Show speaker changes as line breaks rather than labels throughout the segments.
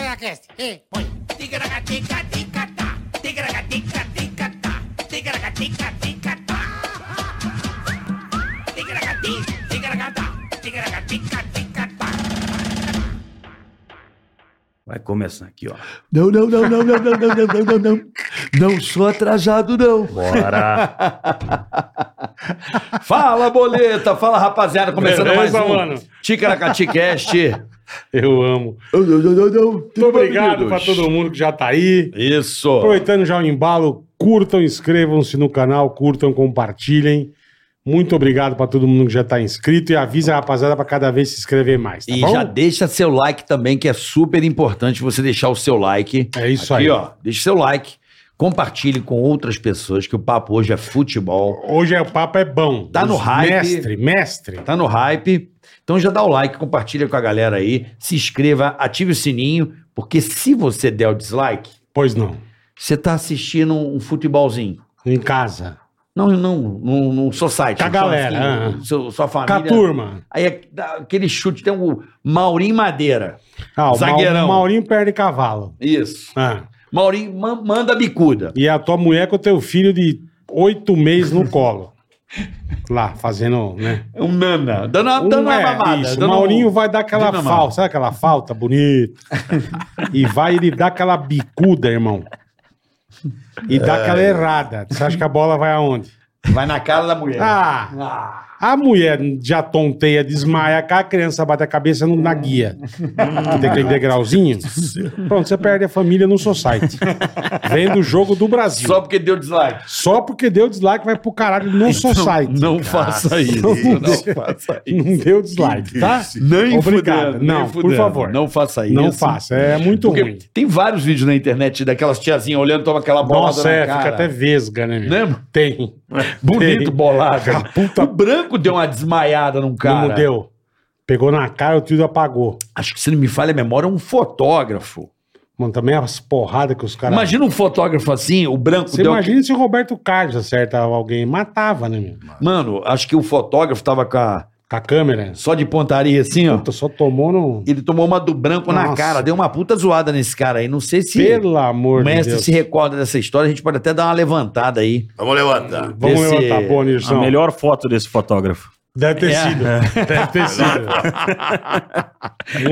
Tigracast, e põe. Tigragatica-tica-tá. Tigragatica-tica-tá. Tigragatica-tica-tá. Tigragati, tigragatá. Tigragatica-tica-tá.
Vai começar aqui, ó.
Não, não, não, não, não, não, não, não, não, não, não. Não sou atrasado, não.
Bora!
Fala, boleta! Fala, rapaziada! Começando
Beleza,
mais um
mano?
Ticaracaticast.
Eu amo.
Não, não, não, não, não. Tudo
Muito
bom,
obrigado pra
meninos?
todo mundo tá que já tá aí.
Isso.
Aproveitando já o embalo, curtam, inscrevam-se no canal, curtam, compartilhem. Muito obrigado pra todo mundo que já tá inscrito e avisa a rapaziada pra cada vez se inscrever mais, tá
E
bom?
já deixa seu like também, que é super importante você deixar o seu like.
É isso
Aqui,
aí.
ó. Deixa seu like. Compartilhe com outras pessoas, que o papo hoje é futebol.
Hoje é, o papo é bom.
Tá no hype.
Mestre, mestre.
Tá no hype. Então já dá o like, compartilha com a galera aí. Se inscreva, ative o sininho, porque se você der o dislike,
Pois não.
você tá assistindo um futebolzinho.
Em casa.
Não, não, não, não sou site.
Com a
só
galera,
assim, seu- sua
Com a
família.
turma.
Aí é- dá aquele chute tem o Maurinho Madeira.
Ah, o
Zagueirão.
Zagueirão. Maurinho perde cavalo.
Isso.
Ah,
Maurinho ma- manda a bicuda.
e a tua mulher com o teu filho de oito meses no colo. Lá, fazendo, né?
É um nana. Dando, uma-
Um
dando uma
é,
mamada.
isso.
dando um-
Maurinho vai dar aquela
Dando uma
falta, sabe aquela falta bonita? e vai ele dar aquela bicuda, irmão. E dá aquela
É.
errada. Você acha que a bola vai aonde?
um Vai na cara da mulher.
Ah,
Ah.
a mulher já tonteia, desmaia, cá, a criança bate a cabeça no- na guia. Que tem aquele degrauzinho. Pronto, você perde a família no society. Vendo o jogo do Brasil.
Só
Só,
porque deu dislike.
porque deu dislike, vai pro caralho no society.
Então, Não faça isso. Não, faça isso.
Não deu dislike, tá?
Nem
Obrigado.
fudendo,
Não,
nem
por
fudendo.
favor.
Não faça isso.
Não faça, é muito
Porque
ruim.
tem vários vídeos na internet daquelas tiazinhas olhando, toma aquela bola
Nossa, é, fica até vesga, né? meu?
Lembra?
Tem.
Bonito
Tem.
bolado.
A puta-
O branco deu uma desmaiada num cara.
Não deu. Pegou na cara, o tio apagou.
Acho que se não me falha a memória, é um fotógrafo.
Mano, também as porradas que os caras.
Imagina um fotógrafo assim, o branco
Você
deu.
imagina se o Roberto Carlos acertava alguém, matava, né, meu?
Mano, acho que o fotógrafo tava com a.
Com a câmera.
Só de pontaria assim, ó.
Puta, só tomou no.
Ele tomou uma do branco na
Nossa.
cara, deu uma puta zoada nesse cara aí. Não sei se
Pelo
o
amor de
mestre
Deus.
se recorda dessa história, a gente pode até dar uma levantada aí.
Vamos levantar.
Vamos
desse-
levantar, pô,
A
Nilson.
melhor foto desse fotógrafo.
Deve ter
É.
sido. Deve ter sido.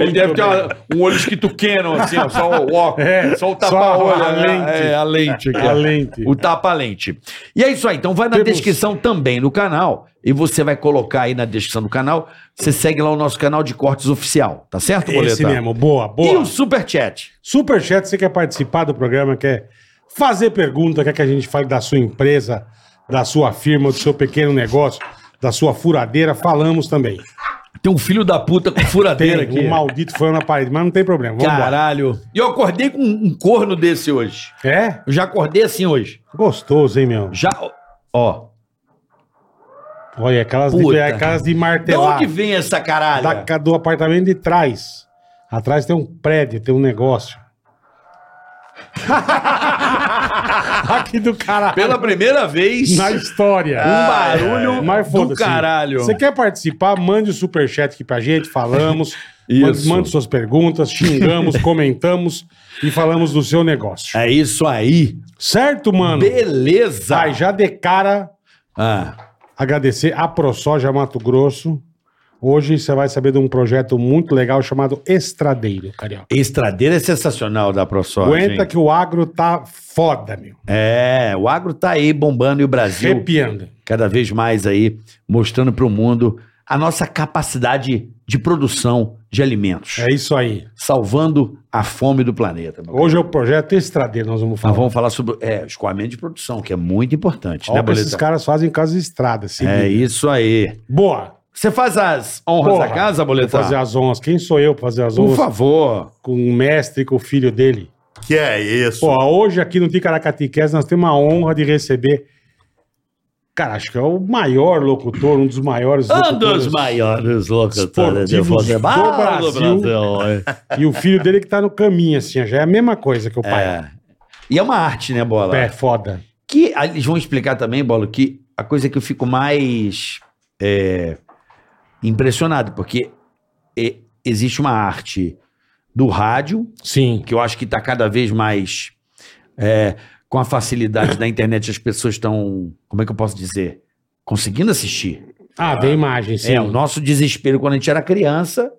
Ele deve ter uma- um olho escrito Canon, assim, ó, só o óculos,
É,
só o
só
tapa-olho.
a
né?
lente.
É, a lente aqui. ó.
A lente.
O tapa-lente. E é isso aí. Então vai na
Temos-
descrição também no canal. E você vai colocar aí na descrição do canal. Você segue lá o nosso canal de cortes oficial. Tá certo, Boleta?
Esse mesmo. Boa, boa.
E o superchat.
Superchat, você quer participar do programa, quer fazer pergunta, quer que a gente fale da sua empresa, da sua firma, do seu pequeno negócio, da sua furadeira, falamos também.
Tem um filho da puta com
Tem
furadeira aqui.
um maldito foi na parede, mas não tem problema, vamos embora.
Caralho. E eu acordei com um corno desse hoje.
É?
Eu já acordei assim hoje.
Gostoso, hein, meu?
Já. Ó.
Olha, aquelas, de,
Puta.
aquelas de
De
martelar
onde vem essa caralho?
da, ca- do apartamento de trás. Atrás tem um prédio, tem um negócio. Aqui do caralho.
Pela primeira vez.
Na história.
Um barulho
Mas
do
foda-se.
caralho.
Você quer participar? Mande o superchat aqui pra gente, falamos.
Isso.
Mande, mande suas perguntas, xingamos, comentamos e falamos do seu negócio.
É isso aí.
Certo, mano?
Beleza.
Ai, já de cara,
Ah,
agradecer a ProSoja Mato Grosso. Hoje você vai saber de um projeto muito legal chamado Estradeiro, Carioca.
estradeira é sensacional da ProSoja.
Aguenta
hein?
que o agro tá foda, meu.
É, o agro tá aí bombando e o Brasil
Arrepiando.
cada vez mais aí mostrando pro mundo a nossa capacidade de produção de alimentos,
É isso aí.
salvando a fome do planeta. meu
Hoje é o projeto Estradeiro, nós vamos
cara. Nós
falar.
vamos falar sobre é, escoamento de produção, que é muito importante,
Olha
né,
o que esses
Boleta?
caras fazem em casa de estrada. se
É
liga.
isso aí.
Boa.
Você faz as honras
Porra,
da casa,
Vou
Boleta?
fazer as honras. Quem sou eu pra fazer as
Por
honras
favor.
com o mestre e com o filho dele?
Que é isso?
Pô, hoje aqui no Ticaracatiqués nós temos a honra de receber. Cara, acho que é o maior locutor, um dos maiores
Um dos
locutores.
maiores
tá,
locutores de
Esportivos do
futebol do
Brasil.
Brasil.
E o filho dele que tá no caminho, assim, ó, já é a mesma coisa que o pai.
É. E é uma arte, né, Bola?
É, foda.
Que ah, eles vão explicar também, Bolo, que a coisa que eu fico mais é, impressionado, porque é, existe uma arte do rádio,
Sim.
que eu acho que está cada vez mais é, com a facilidade da internet, as pessoas estão, como é que eu posso dizer? Conseguindo assistir.
Ah, vem imagem, sim.
É, o nosso desespero quando a gente era criança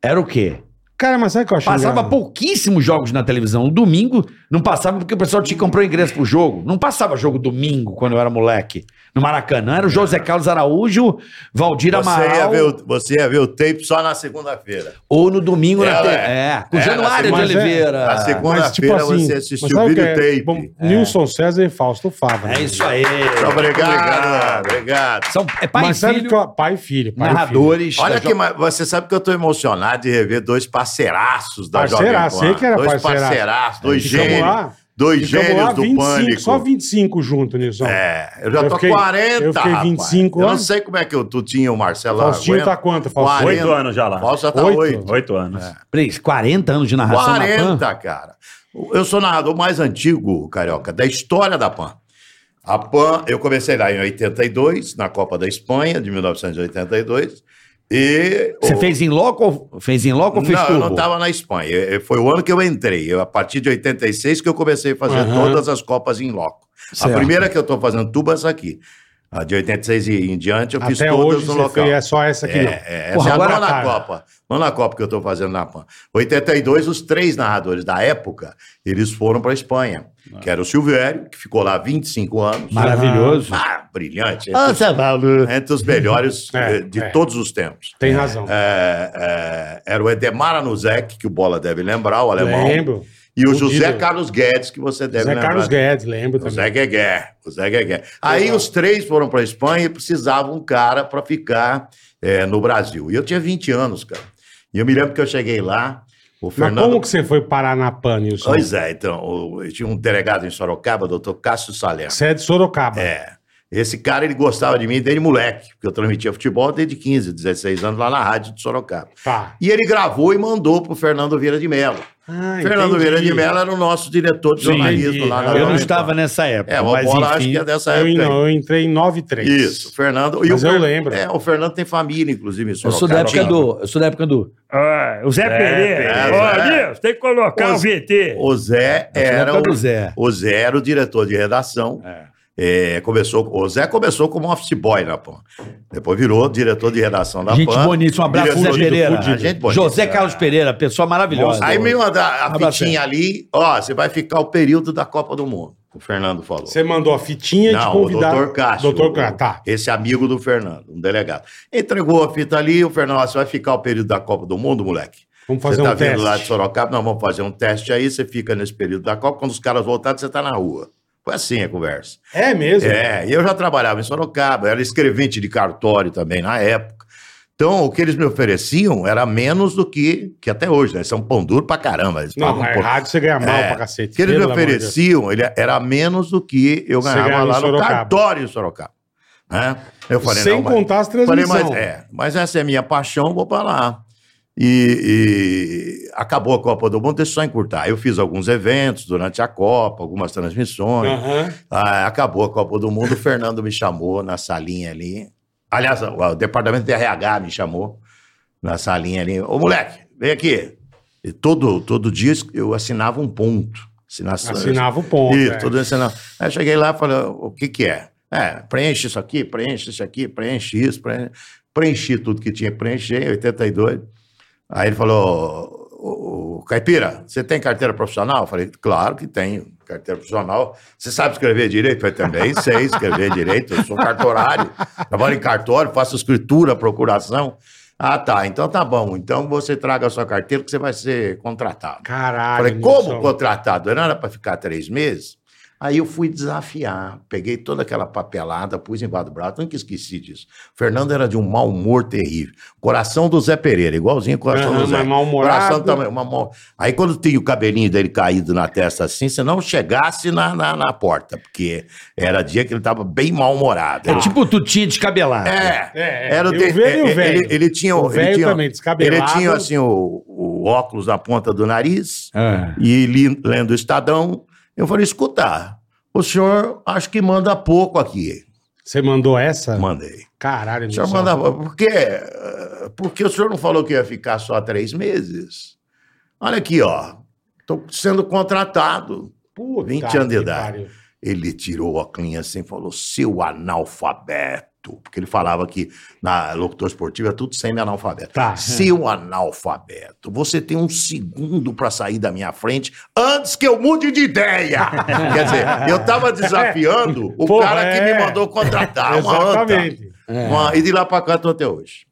era o quê?
Cara, mas sabe o que eu acho
Passava
engraçado?
pouquíssimos jogos na televisão. No domingo não passava porque o pessoal tinha que comprar o ingresso pro jogo. Não passava jogo domingo quando eu era moleque. No Maracanã era o José Carlos Araújo, Valdir
Você ia,
Amaral
ver o, você ia ver o tape só na segunda-feira.
ou no domingo na
Ela
TV.
é.
É, com
É,
Januário de
mas é-
Oliveira.
Na segunda-feira você
mas
assistiu o
sabe o que é?
videotape.
Bom, Nilson César e Fausto Fava. né?
É isso aí.
Muito Obrigado, obrigado.
São, é pai
mas
e
sabe
filho,
que eu- pai e filho. Pai e um
narradores. da
Olha
Jo-
que ma- você sabe que eu tô emocionado de rever dois parceiraços da
Parceiraço,
Jovem Pan.
sei que era
dois
parceiraço.
parceiraços, dois
Ficamos
gênios,
lá-
dois
filho. Ficamos
gênios
lá
do
25,
pânico.
Só 25 junto, Nilson.
É, eu já
Eu
tô
fiquei-
40,
eu fiquei 25
rapaz. Eu não
anos.
sei como é que o Tutinho e o Marcelo
Faustinho
aguentam.
tá quanto, Faustinho?
40.
Oito anos já lá.
Fausto já tá
Oito?
8.
Oito anos.
Três, 40 anos de narração na Pan.
40, cara. Eu sou o narrador mais antigo, Carioca, da história da PAN. A PAN, eu comecei lá em 82, na Copa da Espanha, de 1982. E.
Você
o-
fez em loco, ou- fez em loco ou fez
não, eu
turbo?
não estava na Espanha. Eu- eu- Foi o ano que eu entrei. Eu, a partir de 86 que eu comecei a fazer
Aham.
todas as Copas em loco.
Certo.
A primeira que eu estou fazendo tubo é essa aqui. A de 86 e em diante eu fiz
Até
todas
hoje
no
você
local.
fez, é só essa aqui.
É,
não.
Porra,
é, essa é a
agora,
nona
cara.
Copa. Nona Copa que eu tô fazendo na PAN. 82, os três narradores da época, eles foram pra Espanha. Que era o Silvério, que ficou lá 25 anos.
Maravilhoso.
Ah, brilhante.
Ah,
é
São Paulo.
Entre os melhores
É,
eh, de
é.
todos os tempos.
Tem razão.
É, é, era o Edemar Anuzek, que o Bola deve lembrar, o alemão.
lembro.
E o
O
José
ídolo.
Carlos Guedes, que você deve
Zé
é lembrar.
Carlos Guedes, lembro
O
também.
Zé Guegué, o Zé Guegué. Aí os três foram para Espanha e precisavam um cara para ficar eh, no Brasil. E eu tinha 20 anos, cara. E eu me lembro que eu cheguei lá, o
Mas
Fernando.
como que você foi parar na PAN, Nilson?
Pois é, então, o- eu tinha um delegado em Sorocaba, doutor Cássio Salerno.
Você é de Sorocaba.
É. Esse cara, ele gostava de mim desde moleque, porque eu transmitia futebol desde 15, 16 anos lá na rádio de Sorocaba.
Tá.
E ele gravou e mandou pro Fernando Vieira de Mello.
Ah,
Fernando
entendi.
Vieira de Mello era o nosso diretor de
Sim,
jornalismo
entendi.
lá na
Eu não
Jovem
estava
Pan.
nessa época.
É, uma
mas
bola acho
enfim,
que é dessa
Eu,
época. aí.
não, eu entrei em 9-3.
Isso, o Fernando.
Mas
o
eu
Fer-
lembro.
É, o Fernando tem família, inclusive, em
Eu sou
Sorocaba.
da época do. Eu sou da época do.
Ah, o Zé Pereira.
Pereira.
Ó, Nilson, tem que colocar o VT.
O Zé
eu sou da
era
época do
o,
Zé.
o Zé era o diretor de redação. É, começou, o Zé começou como um office boy na PAN. Depois virou diretor de redação da
Gente
PAN.
boníssima, um abraço,
Diretor
Zé
de-
Pereira.
Ah, gente bonita.
José Carlos Pereira, pessoa maravilhosa.
Aí me mandar a
Abraço,
fitinha ali, ó, você vai ficar o período da Copa do Mundo. O Fernando falou.
Você mandou a fitinha de
Não,
convidar.
o doutor Cássio.
Doutor Cássio, tá.
Esse amigo do Fernando, um delegado. Entregou a fita ali, o Fernando, ó, você vai ficar o período da Copa do Mundo, moleque?
Vamos fazer
você tá
um
vindo
teste.
lá de Sorocaba, nós vamos fazer um teste aí, você fica nesse período da Copa, quando os caras voltarem, você tá na rua. Foi assim a conversa.
É mesmo?
É, e eu já trabalhava em Sorocaba, era escrevente de cartório também na época. Então, o que eles me ofereciam era menos do que, que até hoje, né? São pão duro pra caramba. Eles
Não,
pagam
mas
por-
rádio você ganha mal
um É,
pra cacete.
O que eles me
pelo amor de Deus.
ofereciam ele era menos do que eu
Você
ganhava
ganhava em
lá no
Sorocaba.
cartório em Sorocaba. Né? Eu falei,
Sem
não, mas-
contar as
Falei,
transmissões.
mas, é, mas essa é a minha paixão, vou pra lá. E, e acabou a Copa do Mundo, deixa eu só encurtar. Eu fiz alguns eventos durante a Copa, algumas transmissões.
Aham.
Ah, acabou a Copa do Mundo, o Fernando me chamou na salinha ali. Aliás, o, o departamento de RH me chamou na salinha ali. Ô, moleque, vem aqui. E todo, todo dia eu assinava um ponto. Assinasse-
Assinava o ponto.
Isso,
é.
todo dia assinava. Aí eu cheguei lá e falei, o que que é? É, preenche isso aqui, preenche isso aqui, preenche isso, preenche... Preenchi tudo que tinha que preencher, 82. Aí ele falou, ô, ô, Caipira, você tem carteira profissional? Eu falei, claro que tenho carteira profissional. Você sabe escrever direito? Eu falei, também sei escrever direito, eu sou cartorário, trabalho em cartório, faço escritura, procuração. Ah, tá, então tá bom. Então você traga a sua carteira que você vai ser contratado.
Caralho. um
Falei,
Nilson.
como contratado? Não era para ficar três meses? Aí eu fui desafiar, peguei toda aquela papelada, pus embaixo do braço, nunca esqueci disso. Fernando era de um mau humor terrível. Coração do Zé Pereira, igualzinho o coração
Aham,
do Zé.
mas é mal-humorado.
Coração também, uma mal- Aí quando tinha o cabelinho dele caído na testa assim, se não chegasse na, na, na porta, porque era dia que ele estava bem mal-humorado.
É tipo tutinha descabelada.
É,
É, é.
era o
E o
de-
velho e o
é, é,
velho.
Ele, ele tinha
O
ele
velho
tinha-
também, descabelado.
Ele tinha assim o, o óculos na ponta do nariz
É.
Ah.
e li- lendo o Estadão. Eu falei: escuta, o senhor acho que manda pouco aqui.
Você mandou essa?
Mandei.
Caralho,
O senhor
Nilson.
manda pouco. Por quê? Eh, Porque o senhor não falou que ia ficar só três meses? Olha aqui, ó. Estou sendo contratado.
Puta
20 anos de
que
idade.
pariu.
Ele tirou o óculos assim e falou, seu analfabeto. Porque ele falava que na locutor esportiva é tudo semi-analfabeto.
Tá.
Seu analfabeto, você tem um segundo para sair da minha frente antes que eu mude de ideia. Quer dizer, eu tava desafiando o
Porra,
cara que
é.
me mandou contratar. Uma anta.
Exatamente.
É.
Uma- E de lá pra cá tô até hoje.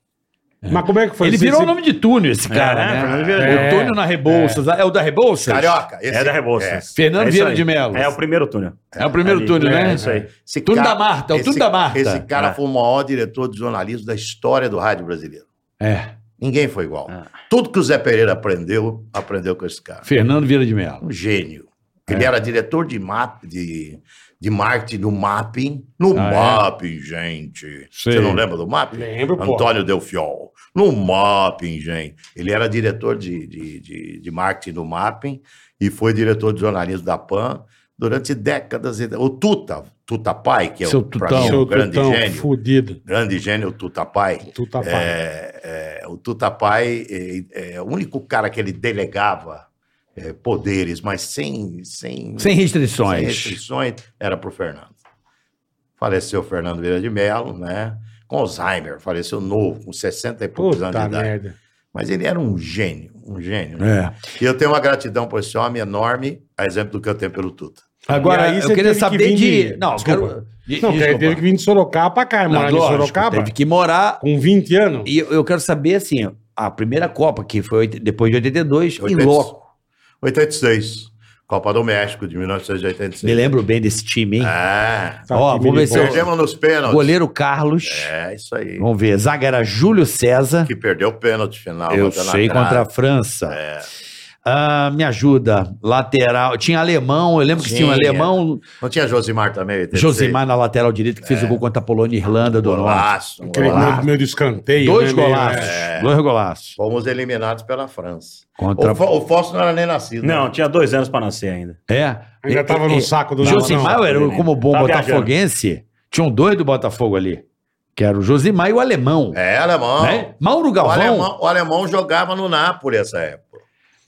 Mas como é que foi?
Ele
Você-
virou o
você-
nome de túnel,
É,
esse cara,
né? Fernando
né?
Vieira.
o túnel na Rebouças. É, o da Rebouças?
Carioca. esse-
É da Rebouças.
Fernando
É isso
Vieira
aí.
de Melo.
É o primeiro túnel.
É o primeiro
Ali,
túnel,
é,
né?
É isso aí.
esse
Túnel
cara-
da Marta, o
esse-
Túnel da Marta.
Esse cara
É.
foi o maior diretor de jornalismo da história do rádio brasileiro.
É,
Ninguém foi igual.
Ah.
Tudo que o Zé Pereira aprendeu, aprendeu com esse cara.
Fernando Vieira de Melo.
Um gênio.
É.
Ele era diretor de, map, de, de marketing do mapping. No
Ah, é?
mapping, gente.
Sei.
Você não lembra do mapping?
Lembro, pô.
Antônio Delfiol. No mapping, gente. Ele era diretor de, de, de, de marketing do mapping e foi diretor de jornalismo da PAN durante décadas. e dé- O Tuta, Tuta Pai, que é
Seu
o, pra
Tutão.
mim,
Seu
o grande
tutão
gênio.
fudido.
Grande gênio, o Tuta Pai.
Tu tá
É, é, o Tutapai é, é o único cara que ele delegava é, poderes, mas sem, sem,
Sem
sem
restrições.
restrições, era pro Fernando. Faleceu o Fernando Vieira de Mello, né? Com Alzheimer, faleceu novo, com 60 e poucos anos de
Puta
idade.
merda.
Mas ele era um gênio, um gênio.
É.
E eu tenho uma gratidão por esse homem enorme, a exemplo do que eu tenho pelo Tuta.
Agora,
E aí você
eu queria
teve que
saber
vir
de...
de-
Não, eu
Desculpa.
quero... de-
Não,
desculpa.
ele teve que vir de Sorocaba pra cá,
Não,
morar em
lógico,
Sorocaba.
teve que morar...
Com 20 anos.
E eu eu quero saber, assim, a primeira Copa, que foi oit- depois de 82, em
80.
loco.
86, Copa do México de 1986.
Me lembro bem desse time, hein?
Ah,
Tá
Ó,
aqui,
vou ver
mini
se eu-
bola.
perdemos nos pênaltis.
Goleiro Carlos.
É, isso aí.
Vamos ver. Zaga era Júlio César.
que perdeu o pênalti final.
eu
bateu na
sei,
trave.
contra a França.
É.
Ah, me ajuda. Lateral. Tinha alemão. Eu lembro que tinha um
Tinha.
alemão.
Não tinha Josimar também? 86?
Josimar na lateral direita que fez o gol contra a Polônia e Irlanda do Norte.
É. Golaço, um
Aquele
golaço.
meu, meu descanteio.
Dois
né, meio-
golaços.
é.
Dois golaços.
Fomos eliminados pela França.
Contra-
O, Fo- o Fausto não era nem nascido. né?
Não, tinha dois anos pra nascer ainda.
É.
Ainda
E-
tava
e-
no saco do
Josimar
Não, não.
era
não.
como bom
Tá
botafoguense. Tinham dois do Botafogo ali. Que era o Josimar e o alemão.
É, alemão.
né? Mauro
O,
Galvão.
alemão. o alemão jogava no Napoli essa época.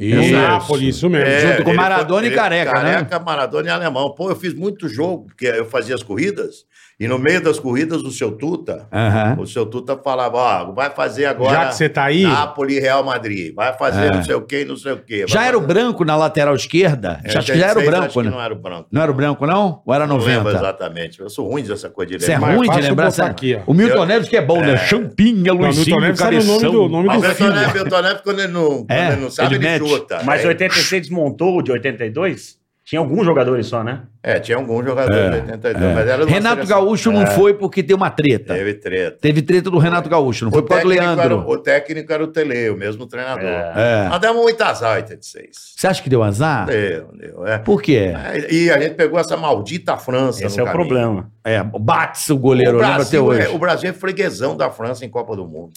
No
Isso.
Nápoles, isso mesmo.
É,
junto com
ele
Maradona e
ele-
Careca, né?
Careca, Maradona e alemão. Pô, eu fiz muito jogo, porque eu fazia as corridas, e no meio das corridas, o seu Tuta,
Aham.
o seu Tuta falava, ó, vai fazer agora...
Já que você tá aí,
Napoli e Real Madrid. Vai fazer
É.
não sei o quê, não sei o quê.
Já
Vai
era o
fazer-
branco na lateral esquerda?
É,
Já- acho que já era o
86, acho
branco,
que
né?
Não era o branco.
Não era o branco, não? Ou era
Não lembro
90?
exatamente. Eu sou ruim dessa coisa de
Isso é
Mas
lembrar.
ruim de
fácil
lembrar.
botar
Essa...
aqui, ó.
o Milton Neves que é bom, né?
É.
Champinha,
o Milton
Luizinho,
Neves sabe o nome
cabeção.
do, o nome
Mas
do
o
filho.
Betonete, Betonete, quando ele não, quando
É,
ele não sabe,
ele
ele,
mete.
chuta.
Mas
É.
86 desmontou o de 82? Tinha alguns jogadores só, né?
É, tinha algum jogador de 82, mas era de uma
É, Renato
seleção.
Gaúcho não
É,
foi porque deu uma treta.
Teve treta.
Teve treta do Renato Gaúcho, não foi por causa do Leandro.
Era, o técnico era o Tele, o mesmo treinador.
É.
É.
Nós demos muito azar em 86.
Você acha que deu azar?
Deu, deu, é.
Por quê?
É, E a gente pegou essa maldita França
Esse
no
é o
caminho.
problema.
É, Bates, o goleiro,
o
eu lembro até
Brasil,
hoje.
é, o Brasil é freguesão da França em Copa do Mundo.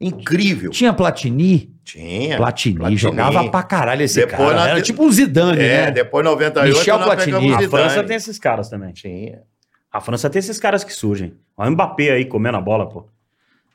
Incrível.
Tinha Platini?
Tinha.
Platini, jogava pra caralho esse
Depois
cara.
nós
Era
te-
tipo um Zidane,
É,
né?
depois 98
Michel
nós pegamos
Platini.
o
A
Zidane.
França tem esses caras também.
Tinha.
A França tem esses caras que surgem. Olha o Mbappé aí comendo a bola, pô.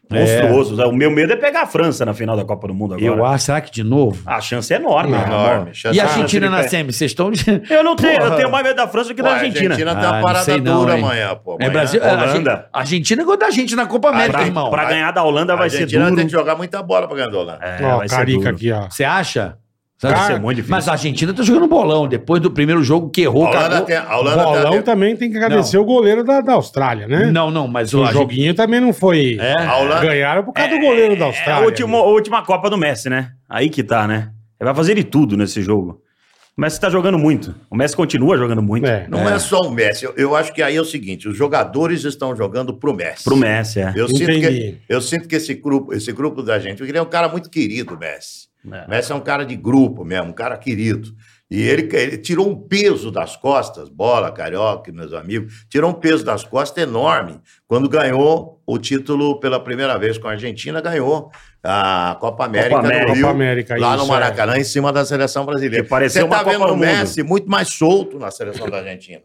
É.
Monstruoso. O meu medo é pegar a França na final da Copa do Mundo agora.
Eu acho, será que de novo?
A chance é enorme.
Não,
né?
Enorme. Chance
e a
de-
Argentina
ele
na
pega.
semi? Vocês estão...
Eu não tenho,
Porra.
eu tenho mais medo da França do que da
Ué,
Argentina.
A Argentina tem
Ah,
uma
não
parada
sei não,
dura
hein.
amanhã, pô.
É
Amanhã,
Brasil...
pô,
Holanda.
Argentina contra a gente na Copa América,
Pra,
irmão.
pra ganhar da Holanda
a
vai ser
é Argentina
duro.
tem que jogar muita bola pra ganhar do Holanda.
É,
Ó,
vai ser
carica
duro.
aqui, ó.
Você acha?
Vai ser
Cara,
muito difícil.
Mas a Argentina tá jogando bolão. Depois do primeiro jogo que
A
errou,
Holanda
cagou.
tem, a
O
Holanda tá- tem a
Bolão
de-
também tem que agradecer o goleiro da, da Austrália, né?
Não, não, mas o
o
Argentina.
joguinho também não foi.
É.
a Holanda-
Ganharam por causa do goleiro da
É
Austrália. né?
né? a última, a última Copa do Messi, né? Aí que tá, né? Ele vai fazer de tudo nesse jogo. O Messi tá jogando muito. O Messi continua jogando muito.
É.
Não é, só o Messi. Eu, eu acho que aí é o seguinte: os jogadores estão jogando pro Messi.
Pro Messi, é.
Eu sinto,
Entendi.
que, eu sinto que esse grupo, esse grupo da gente, porque ele é um cara muito querido, o Messi. O Messi é um cara de grupo mesmo, um cara querido. E ele, ele tirou um peso das costas, bola, carioca, meus amigos, tirou um peso das costas enorme quando ganhou o título pela primeira vez com a Argentina, ganhou a Copa América
América.
no Rio,
É, Copa América,
lá
isso, é
no Maracanã, em cima da seleção brasileira.
Que pareceu
Você tá
uma Copa
vendo
do
o
Mundo.
Messi muito mais solto na seleção da Argentina.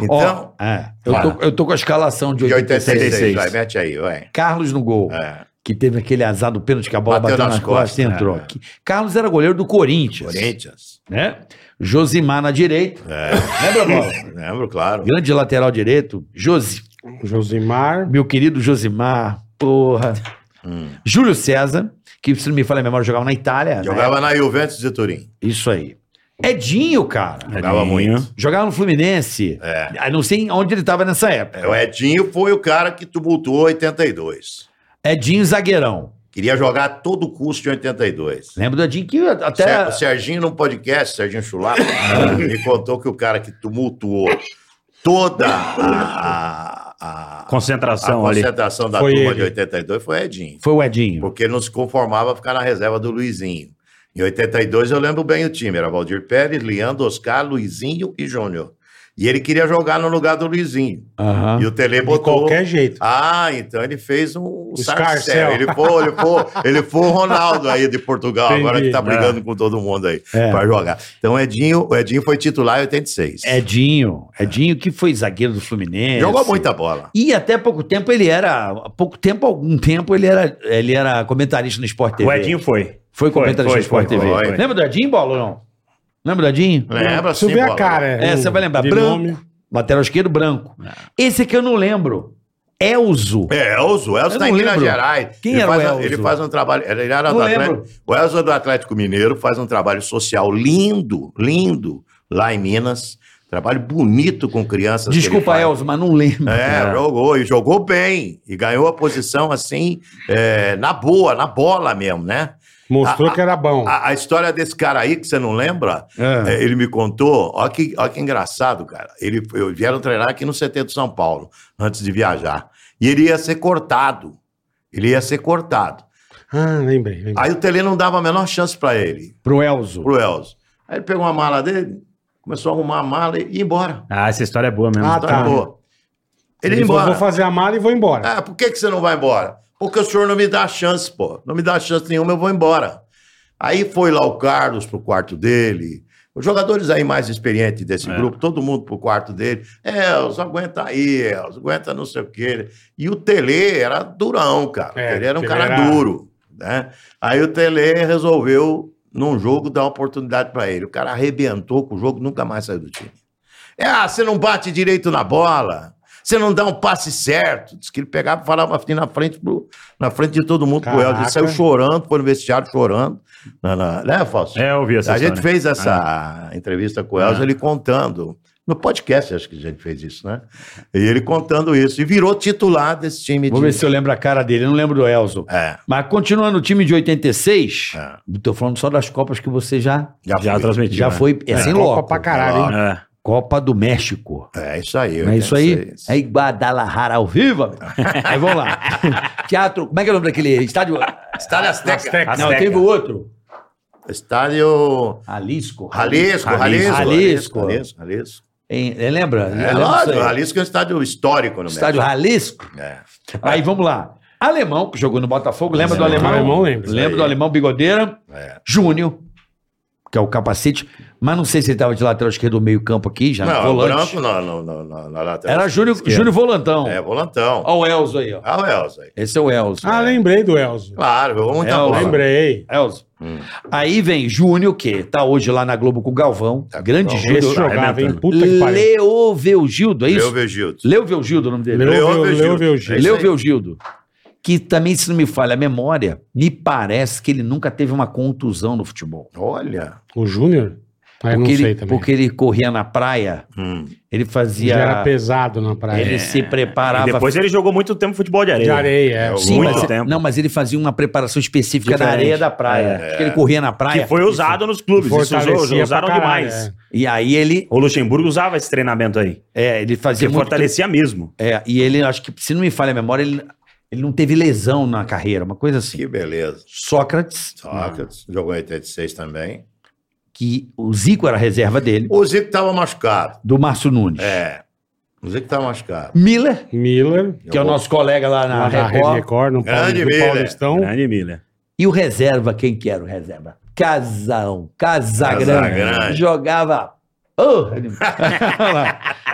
Então,
Ó, é, eu, tô, eu tô com a escalação de
de 86,
86.
86.
vai, mete aí, vai.
Carlos no gol,
É,
que teve aquele azar do pênalti que a bola bateu, nas, costas, e entrou.
é.
Que- Carlos era goleiro do Corinthians,
Corinthians.
né? Josimar na direita,
É.
lembra, bola?
Lembro, claro.
Grande lateral direito, Josi,
Josimar.
meu querido Josimar, porra.
Hum.
Júlio César, que se não me falha a memória, jogava na Itália. né?
Jogava na Juventus de Turim.
Isso aí. Edinho, cara.
Jogava
Edinho.
muito.
Jogava no Fluminense.
É.
Ah, Não sei onde ele tava nessa época.
O Edinho foi o cara que tumultuou 82.
Edinho zagueirão.
Queria jogar a todo custo em 82.
Lembro do Edinho que até.
Ser- O Serginho, num podcast, Serginho Chulapa, me contou que o cara que tumultuou toda a, a- a- a
Concentração ali.
concentração da
Foi
turma
ele.
de 82 foi Edinho.
Foi o Edinho.
porque ele não se conformava a ficar na reserva do Luizinho. Em 82, eu lembro bem o time: era Valdir Pérez, Leandro, Oscar, Luizinho e Júnior. E ele queria jogar no lugar do Luizinho.
Aham.
E o Tele
De
botou.
qualquer jeito.
Ah, então ele fez um
Scarcel.
Sarcel. Ele foi, ele foi, ele foi o Ronaldo aí de Portugal,
Entendi. É.
agora que tá brigando com todo mundo aí
É.
pra jogar. Então Edinho, o Edinho foi titular em 86.
Edinho. Edinho que foi zagueiro do Fluminense.
Jogou muita bola.
E até pouco tempo ele era. Há pouco tempo, algum tempo, ele era, ele era comentarista no Sport TV.
O Edinho foi.
foi comentarista
foi,
no Sport
foi,
TV.
foi.
Lembra do Edinho, Bola ou não? Lembra do Edinho?
Lembra
Se
sim,
eu ver É. a
bola.
cara.
É, você vai lembrar.
de
Branco.
nome.
Lateral esquerdo, branco. Esse aqui eu não lembro. Elzo.
É, Elzo. Elzo
Eu
tá
não
em Minas
lembro.
Gerais.
Quem
ele
era
faz
o
um-
Elzo?
Ele faz um trabalho. Ele era
Não
do
lembro.
Atlético, o Elzo é do Atlético Mineiro, faz um trabalho social lindo, lindo, lá em Minas. Trabalho bonito com crianças. que ele
Desculpa,
faz.
Elzo, mas não lembro.
É,
cara.
jogou e jogou bem. E ganhou a posição assim, é, na boa, na bola mesmo, né?
Mostrou
A-
que era bom.
A, a história desse cara aí, que você não lembra,
É.
é, ele me contou. Olha que, ó que engraçado, cara. Ele, eu vieram treinar aqui no CT do São Paulo, antes de viajar. E ele ia ser cortado. Ele ia ser cortado.
Ah, lembrei. lembrei.
Aí o Tele não dava a menor chance pra ele,
Pro Elzo.
pro Elzo. Aí ele pegou a mala dele, começou a arrumar a mala e ia embora. Então,
Ah, essa história é boa mesmo.
Ah, tá.
Acabou. Ele, ia
falou,
embora.
Vou fazer a mala e vou embora.
Ah, por que, que você não vai embora? Porque o senhor não me dá chance, pô. Não me dá chance nenhuma, eu vou embora. Aí foi lá o Carlos pro quarto dele. Os jogadores aí mais experientes
É.
desse grupo, todo mundo pro quarto dele. Elzo, aguenta aí, Elzo, aguenta não sei o quê. E o Tele era durão, cara.
É,
o Tele era um
Tele
cara
era-
duro. Né? Aí o Tele resolveu, num jogo, dar uma oportunidade pra ele. O cara arrebentou com o jogo, nunca mais saiu do time. É, ah, você não bate direito na bola. Você não dá um passe certo. Diz que ele pegava e falava assim na frente, pro- na frente de todo mundo pro Eldo. Ele
Caraca.
saiu chorando, foi no vestiário chorando. Na, na, né, Fausto?
É, eu ouvi essa
a
história.
gente fez essa
Ah.
entrevista com o Elzo, ele contando. No podcast, acho que a gente fez isso, né? E ele contando isso. E virou titular desse time.
Vou
de-
ver se eu lembro a cara dele. Eu não lembro do Elzo.
É,
Mas continuando o time de 86,
É.
tô falando só das Copas que você já,
já,
Já
foi.
transmitiu.
já
né?
foi. É, sem
Copa
louco.
pra caralho, hein?
É.
Copa do México.
É isso aí.
Não é isso aí?
86.
É em Guadalajara ao vivo. amigo. aí vamos lá. Teatro. Como é que é o nome daquele estádio?
Estádio Azteca.
Azteca.
é Não, teve um o outro.
Estádio
Jalisco.
Jalisco.
Jalisco.
Jalisco.
Jalisco.
Jalisco. Jalisco.
Hein, lembra? Eu
É,
lembro disso
lógico,
aí.
o Jalisco é um estádio histórico no
Estádio Jalisco.
México. É.
Aí vamos lá. Alemão, que jogou no Botafogo, lembra do alemão?
Alemão lembra.
Lembra do alemão Bigodeira?
É.
Júnior, que é o capacete, mas não sei se ele estava de lateral esquerdo ou meio campo aqui, já
Não, é um
volante.
branco não, não, não, não, na lateral.
Era Júnior,
esquerda.
Júnior Volantão.
É, volantão.
Olha o Elzo aí, ó.
Ah, o Elza aí.
Esse é o Elzo.
Ah, lembrei do Elzo.
Claro, jogou muita
É, eu
bola.
Lembrei.
Elzo. Aí vem Júnior, que tá hoje lá na Globo com o Galvão. grande
Galvão.
Esse
Júnior.
jogava, hein?
arrebentando.
Puta que pariu.
Leo Velgildo, é
Eu
isso? Leo Velgildo é o nome dele.
Leo- Leo- Leo-
vejo
É
Leo-
Leo Velgildo. Que também, se não me falha a memória, me parece que ele nunca teve uma contusão no futebol.
Olha,
O Júnior?
Ah,
Aí eu não
porque,
sei
ele,
também.
porque ele corria na praia, ele fazia.
Já era pesado na praia.
Ele se preparava.
É. E depois ele jogou muito tempo futebol de areia.
De areia, é.
Sim, muito
mas,
tempo.
Não, mas ele fazia uma preparação específica da
Diferente. É.
areia da praia. Porque ele corria na praia.
Que foi usado nos clubes. Isso
Fortalecia
usou-
pra
usaram
caralho,
demais.
é.
E aí ele,
O Luxemburgo usava esse treinamento aí.
é, ele fazia
Que
muito.
fortalecia mesmo.
É, e ele, acho que, se não me falha a memória, ele, ele não teve lesão na carreira, uma coisa assim.
Que beleza.
Sócrates,
Sócrates jogou em 86 também.
que o Zico era a reserva dele,
O Zico estava machucado.
do Márcio Nunes.
É. O Zico estava machucado.
Miller,
Miller,
que é o nosso colega lá na
na
Record,
Record, no Paul-
Grande
no
Miller.
Paulistão.
Grande Miller.
E o reserva, quem que era o reserva? Casão, Casagrande.
Casagrande.
Jogava. Oh, ele-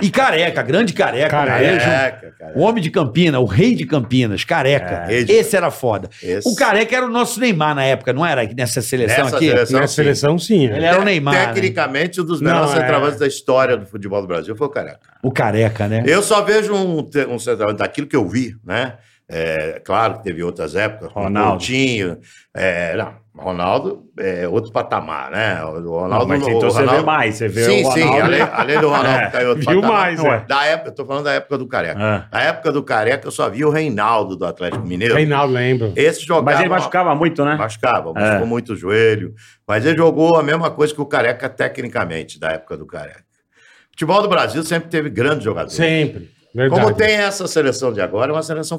e careca, grande careca. né?
Careca.
beijo.
Careca,
O
cara.
homem de Campina, o rei de Campinas, careca.
É.
Esse era foda.
Esse-
O careca era o nosso Neymar na época, não era nessa seleção
Nessa
aqui?
seleção,
Na
sim.
seleção, sim. é.
Ele era o Neymar. né?
Tecnicamente, um dos
Não,
melhores
é.
centroavantes da história do futebol do Brasil foi o Careca.
O careca, né?
Eu só vejo um, te- um centroavante daquilo que eu vi, né? É, claro que teve outras épocas, com
Ronaldo.
Coutinho, é, não, Ronaldo é outro patamar, né? O Ronaldo,
mas
o
então você
Ronaldo-
vê mais, você vê
sim,
o
sim,
Ronaldo.
além, além do Ronaldo que tá em outro
viu
patamar,
mais, é.
Da época, eu tô falando da época do Careca.
Ah.
Na época do Careca, eu só vi o Reinaldo do Atlético Mineiro.
Reinaldo, lembro.
Esse jogava...
Mas ele machucava muito, né?
Machucava, machucou muito o joelho. Mas ele jogou a mesma coisa que o Careca tecnicamente, da época do Careca. O futebol do Brasil sempre teve grandes jogadores.
Sempre. Verdade. é
Como tem essa seleção de agora, é uma seleção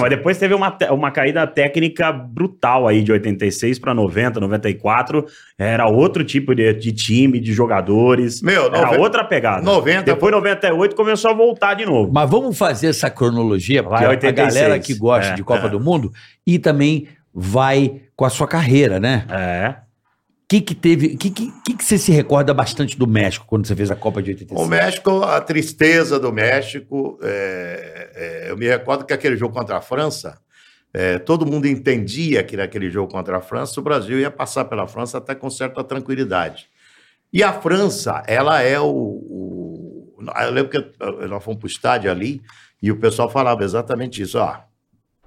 Não, mas depois teve uma, te- uma caída técnica brutal aí de 86 para 90, 94. Era outro tipo de, de time, de jogadores.
Meu,
era
noven-
outra pegada.
90.
Depois 98 começou a voltar de novo.
Mas vamos fazer essa cronologia, porque
Vai,
a- a
86.
galera que gosta
É.
de Copa do Mundo e também vai com a sua carreira, né?
É.
O que, que teve. O que, que, que que você se recorda bastante do México quando você fez a Copa de
O
85?
México, a tristeza do México, é, é, eu me recordo que aquele jogo contra a França, é, todo mundo entendia que naquele jogo contra a França, o Brasil ia passar pela França até com certa tranquilidade. E a França, ela é o. o- eu lembro que eu- nós fomos para o estádio ali e o pessoal falava exatamente isso: ó,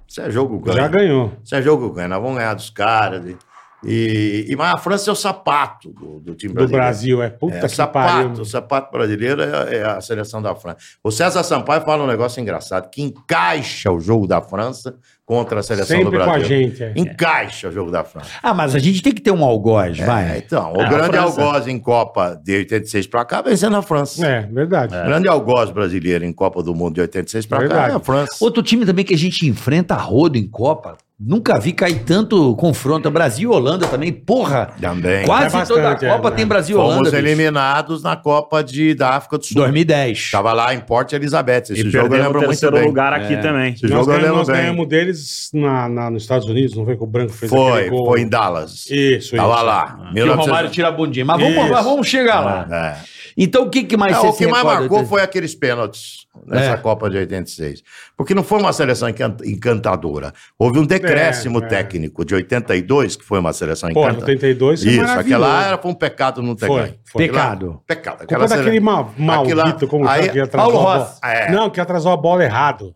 isso é jogo ganho.
Já ganhou.
Isso é jogo ganho, nós vamos ganhar dos caras. E, e, e- mas a França é o sapato do, do time
Do
brasileiro.
Brasil, é. Puta
É,
que
sapato,
pariu.
sapato brasileiro é, é a seleção da França. O César Sampaio fala um negócio engraçado, que encaixa o jogo da França contra a seleção do
Sempre com a
Brasil.
gente. É.
Encaixa o jogo da França.
Ah, mas a gente tem que ter um algoz,
É,
vai.
então, o
É, a
grande
França.
algoz em Copa de 86 para cá vencendo a França.
É, verdade.
O grande algoz brasileiro em Copa do Mundo de 86 para cá
Verdade.
é a França.
Outro time também que a gente enfrenta a rodo em Copa. Nunca vi cair tanto confronto. Brasil e Holanda também, porra.
Também.
Quase
É
toda a
bastante, é,
Copa
né?
tem Brasil e
Fomos
Holanda. bicho.
eliminados na Copa de, da África do Sul.
2010.
Estava lá em Port Elizabeth. Esse
e
jogo eu
perdeu o
lembro muito
terceiro
bem. É.
lugar aqui também.
Esse
nós
jogo eu
ganhamos,
lembro
nós
bem.
ganhamos deles na, na- nos Estados Unidos, não foi que o Branco fez
Foi,
aquele gol.
foi em Dallas.
Isso,
Tava
isso.
lá.
Que o Romário tira a bundinha. Mas vamos,
Isso.
mas vamos chegar lá.
1900. É.
Então, o que, que mais
Não,
você
o que
se
mais
recorda
marcou
desse-
foi aqueles pênaltis nessa
É.
Copa de 86. Porque não foi uma seleção encan- encantadora. Houve um decréscimo
É, é.
técnico de 82, que foi uma seleção
Pô, em
encantadora.
82 foi
Isso,
maravilhoso.
aquela era, foi um pecado não ter
Foi,
ganho.
foi.
Aquela-
Pecado.
Pecado.
Culpa daquele ma maldito,
aquela-
como
aí-
chama, que atrasou
Paulo
a bola.
Rossi.
É.
Não, que atrasou a bola errado.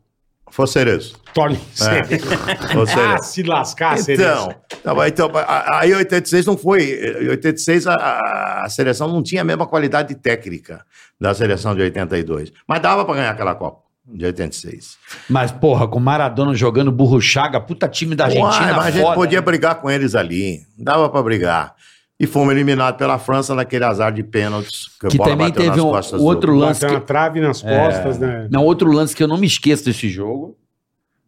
Foi Cerezo.
Tony,
É. Foi
Ah,
Cerezo.
se lascar,
Então, tá bom, então, a- a- aí 86 não foi. eh, Em 86 a- a, a seleção não tinha a mesma qualidade técnica da seleção de 82. Mas dava para ganhar aquela Copa de 86.
Mas, porra, com Maradona jogando burro chaga, puta time da Argentina.
Uai, mas a gente
foda,
podia
né?
brigar com eles ali. Dava pra brigar. E fomos eliminados pela França naquele azar de pênaltis. a
Que
bola
também
bateu
teve
nas
um
costas do-
outro lance.
Bateu
Que, É.
na trave e nas costas, né?
não, outro lance que eu não me esqueço desse jogo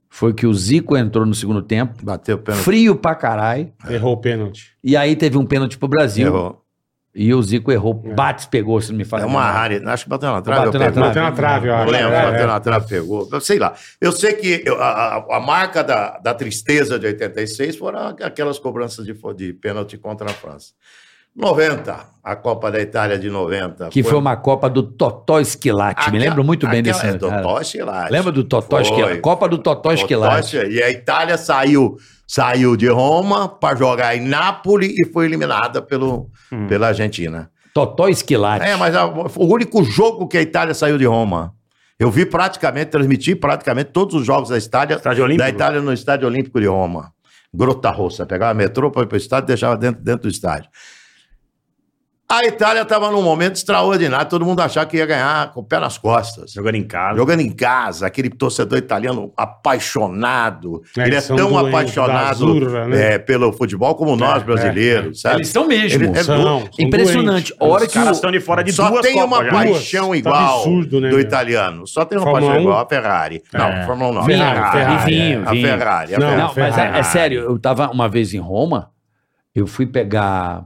foi que o Zico entrou no segundo tempo,
Bateu o pênalti.
frio pra caralho,
Errou o pênalti.
e aí teve um pênalti pro Brasil.
Errou.
E o Zico errou.
É.
Bates pegou, se não me
É
falha.
uma
a memória.
área. Acho que bateu na trave.
Bateu
Bateu
na trave.
Bateu na trave, eu
Não
acho.
lembro,
É,
bateu
é.
na trave, pegou. Eu Sei lá. Eu sei que eu- a, a- a marca da, da tristeza de 86 foram aquelas cobranças de, fo- de pênalti contra a França. 90, a Copa da Itália de 90.
Que foi uma Copa do Totó Esquilate. me lembro muito bem desse
ano.
ano. cara.
é Totó Esquilate.
Lembra do Totó
Foi.
Esquilate? Copa do Totó Esquilate.
Totó, E a Itália saiu, saiu de Roma para jogar em Nápoles e foi eliminada pelo,
Hum.
pela Argentina.
Totó Esquilate.
É, mas a- foi o único jogo que a Itália saiu de Roma. Eu vi praticamente, transmiti praticamente todos os jogos da, Itália,
Estádio Olímpico?
da Itália no Estádio Olímpico de Roma. Grota Rossa. Pegava metrô, para ir para o estádio e deixava dentro, dentro do estádio. A Itália estava num momento extraordinário, todo mundo achava que ia ganhar com o pé nas costas.
Jogando em casa.
Jogando em casa, aquele torcedor italiano apaixonado.
É,
ele é
eles são
tão
doentes, da
apaixonado
Azurra, né? É,
é, pelo futebol como nós brasileiros, sabe?
Eles são mesmo.
Ele- é
São,
do-
são
Impressionante.
doentes.
A hora
Os
que o-
caras estão de fora de
Só
duas
tem
Copas
uma
já.
pai-
paixão
Tá
igual
absurdo, né,
do
meu?
italiano. Só tem uma
Fórmula
paixão
um?
igual a Ferrari. Não, Fórmula 1 não. a
Vinho, Ferrari,
vinho,
a
vinho.
Ferrari. A
Não,
Ferrari.
Não, mas é- é,
Ferrari.
sério, eu tava uma vez em Roma, eu fui pegar.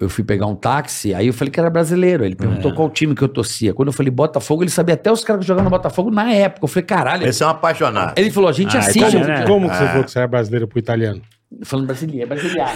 Eu fui pegar um táxi, aí eu falei que era brasileiro. Ele perguntou qual time que eu torcia. Quando eu falei Botafogo, ele sabia até os caras que jogavam no Botafogo na época. Eu falei, caralho.
Eles são apaixonados.
Ele falou, a gente
Ah,
assiste.
Como,
Sim, né?
como que você falou que você é brasileiro pro italiano?
Falando brasileiro, é brasiliano.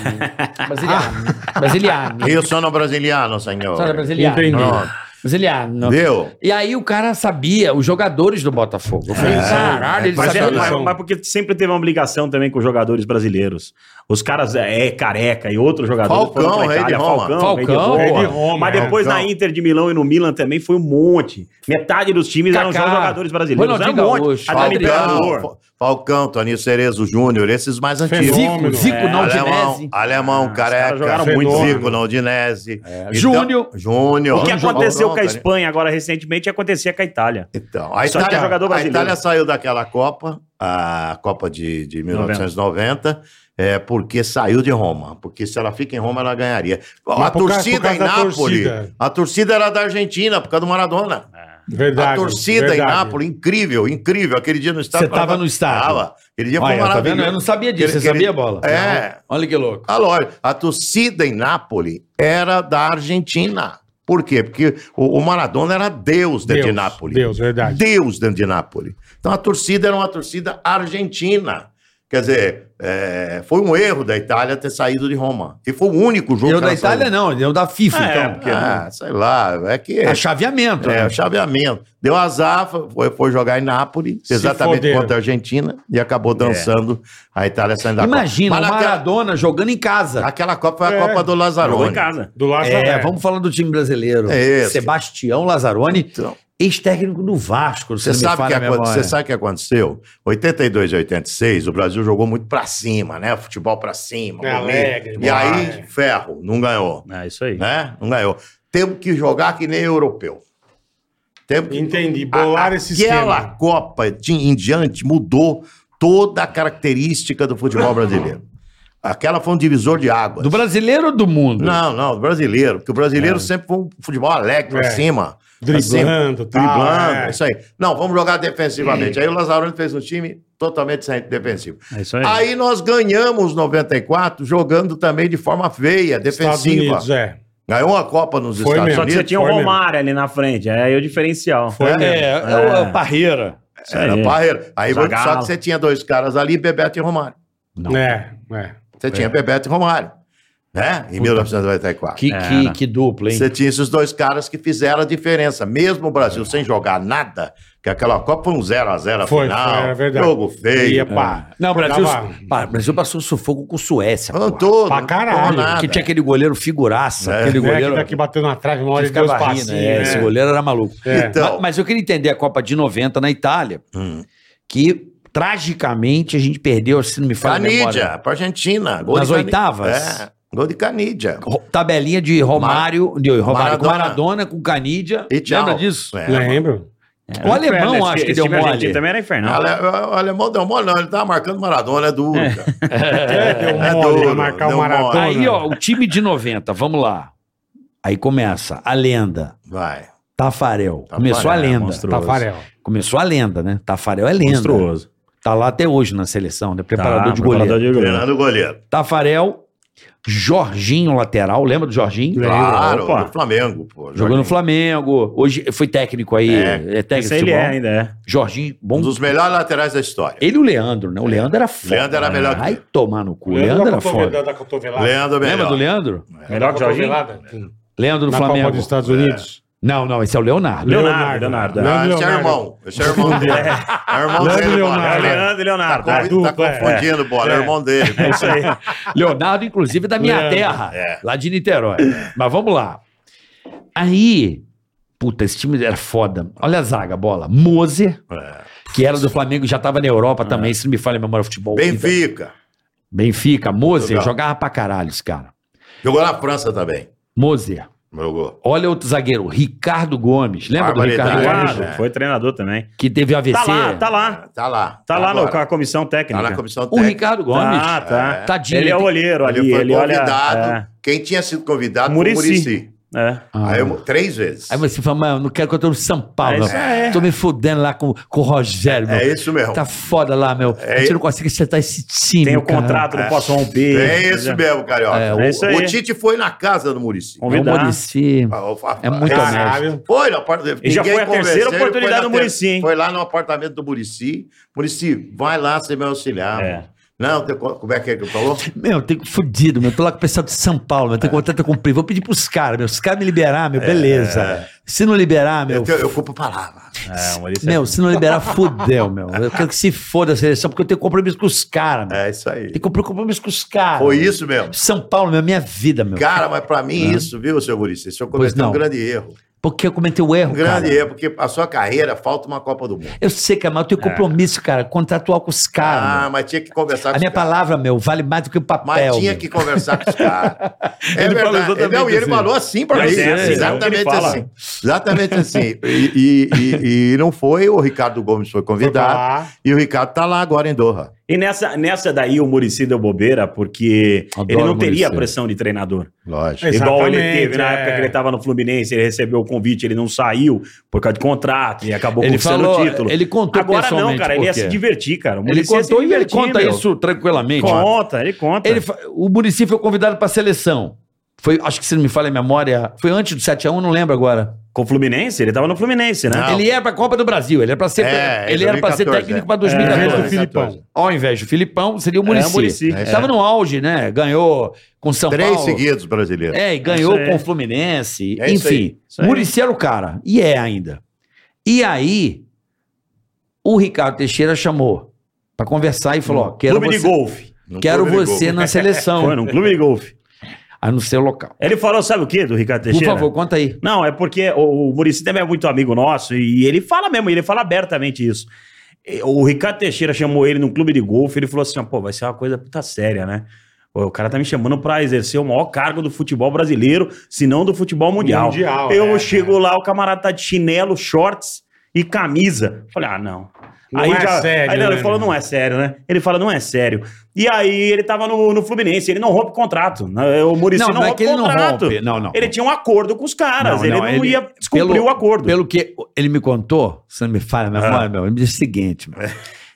Brasiliano. Brasiliano.
Eu sono é brasiliano, senhor.
Só era brasiliano.
Entendi.
Pronto.
Brasiliano.
Viu?
E aí o cara sabia os jogadores do Botafogo. Eu falei, caralho, ele
Mas, é,
sabia.
Sabe,
mas-
são-
mas porque sempre teve uma obrigação também com os jogadores brasileiros. Os caras é é, careca e outro jogador.
Falcão,
foram pra
rei de
Itália,
Roma.
Falcão,
Falcão,
rei de
rei de
Roma.
Roma,
Mas
é.
depois na
Falcão.
Inter de Milão e no Milan também foi um monte. Metade dos times eram
Kaká,
só jogadores brasileiros. Era um
Ronaldinho
monte.
Gaúcho,
Até
Adriano.
Libertador.
Falcão, Falcão, Toninho Cerezo Júnior, esses mais antigos.
Fenômeno.
Zico, Zico
É,
Alemão,
Naldinese.
alemão careca.
caras jogaram
muito.
Zico, Naldinese.
Júnior.
Júnior.
O que
Júnior.
aconteceu com a
Falcão,
Espanha agora recentemente acontecia com a Itália.
Então, a
Só que
Itália,
é jogador
a
brasileiro.
Itália saiu daquela Copa, a Copa de, de 1990, é, porque saiu de Roma. Porque se ela fica em Roma, ela ganharia. a
Mas por causa-
torcida
por causa
em
da
Nápoles,
torcida.
a torcida era da Argentina, por causa do Maradona.
Verdade.
a torcida
verdade.
em Nápoles, incrível, incrível. Aquele dia no estádio.
Você tava no estádio?
Tava. Aquele dia
Olha,
foi
tá
maravilhoso.
vendo? Eu não sabia disso. Você sabia, Bola?
É.
Olha que louco.
A lógica. A torcida em Nápoles era da Argentina. Por quê? Porque o, o Maradona era Deus dentro de
Deus,
Nápoles.
Deus, verdade.
Deus dentro de Nápoles. Então a torcida era uma torcida argentina. Quer dizer, é, foi um erro da Itália ter saído de Roma. E foi o único jogo
Eu
que
da
ela
Itália não, eu da FIFA,
Ah, é,
então.
saiu. Ah, sei lá, é que...
É chaveamento.
É,
né?
o chaveamento. Deu azar, foi, foi jogar em Nápoles,
Se
exatamente
foderam.
contra a Argentina, e acabou dançando a Itália saindo da
É. Imagina, o
Copa. Mas naquela- Tá
Maradona jogando em casa.
Aquela Copa foi a
É.
Copa do
Jogou em
Lazzaroni.
casa.
Do lado
É, vamos falar do time brasileiro.
É isso.
Sebastião Lazzaroni,
Então.
ex-técnico do Vasco.
Você
Você
sabe, o que aconte-
aconteceu?
você sabe o que aconteceu? 82 e 86, o Brasil jogou muito pra cima, né? Futebol pra cima.
É,
bonito.
alegre,
e aí,
vai.
ferro, não ganhou.
É isso aí.
Né? Não ganhou. Temos que jogar que nem europeu. Temos que...
Entendi. Bolar
A-
esse
Aquela
esquema.
Copa de, em diante mudou toda a característica do futebol brasileiro. Aquela foi um divisor de águas.
Do brasileiro ou do mundo?
Não, não, do brasileiro. Porque o brasileiro sempre foi um futebol alegre pra
É.
cima. pra cima.
Driblando, tal,
assim, Driblando,
é.
isso aí. Não, vamos jogar defensivamente. Aí o Lazarone fez um time totalmente sem- defensivo.
É isso aí.
Aí nós ganhamos 94 jogando também de forma feia,
Estados
defensiva.
Unidos, é.
Ganhou a Copa nos
Foi
Estados
mesmo.
Só que
Unidos.
você tinha o
Foi mesmo.
Romário ali na frente. Aí é o diferencial.
Foi mesmo.
é.
Parreira.
Isso aí.
Era
É,
barreira. Aí
Zagallo.
só que você tinha dois caras ali, Bebeto e Romário.
É, é.
Você tinha Bebeto e Romário, né? Em 1994.
Que, que, que dupla, hein?
É, né? Você tinha esses dois caras que fizeram a diferença. Mesmo o Brasil sem jogar nada, que aquela Copa foi um 0x0 a
Foi,
final.
foi, era verdade.
Jogo feio.
Ia pá.
É. Não, o Brasil,
Tava-
pá, o Brasil passou sufoco com Suécia.
Não
porra.
todo.
Pra
não
caralho.
tomou nada.
Que tinha aquele goleiro figuraça,
É.
aquele
É,
goleiro
que daqui bateu na trave, uma hora
que
de dois né?
ficava rindo.
passinhos.
é, Esse goleiro era maluco.
É.
Então,
Ma- Mas eu queria entender a Copa de 90 na Itália,
Hum.
que tragicamente a gente perdeu, se não me falha a memória,
Canídia, pra Argentina. Gol
Nas
de Cani-
oitavas?
É, gol de Canídia.
ro- tabelinha de Romário, de Romário com
Maradona.
Maradona, com Canidia.
E tchau.
Lembra disso?
É.
Lembro.
O alemão acho que deu mole.
Também era infernal.
Ale- O alemão deu mole, não. Ele tava marcando Maradona, é duro. cara.
É, deu
É
mole pra
duro,
marcar
deu
o Maratona.
Aí, ó, o time de 90, vamos lá. Aí começa a lenda.
Vai.
Tafarel.
Tafarel,
Começou a lenda.
monstruoso.
Tafarel.
Começou a lenda, né? Tafarel é lenda.
Monstruoso.
Tá lá até hoje na seleção, né? Preparador
Tá,
de goleiro.
preparador de goleiro.
Treinando o goleiro.
Tafarel, Jorginho lateral, lembra do Jorginho?
Lembro,
Claro,
opa.
do Flamengo, pô.
Jogou no
Jorginho.
Flamengo. Hoje foi técnico aí, é, técnico
Esse
de
ele
futebol.
é ainda, é.
Jorginho, bom.
Um dos melhores laterais da história.
Ele e o Leandro, né? O Leandro era foda.
Leandro era
né?
melhor que
Ai,
ele.
tomar no cu. O Leandro era foda.
Da cotovelada.
Leandro melhor.
Lembra do Leandro?
Melhor
tá
que o Jorginho?
Leandro do
Na Copa
Flamengo.
dos Estados Unidos.
Não, não, esse é o Leonardo.
Leonardo, Leonardo.
Leonardo.
Ah, esse é irmão. Esse é irmão dele. É irmão
Leandro
dele, bola.
Leonardo.
É Leandro.
Leonardo e Leonardo. né?
Tá,
É dupla, é.
confundindo, bola. É
É.
irmão dele.
É isso aí.
Leonardo, inclusive, da minha
Leandro.
terra,
É.
lá de Niterói. Mas vamos lá. Aí, puta, esse time era foda. Olha a zaga, bola. Moser,
É.
que era do Flamengo, já tava na Europa também, se não me falha a memória futebol. Então,
Benfica.
Benfica, Moser,
Legal.
jogava pra caralho esse cara.
Jogou na França também.
Moser,
Jogou.
Olha outro zagueiro, Ricardo Gomes. Lembra do Ricardo
Barbaridade.
Gomes?
Claro,
é.
foi treinador também.
Que teve AVC.
né? Tá lá, tá lá.
Tá lá.
Tá lá no,
agora.
com a comissão técnica.
Tá na comissão
O
técnica.
Ricardo Gomes.
Ah, tá.
Tadinho.
Ele é o olheiro ali.
Ele foi
ele olha- é.
convidado. Quem tinha sido convidado foi o
Muricy. é,
Murici.
é.
Ah.
Aí eu- três vezes.
Aí você fala, mano, eu não quero que eu tô no São
É
Paulo.
isso aí.
Tô me fudendo lá com, com o Rogério, meu.
É isso mesmo.
Tá foda lá, meu. A gente não consegue acertar esse time.
É Tem o
cara.
contrato, não posso romper.
É isso
entendeu?
mesmo, Carioca.
É,
É isso aí.
O Tite foi na casa do Murici.
É um
Convidar.
Muricy. É muito honesto.
Foi no apartamento.
E já
Ninguém
foi a terceira
convenceu, ele
oportunidade
foi na
do
ter-
Muricy, hein?
Foi lá no apartamento do Murici. Murici, vai lá ser meu auxiliar.
É.
mano. Não, tem- como é que ele falou?
Meu, eu tenho fudido, meu. Tô lá com o pessoal de São
É.
Paulo, meu. Tenho contrato a cumprir. Vou pedir pros caras, meu. Se os caras me liberar, meu, beleza. Se não liberar, meu.
Eu, tenho- eu culpo a palavra.
É, o
um
Maurício é-
Meu, se não liberar, fudeu, meu. Eu quero que se foda a seleção, porque eu tenho compromisso com os caras, meu.
É isso aí.
Tem compromisso com os caras.
Foi isso mesmo.
São Paulo, meu, é minha vida, meu.
Cara, mas pra mim isso, viu, seu Murici? O senhor
Pois
cometeu um
não.
grande erro.
Porque eu comentei o erro,
Um grande
cara.
erro, porque a sua carreira falta uma Copa do Mundo.
Eu sei, cara, mas eu tenho compromisso, cara, contratual com os caras.
É. Ah,
meu.
mas tinha que conversar
a minha
os caras.
palavra, meu, vale mais do que o
Mas
papel.
tinha
meu.
que conversar com os caras. É
Ele falou
verdade. Ele-
exatamente
não, e ele
assim.
falou assim pra mim.
Mas é, é, é o que ele
exatamente
fala.
assim. Exatamente assim. E, e- e- e não foi, o Ricardo Gomes foi convidado. E o Ricardo tá lá agora em Doha.
E nessa, nessa daí o Murici deu bobeira, porque
Adoro
ele não
o
teria a
Muricy.
pressão de treinador.
Lógico.
Exatamente,
Igual ele teve na
é.
época que ele estava no Fluminense, ele recebeu o convite, ele não saiu por causa de contrato e acabou
Ele
conquistando
falou-
o título.
ele contou
Agora não,
pessoalmente
cara, ele
por
ia
quê.
se divertir, cara. O
Ele
Muricy ia se
contou e ele
divertir,
conta
meu.
isso tranquilamente.
Conta, ele conta.
Ele fa- o Murici foi convidado pra seleção. Foi, acho que se não me falha a memória, foi antes do 7x1, não lembro agora.
Com o Fluminense, ele estava no Fluminense, né?
Não.
Ele era pra Copa do Brasil, ele era pra ser,
É,
ele era pra ser
2014,
técnico
é.
pra
Em vez
2014.
do Filipão.
Ao invés do Filipão, seria o
É,
Murici.
o Muricy. É.
Estava no auge, né? Ganhou com São
Três
Paulo.
seguidos brasileiros.
É, e ganhou
Isso aí.
com o Fluminense.
É isso aí,
Enfim,
isso aí.
Murici era o cara. E é ainda. E aí, o Ricardo Teixeira chamou pra conversar e falou: ó, quero
Hum. Clube de
você,
golfe.
Não
quero
foi ele
você
gol.
na
Foi
seleção.
num clube de golfe.
Aí no seu local.
Ele falou, sabe o quê do Ricardo
Por
Teixeira?
favor, conta aí.
Não, é porque o, o Murici também é muito amigo nosso e ele fala mesmo, ele fala abertamente isso. E O Ricardo Teixeira chamou ele num clube de golfe, ele falou assim: ó, pô, vai ser uma coisa puta séria, né? Pô, O cara tá me chamando pra exercer o maior cargo do futebol brasileiro, se não do futebol mundial.
Mundial,
Eu
é,
chego lá, o camarada tá de chinelo, shorts e camisa. Falei, ah, não.
Não é sério,
aí, não,
né,
ele falou,
meu?
não é sério, né? Ele fala, não é sério. E aí ele tava no, no Fluminense, ele não rompe contrato. né? O Murici
Não,
não,
não é
rompe
que ele não
contrato.
rompe, não, não.
Ele tinha um acordo com os caras,
Não,
ele não
ele-
ia descumprir
pelo-
o acordo. Ah.
Pelo que ele me contou, se não me falha a memória, meu, ele me disse o seguinte:
É.
meu,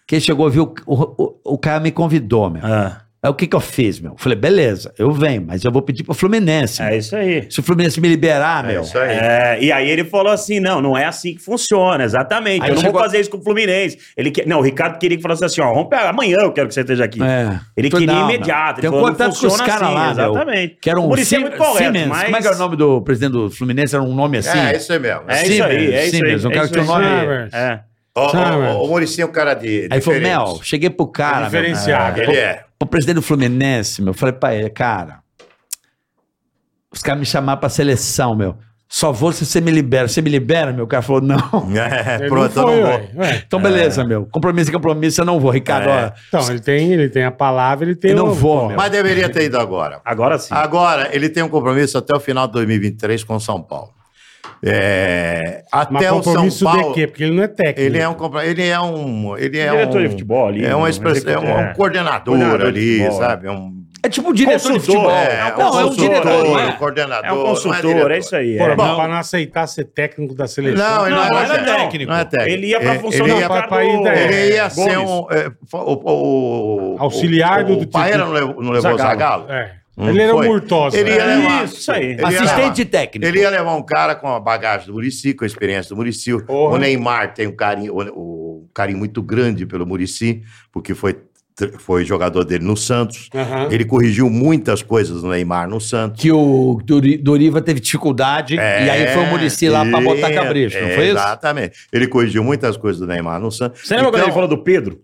que ele chegou, viu, o, o, o cara me convidou, meu.
Ah,
Aí o que, que eu fiz, meu? Falei, beleza, eu venho, mas eu vou pedir pro Fluminense.
é isso aí.
Se o Fluminense me liberar, meu.
Isso aí.
É, e aí ele falou assim: não, não é assim que funciona, exatamente.
Aí
eu não
chegou
vou
a-
fazer isso com o Fluminense. Ele que... Não, o Ricardo queria que falasse assim: ó, rompe amanhã, eu quero que você esteja aqui.
É.
Ele
Falei,
queria
não,
imediato.
não. Tem
Ele
um
falou, não
contato com os
funciona
caras
assim,
lá, meu.
Exatamente.
Que era
o
um
Muricy é
Sim-
muito correto,
Siemens.
mas...
Como é que era o nome do presidente do Fluminense? Era um nome assim?
É, isso aí mesmo.
É isso aí, é isso aí.
Siemens, um
é
cara
isso
que
aí.
tem o nome-
Siemens.
É.
Ó, ó,
Sabe?
ó, O Murici é um cara de.
Aí falou,
diferente.
Mel, cheguei pro
É
cara, meu,
Diferenciado.
Ele é.
pro presidente do Fluminense, meu. Falei pra ele, cara, os caras me chamaram pra seleção, meu. Só vou se você me libera. Você me libera, meu? O cara falou, não.
É,
Ele
pronto, eu
foi,
não vou.
ué. Ué.
Então, beleza, meu. Compromisso é compromisso, eu não vou, Ricardo.
É.
ó.
Então, ele tem, ele tem a palavra, ele tem
Eu não
o-
vou,
Pô,
meu.
Mas deveria ter ido agora.
Agora Ah,
Ah,
sim.
Agora, ele tem um compromisso até o final de 2023 com o São Paulo. É,
Mas
até o São
compromisso
Paulo.
de quê? Porque ele não é técnico.
Ele é um. compro- Ele é um. Ele é
Diretor
um,
de futebol ali,
É
um
uma expressão. É um, é um
executivo, é.
coordenador,
Coordenador de
ali,
futebol,
sabe? É um.
É tipo um diretor de
Consultor,
futebol.
é,
É,
não, é um
consultor,
diretor. não é?
um coordenador.
É um
não
consultor,
diretor.
é isso aí.
Pô,
é.
mas
Bom.
pra não aceitar ser técnico da seleção.
Não, ele
Não,
não,
não
era
era
técnico.
técnico.
Não é técnico.
Ele ia pra
É,
função
ele
do
ia,
pra-
Ricardo
pra ir- é,
ele ia ser
Gomes.
um. é, fa- o, o-
Auxiliar
o,
do-
O,
do
Paeira
Tite-
não levou, não levou o Zagallo?
É.
Não
ele era um
foi.
Murtosa.
Ele ia
né?
levar.
Isso aí.
ele ia levar.
Assistente técnico.
Ele ia levar um cara com a bagagem do Murici, com a experiência do Murici.
Porra.
O Neymar tem um carinho, o- o carinho muito grande pelo Murici, porque foi, foi jogador dele no Santos.
Aham.
Ele corrigiu muitas coisas no Neymar no Santos.
que o Dori- Doriva teve dificuldade e aí foi o Murici lá pra
É,
botar cabresto, não
é,
foi isso?
Exatamente. Ele corrigiu muitas coisas do Neymar no Santos.
Você lembra quando ele
Então-
falou do Pedro?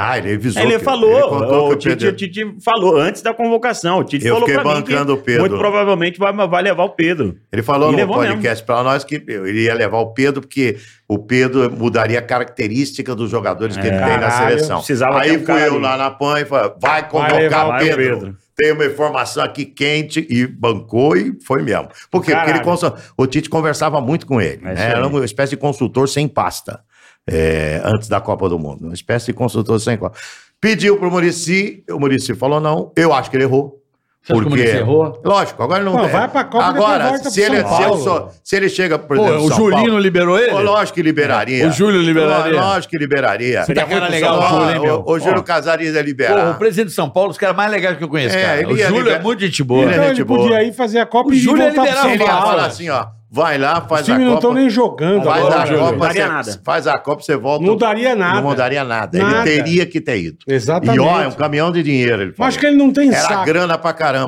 Ah, ele avisou.
Ele
que-
falou,
contou
o,
que
Tite,
Pedro-
o Tite falou antes da convocação. O Tite
Eu
falou
fiquei
pra mim que
bancando o Pedro.
muito provavelmente vai, vai levar o Pedro.
Ele falou
E
no
levou
podcast para nós que ele ia levar o Pedro, porque o Pedro mudaria a característica dos jogadores que ele tem na
Caralho,
seleção.
precisava ter
Aí
um
fui
cara
eu
ali.
lá na PAN e falei, vai
levar
convocar
o
o Pedro.
Pedro.
tem uma informação aqui quente e bancou e foi mesmo. Por quê? Porque
Caralho.
ele consul- o Tite conversava muito com ele.
É
né?
isso aí.
Era uma espécie de consultor sem pasta é, antes da Copa do Mundo. Uma espécie de consultor sem Copa. Pediu pro Murici, o Murici falou não. Eu acho que ele errou.
Você acha que o Muricy errou?
Lógico, agora não.
Pô,
é.
vai pra Copa e depois
Agora,
volta pro
se ele,
São
se, eu
Paulo.
sou- se ele chega, por
Pô,
exemplo,
o
São
Julinho
Paulo-
liberou ele?
Pô, lógico que liberaria.
O Júlio liberaria?
Lógico que liberaria.
Tá cara
Ó,
legal, o Júlio, hein, meu?
o, o Júlio Casares é
Porra,
liberar.
o presidente de São Paulo, os caras mais legais que eu conheço,
É,
cara.
ele
O
ia
Júlio é
liberar-
muito gente boa.
Ele é
Então ele
gente boa.
podia ir fazer a Copa
O
e
Júlio,
voltar
ele
pro
liberava
São
Ele ia
Paulo.
falar assim, ó, vai lá,
Os
faz a
times não estão
Copa.
nem jogando.
Faz
agora,
a
Júlio.
Copa,
Não daria
você-
nada.
faz a Copa, você volta.
Não daria nada.
Não daria nada.
Nada.
Ele teria que ter ido.
Exatamente.
E ó, é um caminhão de dinheiro, ele
Mas
falou.
acho que ele não tem
Era
saco.
grana pra caramba,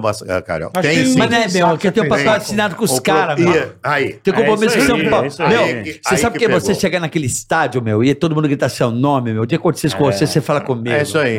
Carioca.
Acho que
Tem
ele
sim.
não
Mas, né, meu, aqui eu tenho
Tem.
passado assinado com os
O pro-
caras,
Ih,
mano.
Aí.
Tem compromisso
É
em
isso aí,
São Paulo.
é isso aí,
meu,
gente.
você
Aí
sabe
que
que, você
pegou.
chegar naquele estádio, meu, e todo mundo gritar seu nome, meu. O dia que acontecesse com você, você fala comigo.
É isso aí.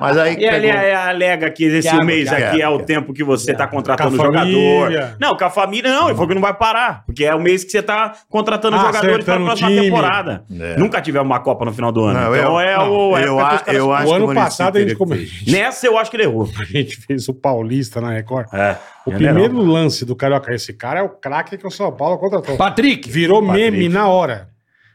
Mas aí
E ele
pegou-
é- alega que esse
Thiago,
mês
Thiago,
aqui é o
Thiago.
tempo que você está contratando
Com a
jogador.
família.
Não, com a família não, ele falou que não vai parar, porque é o mês que você está contratando
Ah,
jogadores para a
acertando o
próxima
time.
temporada.
É.
Nunca tivemos uma Copa no final do ano.
Não,
então
eu-
é
não,
o. é porque
eu
os
a-
caras-
eu acho
O
que o
ano
Muricy
passado a gente,
teria que
come-
ter ido.
Nessa eu acho que ele errou.
a gente fez o Paulista na Record.
É,
O
general.
primeiro
um-
lance do Carioca, esse cara é o craque que o São Paulo contratou.
Patrick!
Virou
Patrick.
meme na hora.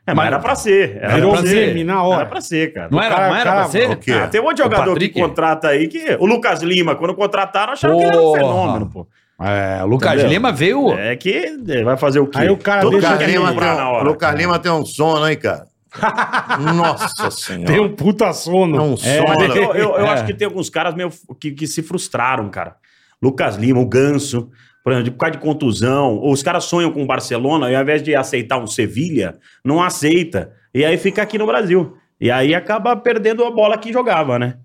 É, mas era pra ser. Era
Virou
pra ser.
meme na hora.
Era pra ser, cara.
Não era,
cara-
não era
cara-
pra ser?
O quê?
Ah, tem um monte de
O
jogador que
Patrick?
contrata aí que. O Lucas Lima, quando contrataram, acharam que ele era um
Porra.
fenômeno, pô.
É, o Lucas
Entendeu?
Lima veio.
É que é, vai fazer o quê?
Aí o cara
Todo
deixa
mundo
Lucas
quer
ele-
Lima,
comprar
tem
é na
um,
hora.
Lucas Lima tem um sono, hein, cara? Nossa Senhora.
Tem um puta sono.
É um
É,
sono.
mas eu, eu- eu
É.
acho que tem alguns caras meio f- que, que se frustraram, cara. Lucas Lima, o Ganso, por exemplo, de- por causa de contusão. Ou os caras sonham com o Barcelona e ao invés de aceitar um Sevilha, não aceita. E aí fica aqui no Brasil. E aí acaba perdendo a bola que jogava, né?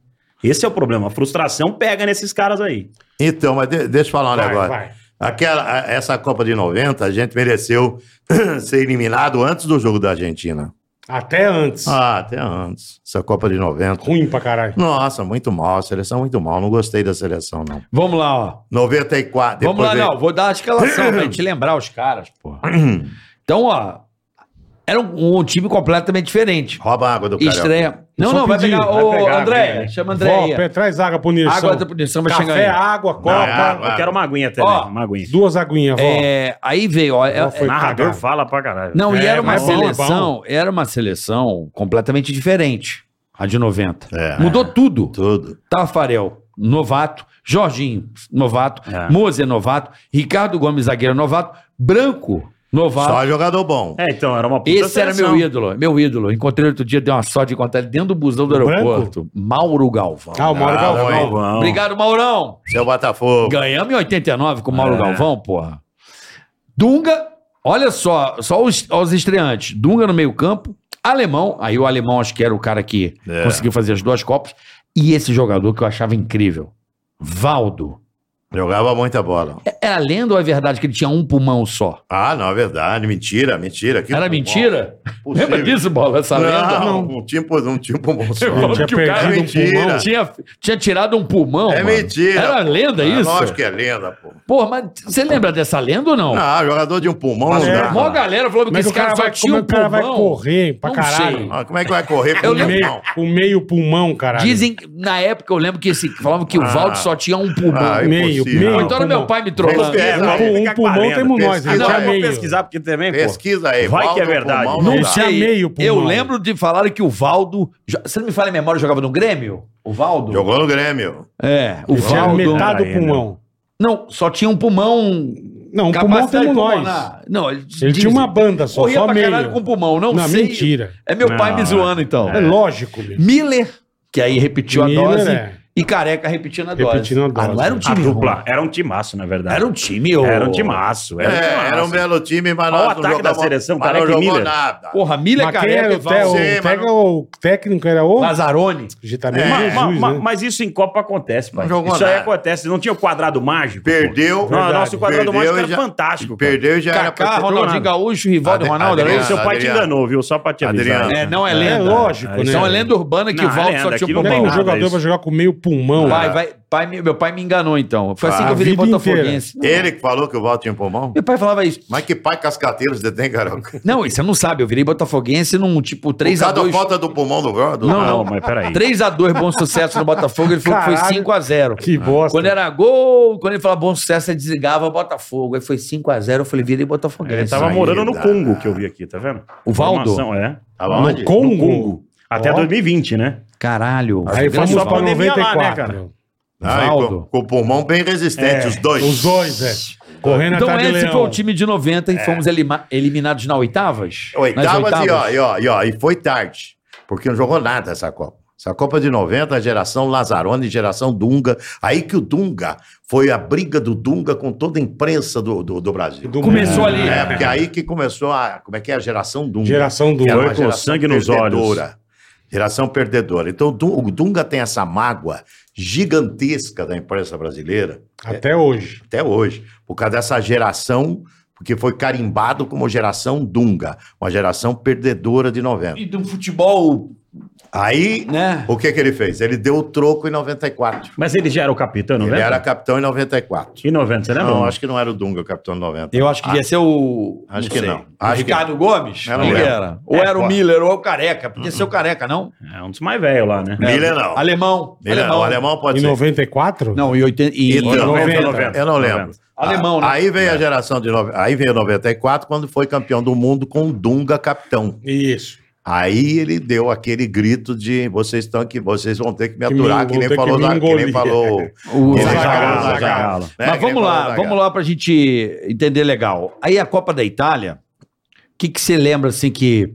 Esse é o problema. A frustração pega nesses caras aí.
Então, mas de- deixa eu falar um
Vai,
negócio.
vai.
Aquela, a- essa Copa de 90, a gente mereceu ser eliminado antes do jogo da Argentina.
Até antes.
Ah, até antes. Essa Copa de 90.
Ruim pra caralho.
Nossa, muito mal. Seleção muito mal. Não gostei da seleção, não.
Vamos lá, ó.
94.
Vamos lá,
depois
não. Vou dar a escalação pra gente lembrar os caras, porra. Então, ó. Era um, um time completamente diferente.
Rouba a água do cara.
Estreia. Não,
Só
não, vai
pedir,
pegar.
vai
Ô,
pegar,
André,
André.
chama André
Vó,
aí.
pé, traz água pro Nilson.
Água da punição vai chegar
Café,
aí.
água,
Não, é
copa.
água.
Ah, Eu quero uma aguinha também.
Ó,
uma aguinha.
Duas aguinhas, vó.
É, aí veio, ó. é-
Vó foi
é-
Narrador
cagado.
fala pra caralho.
não, e
É,
era um uma
mas bom, é
seleção, era uma seleção completamente diferente. A de 90.
É.
Mudou tudo.
Tudo.
Tafarel, novato. Jorginho, novato.
É.
Mozer, novato. Ricardo Gomes, zagueiro, novato. Branco, novato.
Só jogador bom.
É, então, era uma puta
Esse era
seleção.
meu ídolo, meu ídolo. Encontrei outro dia, deu uma sorte de encontrar ele dentro do busão do
Branco?
aeroporto. Mauro Galvão.
Ah, o Mauro
Ah,
Galvão.
vai.
Galvão.
Obrigado, Maurão.
Seu Botafogo.
Ganhamos em 89 com o Mauro
É.
Galvão, porra. Dunga, olha só, só os, os estreantes. Dunga no meio-campo, alemão. Aí o alemão acho que era o cara que
É.
conseguiu fazer as duas copas. E esse jogador que eu achava incrível. Valdo.
Jogava muita bola.
É- Era lenda ou é verdade que ele tinha um pulmão só?
Ah, não, é verdade. Mentira, mentira. Que
era
bom.
mentira?
Possível.
Lembra disso, Bola? Essa lenda?
é Não, um tipo, um tipo bom só.
Eu
Tinha
que o cara-
perdido um
Mentira.
pulmão.
Tinha, tinha tirado um pulmão.
É
mano.
mentira.
Era lenda
Ah,
isso?
Lógico que é lenda, pô.
Pô, mas você lembra dessa lenda ou não?
Ah, jogador de um pulmão.
Mas
né?
é,
Mó galera falando que
Mas
esse
o cara,
cara,
vai,
só
como
tinha
é
um
que o cara vai
pulmão.
correr pra
Não
caralho?
sei.
Ah, como é que vai correr com
Eu
o
O
lembro-
meio,
pulmão?
o meio pulmão, caralho.
Dizem, na época, eu lembro que esse, falavam que o
Ah.
Valdo só tinha um pulmão.
Ah,
Ah,
eu-
meio,
impossível.
meio.
Ou
então era
pulmão.
meu pai me trolando.
Pesquisa.
É,
Um,
vamos
pu-
ficar
um
com a
pulmão
lenda.
temos nós.
Pesquisa.
Não,
Não,
é
eu vou
meio.
pesquisar porque também, pô.
Pesquisa aí.
Vai que é
Valdo,
verdade.
pulmão,
Não
dá.
sei.
meio pulmão.
eu lembro de falar que o Valdo. jo- Você não me fala a memória, jogava no Grêmio? O Valdo?
Jogou no Grêmio.
É, o
Ele tinha
Valdo.
metade do
Ainda.
pulmão.
Não, só tinha um pulmão.
Não, um pulmão
capacidade
temos nós.
pulmonar. Não, ele,
Ele tinha uma banda só,
Corria
só
pra
meio.
caralho com pulmão, não,
Não,
sei.
mentira.
É meu pai
Não,
me zoando, então.
É lógico, bicho.
Miller, que aí repetiu a
Miller,
dose,
é.
e Careca repetindo a dose.
Repetindo a dose.
Ah, não era um
A
time
dupla.
ruim.
Era um timaço, na verdade.
Era um time, ô.
Era um timaço. Era um
É,
timaço.
era um belo time, mas
Olha
nós
o
não
ataque da
jogamos-
seleção,
mas
Careca
não
e
jogou
Miller.
nada.
Porra, Miller,
Mas quem
Careca
era
e
o,
Val-
Theo-
Sim,
o
mas
Tega-
não-
o técnico era o
Lazzaroni.
É,
Gitamento
Ma-
Jesus,
ma- ma-
né?
É, Mas isso em Copa acontece, pai.
Não jogou
Isso aí
nada.
acontece. Não tinha o quadrado mágico. pô.
Perdeu.
Não, nosso quadrado
Perdeu
mágico
e
era
já-
fantástico. cara.
Perdeu e já era
Kaká,
pra-
Ronaldinho Gaúcho, Rivaldo
Ade-
Ronaldo. era
Aí
isso?
seu pai te
Adriano.
enganou, viu? Só pra te avisar.
Adriano.
É, não é
É
lenda.
lógico, né?
Então é lenda urbana que
ah. Não,
o
é
Valdo
lenda,
só tinha
aquilo
um
Não
tem
tem um
pulmão.
nada
jogador
isso.
pra jogar com meio pulmão.
Pai, vai- pai me- meu pai me enganou, então. Foi assim
Ah,
que eu virei
a vida
botafoguense.
né? Ele que falou que o Val tinha um pulmão?
Meu pai falava isso.
Mas que pai cascateiro você tem, Carioca?
Não, isso você não sabe. Eu virei botafoguense num tipo
Por
3 a
causa da
2
falta do pulmão do Gal? do-
Não,
Não,
não.
mas peraí.
3x2 bom sucesso no Botafogo, ele falou que
Caralho.
foi 5x0.
Que bosta.
Quando era gol, quando ele falava bom sucesso, ele desligava Botafogo. Aí foi 5x0, eu falei, virei Botafoguense.
Ele tava
aí,
morando no
dá.
Congo, que eu vi aqui, tá vendo?
O Valdo?
Informação, É.
Tava
no
onde?
Congo.
No Congo. Até
Ó.
2020, né?
Caralho.
Aí
Grande
fomos
Só
pra
Valdo.
pra pandemia lá, né,
94.
cara?
Ah, e
Valdo.
com, com o pulmão bem resistente,
É,
os dois.
Os dois, é. Correndo
Então
atrás do
esse
leão.
foi o time de 90 e fomos elima- eliminados na oitavas?
é.
Nas
É. Oitavas, E, ó, e, ó, e, ó, e foi tarde, porque não jogou nada essa Copa. Essa Copa de 90, a geração Lazarone, geração Dunga. Aí que o Dunga foi a briga do Dunga com toda a imprensa do, do, do Brasil.
Do
Começou
mundo.
ali.
É, porque aí que começou a. Como é que é a geração Dunga?
Geração do
Que era uma
Foi com sangue nos olhos.
Geração perdedora. Então o Du- o Dunga tem essa mágoa gigantesca da imprensa brasileira
Até hoje.
até hoje, por causa dessa geração, porque foi carimbado como geração Dunga, uma geração perdedora de 90.
E do futebol,
Aí,
né?
o que que ele fez? Ele deu o troco em 94.
Mas ele já era o capitão, não
Ele era capitão em 94.
Em 90, você lembra?
Não, acho que não era o Dunga o capitão Ah, em 90.
Eu acho que ia ser o...
Acho que
sei.
não.
O
Acho que
Ricardo Gomes?
Eu não
Quem
lembro.
era? Ou
É,
era o
pode.
Miller, ou é o Careca. Podia ser o Careca, não?
É um dos mais velhos lá, né?
Miller não.
Alemão.
Miller não. O alemão pode
Em
ser.
94?
Não, em 80... e-
Então,
e-
90,
Eu não
90.
lembro.
Alemão, né?
Ah, Aí veio a geração de. nove- Aí veio 94, quando foi campeão do mundo com o Dunga capitão.
Isso.
Aí ele deu aquele grito de vocês estão aqui, vocês vão ter que me
Que me-
aturar, que,
vão
nem,
ter que
falou,
me
da- que nem
engolir.
falou
o-
Zagallo,
Que nem falou Zagallo,
Zagallo.
né?
Mas
Que nem
vamos
falou
lá,
Zagallo.
vamos lá pra gente entender legal. Aí a Copa da Itália, o que que você lembra assim que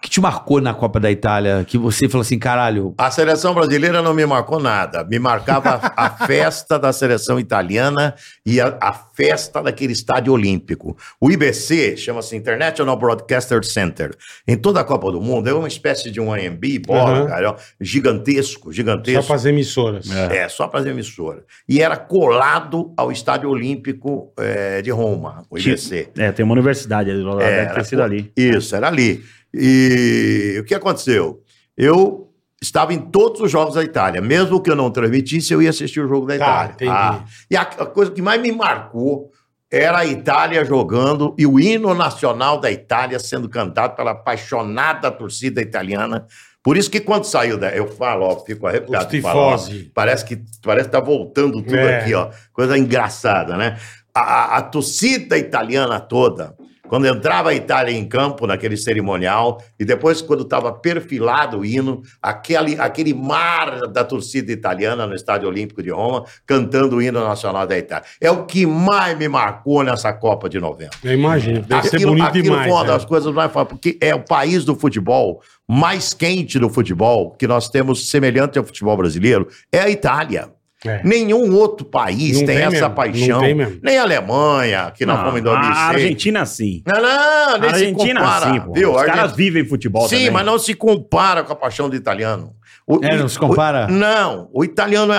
que te marcou na Copa da Itália, que você falou assim, caralho,
A seleção brasileira não me marcou nada. Me marcava a festa da seleção italiana e a, a festa daquele estádio olímpico. O IBC chama-se International Broadcaster Center. Em toda a Copa do Mundo é uma espécie de um AMB, bola,
Uhum.
cara, ó, gigantesco,
Só
gigantesco.
para as emissoras.
É, só para as emissoras. E era colado ao Estádio Olímpico eh, de Roma, o
Tipo,
IBC.
É, tem uma universidade ali, lá, deve ter sido ali.
Isso, era ali. E o que aconteceu? Eu estava em todos os jogos da Itália. Mesmo que eu não transmitisse, eu ia assistir o jogo da
Tá,
Itália. Ah,
entendi.
e a, a coisa que mais me marcou era a Itália jogando e o hino nacional da Itália sendo cantado pela apaixonada torcida italiana. Por isso que quando saiu da. Eu falo, ó, fico arrepiado.
Os
de falar, ó,
tifose.
Parece que parece que tá voltando tudo
É.
aqui, ó. Coisa engraçada, né? A, a- a torcida italiana toda, quando entrava a Itália em campo naquele cerimonial, e depois, quando estava perfilado o hino, aquele, aquele mar da torcida italiana no Estádio Olímpico de Roma, cantando o hino nacional da Itália. É o que mais me marcou nessa Copa de 90.
Eu imagino. Deve ser
Aquilo,
bonito
aquilo
demais.
foi uma das
né?
coisas mais fáceis, porque é o país do futebol mais quente do futebol, que nós temos semelhante ao futebol brasileiro, é a Itália.
É.
Nenhum outro país
Não tem
tem, essa
mesmo, não
paixão.
tem mesmo.
Nem a Alemanha, que nós
Não,
fomos em
a
2006.
Argentina, sim.
Não, não,
A
nem se
Argentina,
compara.
sim, pô.
viu?
Os
Argen-
caras vivem futebol
Sim,
também.
mas não se compara com a paixão do italiano. O-
É,
o-
não se compara?
o- não, o italiano é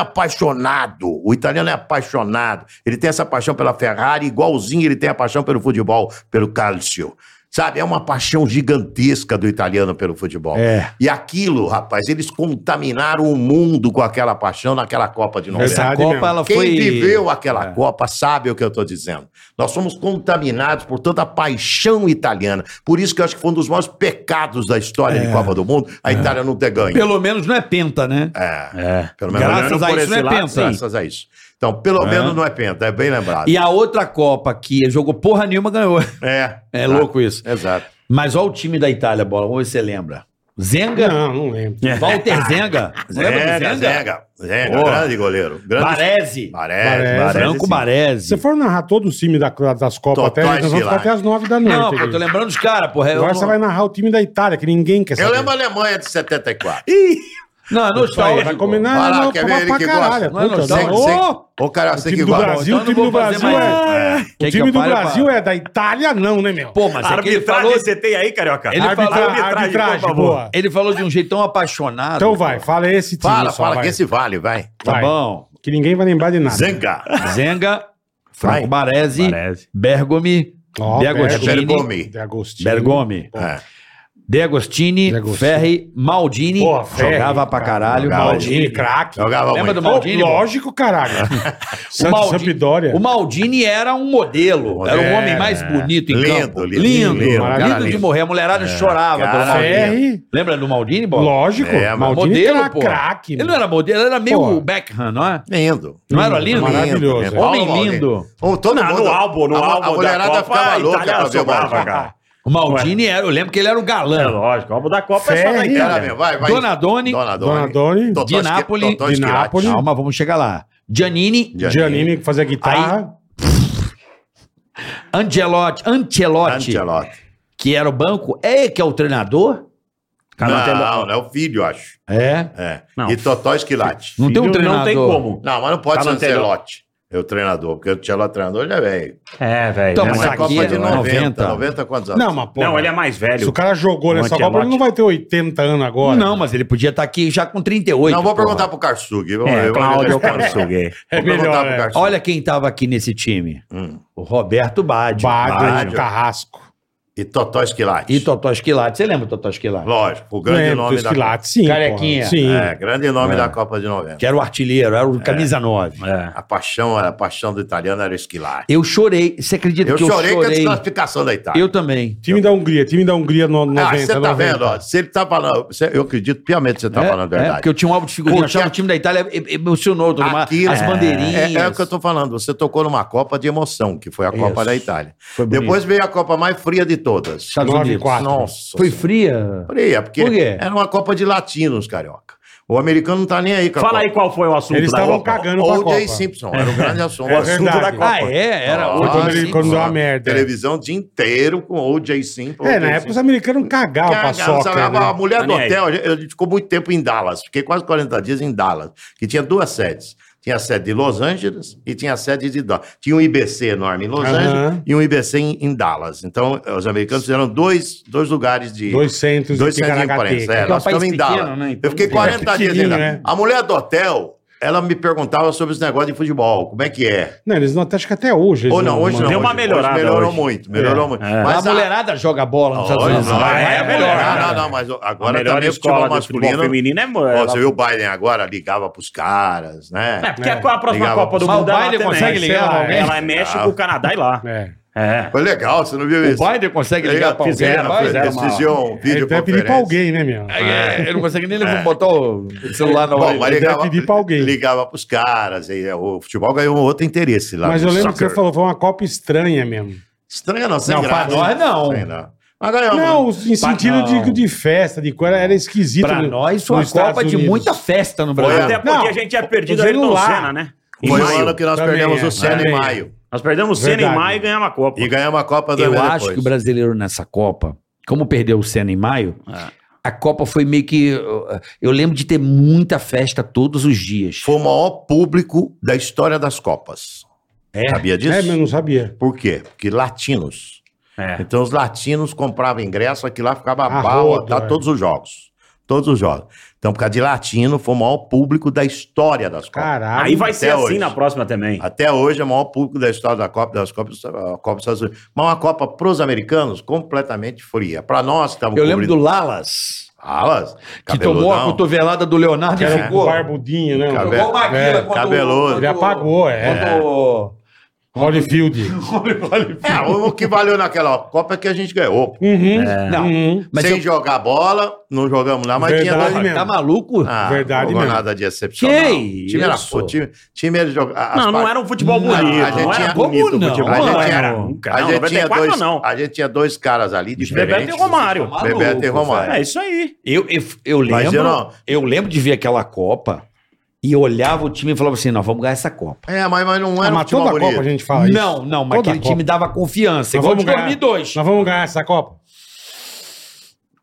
apaixonado. O italiano é apaixonado. Ele tem essa paixão pela Ferrari, igualzinho ele tem a paixão pelo futebol, pelo calcio. Sabe, é uma paixão gigantesca do italiano pelo futebol.
É.
E aquilo, rapaz, eles contaminaram o mundo com aquela paixão naquela Copa de 90.
Verdade.
essa Copa
mesmo.
ela
Quem
foi
viveu aquela
É.
Copa sabe o que eu estou dizendo. Nós fomos contaminados por tanta paixão italiana. Por isso que eu acho que foi um dos maiores pecados da história de Copa do Mundo a Itália não ter ganho.
É. pelo menos não é penta, né?
É,
É.
pelo
Graças
olhando
a
por
isso
esse
não é
lado,
penta.
Graças a isso. Então, pelo menos não é penta, é bem lembrado.
E a outra Copa que jogou porra nenhuma ganhou.
É,
É louco isso.
exato.
Mas olha o time da Itália, bola, vamos ver se você lembra. Zenga,
Não, não lembro.
Walter Zenga, lembra
Zega,
do Zenga?
Zega. Zega,
Porra.
grande goleiro. Grande...
Baresi,
Baresi,
Baresi.
Baresi,
Franco
sim.
Se você
Baresi.
for narrar todo o time da- das Copas até,
Totói
nós vamos ficar
Silas.
até as nove da noite.
Não, pô,
aqui.
tô lembrando os caras, porra. Eu
Agora você
não-
vai narrar o time da Itália, que ninguém quer
Eu
saber.
lembro a Alemanha de 74.
Não, é
Isso aí, vai
nostálgico.
combinar,
Vai lá,
não,
quer
não,
ver ele
pra
que
caralho.
gosta? Não é
puta,
nostálgico?
ô,
O cara,
O
sei
time
que
do
gosta.
Então
Brasil, o
não
time do
vou fazer
Brasil
mais.
é.
Quer
O
que
time
eu
do
pare pra-
Brasil é da Itália, não, né, meu?
Pô, mas é que ele falou...
você tem aí, Carioca?
Ele
Arbitra-
falou
arbitragem, boa.
Ele falou de um jeito tão apaixonado.
Então vai, fala esse time.
Fala,
só,
fala
vai.
que esse vale, vai. Ah,
Tá
Vai.
bom.
Que ninguém vai lembrar de nada.
Zenga.
Zenga, Franco
Vai.
Baresi,
Parece.
Bergomi,
Ó,
De
Bergo-
Agostini.
Bergomi.
De Agostinho.
Bergomi,
É.
De Agostini,
De Agostini.
Ferri, Maldini.
Porra, Ferri,
jogava pra caralho.
jogava
Maldini, craque.
Jogava
Lembra do
muito.
Maldini?
Oh, lógico, caralho.
O
Santos
Maldini-
Sampdoria.
O Maldini era um modelo. Era o
Era.
homem mais bonito em
É. Lindo,
campo.
lindo,
Lindo,
lindo, É.
lindo,
maravilhoso.
de morrer. A mulherada chorava pelo
cara,
Maldini.
Ferri.
Lembra do Maldini, Bola?
Lógico.
É, mas
Maldini
modelo,
era
pô.
craque.
Ele não era modelo, ele era meio
Pô.
Beckham, não é?
Lindo.
Não era lindo?
Maravilhoso.
Lindo, né?
Homem
Paulo Maldini.
lindo.
Oh, todo
Não,
mundo.
no álbum, no
a,
álbum
A mulherada
da Copa,
ficava louca
Itália
pra ver o
sobrava,
Maldini.
cara.
O Maldini era, eu lembro que ele era um
É
galã.
lógico, o álbum da Copa é só da
Ferri,
Era
Itália.
mesmo, vai, vai.
Donadoni,
Dona
Donadoni.
Doni,
Totó
De
Esqui-
Nápoles.
Totó
De
Esquirati.
Nápoles.
calma, vamos chegar lá. Giannini,
Giannini, que fazia guitarra.
Angelotti, Ancelotti,
Ancelotti.
que era o banco, é que é o treinador?
Não, não é o filho, eu acho.
É.
É.
Não.
E Totó Esquilate.
Não tem um
Filho,
treinador.
Não tem como.
Não, mas não pode ser
Calanteiro.
Ancelotti. É o treinador, porque o Ancelotti treinador já é velho.
É, velho.
Então,
né?
mas
Essa
aqui é
Copa de
90.
90. 90 quantos anos?
Não, mas pô.
Não, ele é mais
Se
velho.
o cara jogou
é
nessa
Ancelotti.
Copa, ele não vai ter 80 anos agora.
Não, mas ele podia estar aqui já com 38.
Não, vou
porra.
perguntar pro Karsug. Vamos ver,
É,
vamos ver
Cláudio
se ele responde.
Carçuguê.
É
Vou
melhor,
perguntar
é.
pro Karsug.
Olha quem estava aqui nesse time.
Hum.
O Roberto Badi.
Bagre,
Bagre.
Carrasco.
E Totó Esquilate.
E Totó Esquilate. Você lembra do Totó Esquilate?
Lógico, o grande
Grande
nome da Copa.
Esquilate, sim.
Carequinha.
porra. Sim.
É, grande nome da Copa de 90.
Que era o artilheiro, era o camisa 9.
É.
A paixão, a paixão do italiano era o Esquilate.
Eu chorei. Você acredita
Eu
que eu
chorei com a
chorei?
desclassificação da Itália.
Eu também.
Time da Hungria, time da Hungria no 90.
ah, você tá
90.
vendo, ó, se ele tá falando, você- eu acredito piamente que você tá
é,
falando a
é,
verdade.
porque eu tinha um álbum de figurinha. Eu
Porque
achava
a-
o time da Itália e- emocionou. todo mundo,
Aquilo-
as bandeirinhas.
É, é o que eu tô falando. Você tocou numa Copa de emoção, que foi a Copa
Isso.
da Itália.
Foi bonito.
Depois veio a Copa mais fria de todas.
Estados
Nove,
Unidos.
quatro.
Nossa.
Foi fria?
fria, porque
Por quê?
era uma Copa de latinos, carioca. O americano não tá nem aí com a
Fala
Copa.
aí qual foi o assunto
Eles
da
estavam
Copa.
cagando pra
O.J.
Copa.
Simpson, era o grande assunto.
É
O assunto
verdade.
da Copa.
Ah, é? Era
Nossa,
o
quando ele- quando deu a
sim.
merda.
Televisão o dia inteiro com o O.J. Simpson.
É,
O.J.
na época os
Simpson.
americanos cagavam pra
Cagava,
soca.
sabe? ah, A
né?
mulher do
Tá nem
hotel, a gente- a gente ficou muito tempo em Dallas. Fiquei quase 40 dias em Dallas, que tinha duas sedes. Tinha a sede de Los Angeles e tinha a sede de Dallas. Tinha um IBC enorme em Los
Aham.
Angeles e um IBC em, em Dallas. Então, os americanos fizeram dois, dois lugares de...
Dois centros
dois
de
centros de imprensa. É,
Picaracateca.
nós
é um
ficamos em
país pequeno,
Dallas.
né? Então,
Eu fiquei 40 dias em
pequenininho,
Dallas.
né?
A mulher do hotel, ela me perguntava sobre os negócios de futebol. Como é que é?
Não, eles não, acho que até hoje. eles
Ou não, hoje não.
Deu uma
hoje-
melhorada
hoje melhorou
hoje.
muito, melhorou
É,
muito.
é.
a mulherada joga bola nos Estados
Olha,
Unidos.
não,
Vai,
é
vai,
a
vai.
melhor,
Não,
cara.
não, não, mas
A
agora
melhor
também o futebol
escola de futebol
masculino.
feminino é...
Ó,
ela-
você viu o Biden agora? Ligava pros caras, né?
É, porque a próxima
Ligava
Copa do
pro-
Mundo
Mas o
é lá
Biden
também.
consegue ligar né?
Ela-
pra alguém?
Ela é México,
Ah.
Canadá e lá.
É.
É.
Foi Tipo, legal, você não viu isso?
O Biden consegue ligar
Ligaram-
pra alguém.
fizeram,
vai?
fizeram
Eles
uma-
fizeram um
é Ele
vídeo
deve pedir pra alguém, né, meu?
É, ele não consegue nem levar- botar o celular na
Bom, mas
Ele deve
ligava,
pedir pra alguém.
ligava pros caras. E, é, o futebol ganhou um outro interesse lá.
Mas
no
eu lembro que
soccer.
você falou, foi uma Copa estranha mesmo.
Estranho não, sem
Não,
graça.
pra nós, não.
Sem graça. Mas ganhamos.
Não, em sentido de, de festa, de coisa, era esquisito.
Pra
no-
nós, foi uma
nos Estados
Copa de
Unidos.
muita festa no Brasil.
Até porque
Não,
a gente tinha perdido
tô
a
dizendo
Ayrton
lá.
Senna, né? Em
Foi o
maio.
ano que nós
Também
perdemos
é,
o Senna em
também é.
maio.
Nós perdemos o Senna em
Verdade.
maio e ganhamos a Copa. É.
E ganhamos a Copa do
Eu acho que o brasileiro nessa Copa, como perdeu o Senna em maio,
Ah.
a Copa foi meio que. uh, Eu lembro de ter muita festa todos os dias.
Foi o maior público da história das Copas.
É?
Sabia disso?
É, mas eu não sabia.
Por quê? Porque latinos.
É.
Então os latinos compravam ingresso, aqui lá ficava
A
a bala,
rodo,
tá,
é.
todos os jogos. Todos os jogos. Então, por causa de latino, foi o maior público da história das Copas.
Caralho.
Aí vai ser
até
assim
hoje.
na próxima também.
Até hoje é o maior público da história da Copa, das Copas, a Copa dos Estados Unidos. Mas uma Copa pros americanos completamente fria. Para nós um que estamos
Eu lembro do Lalas,
Alas,
que tomou a cotovelada do Leonardo e
Era um
ficou.
barbudinho, né?
Cabelo.
Igual o Maguila
É,
quando-
cabeludo.
Ele apagou, é.
quando-
Holyfield.
É, o o que valeu naquela Copa é que a gente ganhou.
Uhum.
Não.
Uhum.
Mas
Sem
eu-
jogar bola, não jogamos lá, mas tinha
Verdade
dois
mesmo.
tá maluco?
Ah,
Verdade
não jogou
mesmo.
nada de excepcional.
Que
O time era
isso?
pô, o time, time era jogar.
Não, não era um futebol
Não, a
bonito.
gente
Não era
tinha-
bonito
Como
o
não?
futebol.
Tipo, a
Mano,
gente
Não
era.
era nunca.
a,
Não,
gente tinha
94
dois,
não.
a gente tinha dois caras ali
Bebeto
diferentes.
e Romário.
Maluco,
Bebeto e Romário.
É isso aí.
Eu, eu, eu
Mas
lembro,
eu
eu,
não-
lembro de ver aquela Copa e eu olhava o time e falava assim: nós vamos ganhar essa Copa.
É, mas, mas não
Ah,
era um
mas
futebol
toda a
bonito.
Copa a gente fala isso.
não, não, mas
Toda
aquele
Copa.
time dava confiança.
Nós
igual
vamos
de
ganhar.
2002.
Nós vamos ganhar essa Copa?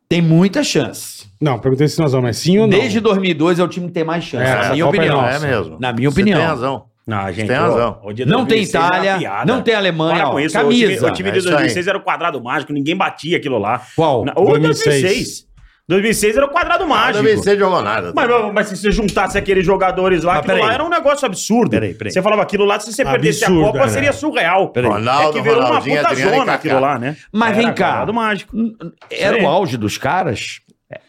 Tem muita chance.
Não, perguntei se nós vamos, mas sim ou não?
Desde 2002 é o time que tem mais chance,
É,
na
essa
minha
Copa é
opinião.
nossa.
É mesmo.
Na minha
Você
opinião.
tem razão.
Não, gente.
tem
ó,
razão.
o de
Não tem
2006 era uma
Itália,
piada.
não tem Alemanha,
Para
ó,
com isso,
camisa.
O time, o time
É
de
isso aí.
2006 era o quadrado mágico, ninguém batia aquilo lá.
Qual?
Na- Ou
2006.
2006. 2006 era o quadrado mágico.
Também você jogou nada.
Tá, Mas, mas- mas se você juntasse aqueles jogadores lá,
Mas
aquilo
peraí.
lá era um negócio absurdo.
Peraí, peraí.
Você falava aquilo lá, se você perdesse a
Absurdo,
Copa,
é.
seria surreal.
Peraí.
É
né? Ronaldo,
que virou uma
Ronaldinho,
puta
Adriano e
zona
Kaká.
aquilo lá, né?
Mas
Era
vem cá.
quadrado mágico.
Era
Sim.
o auge dos caras?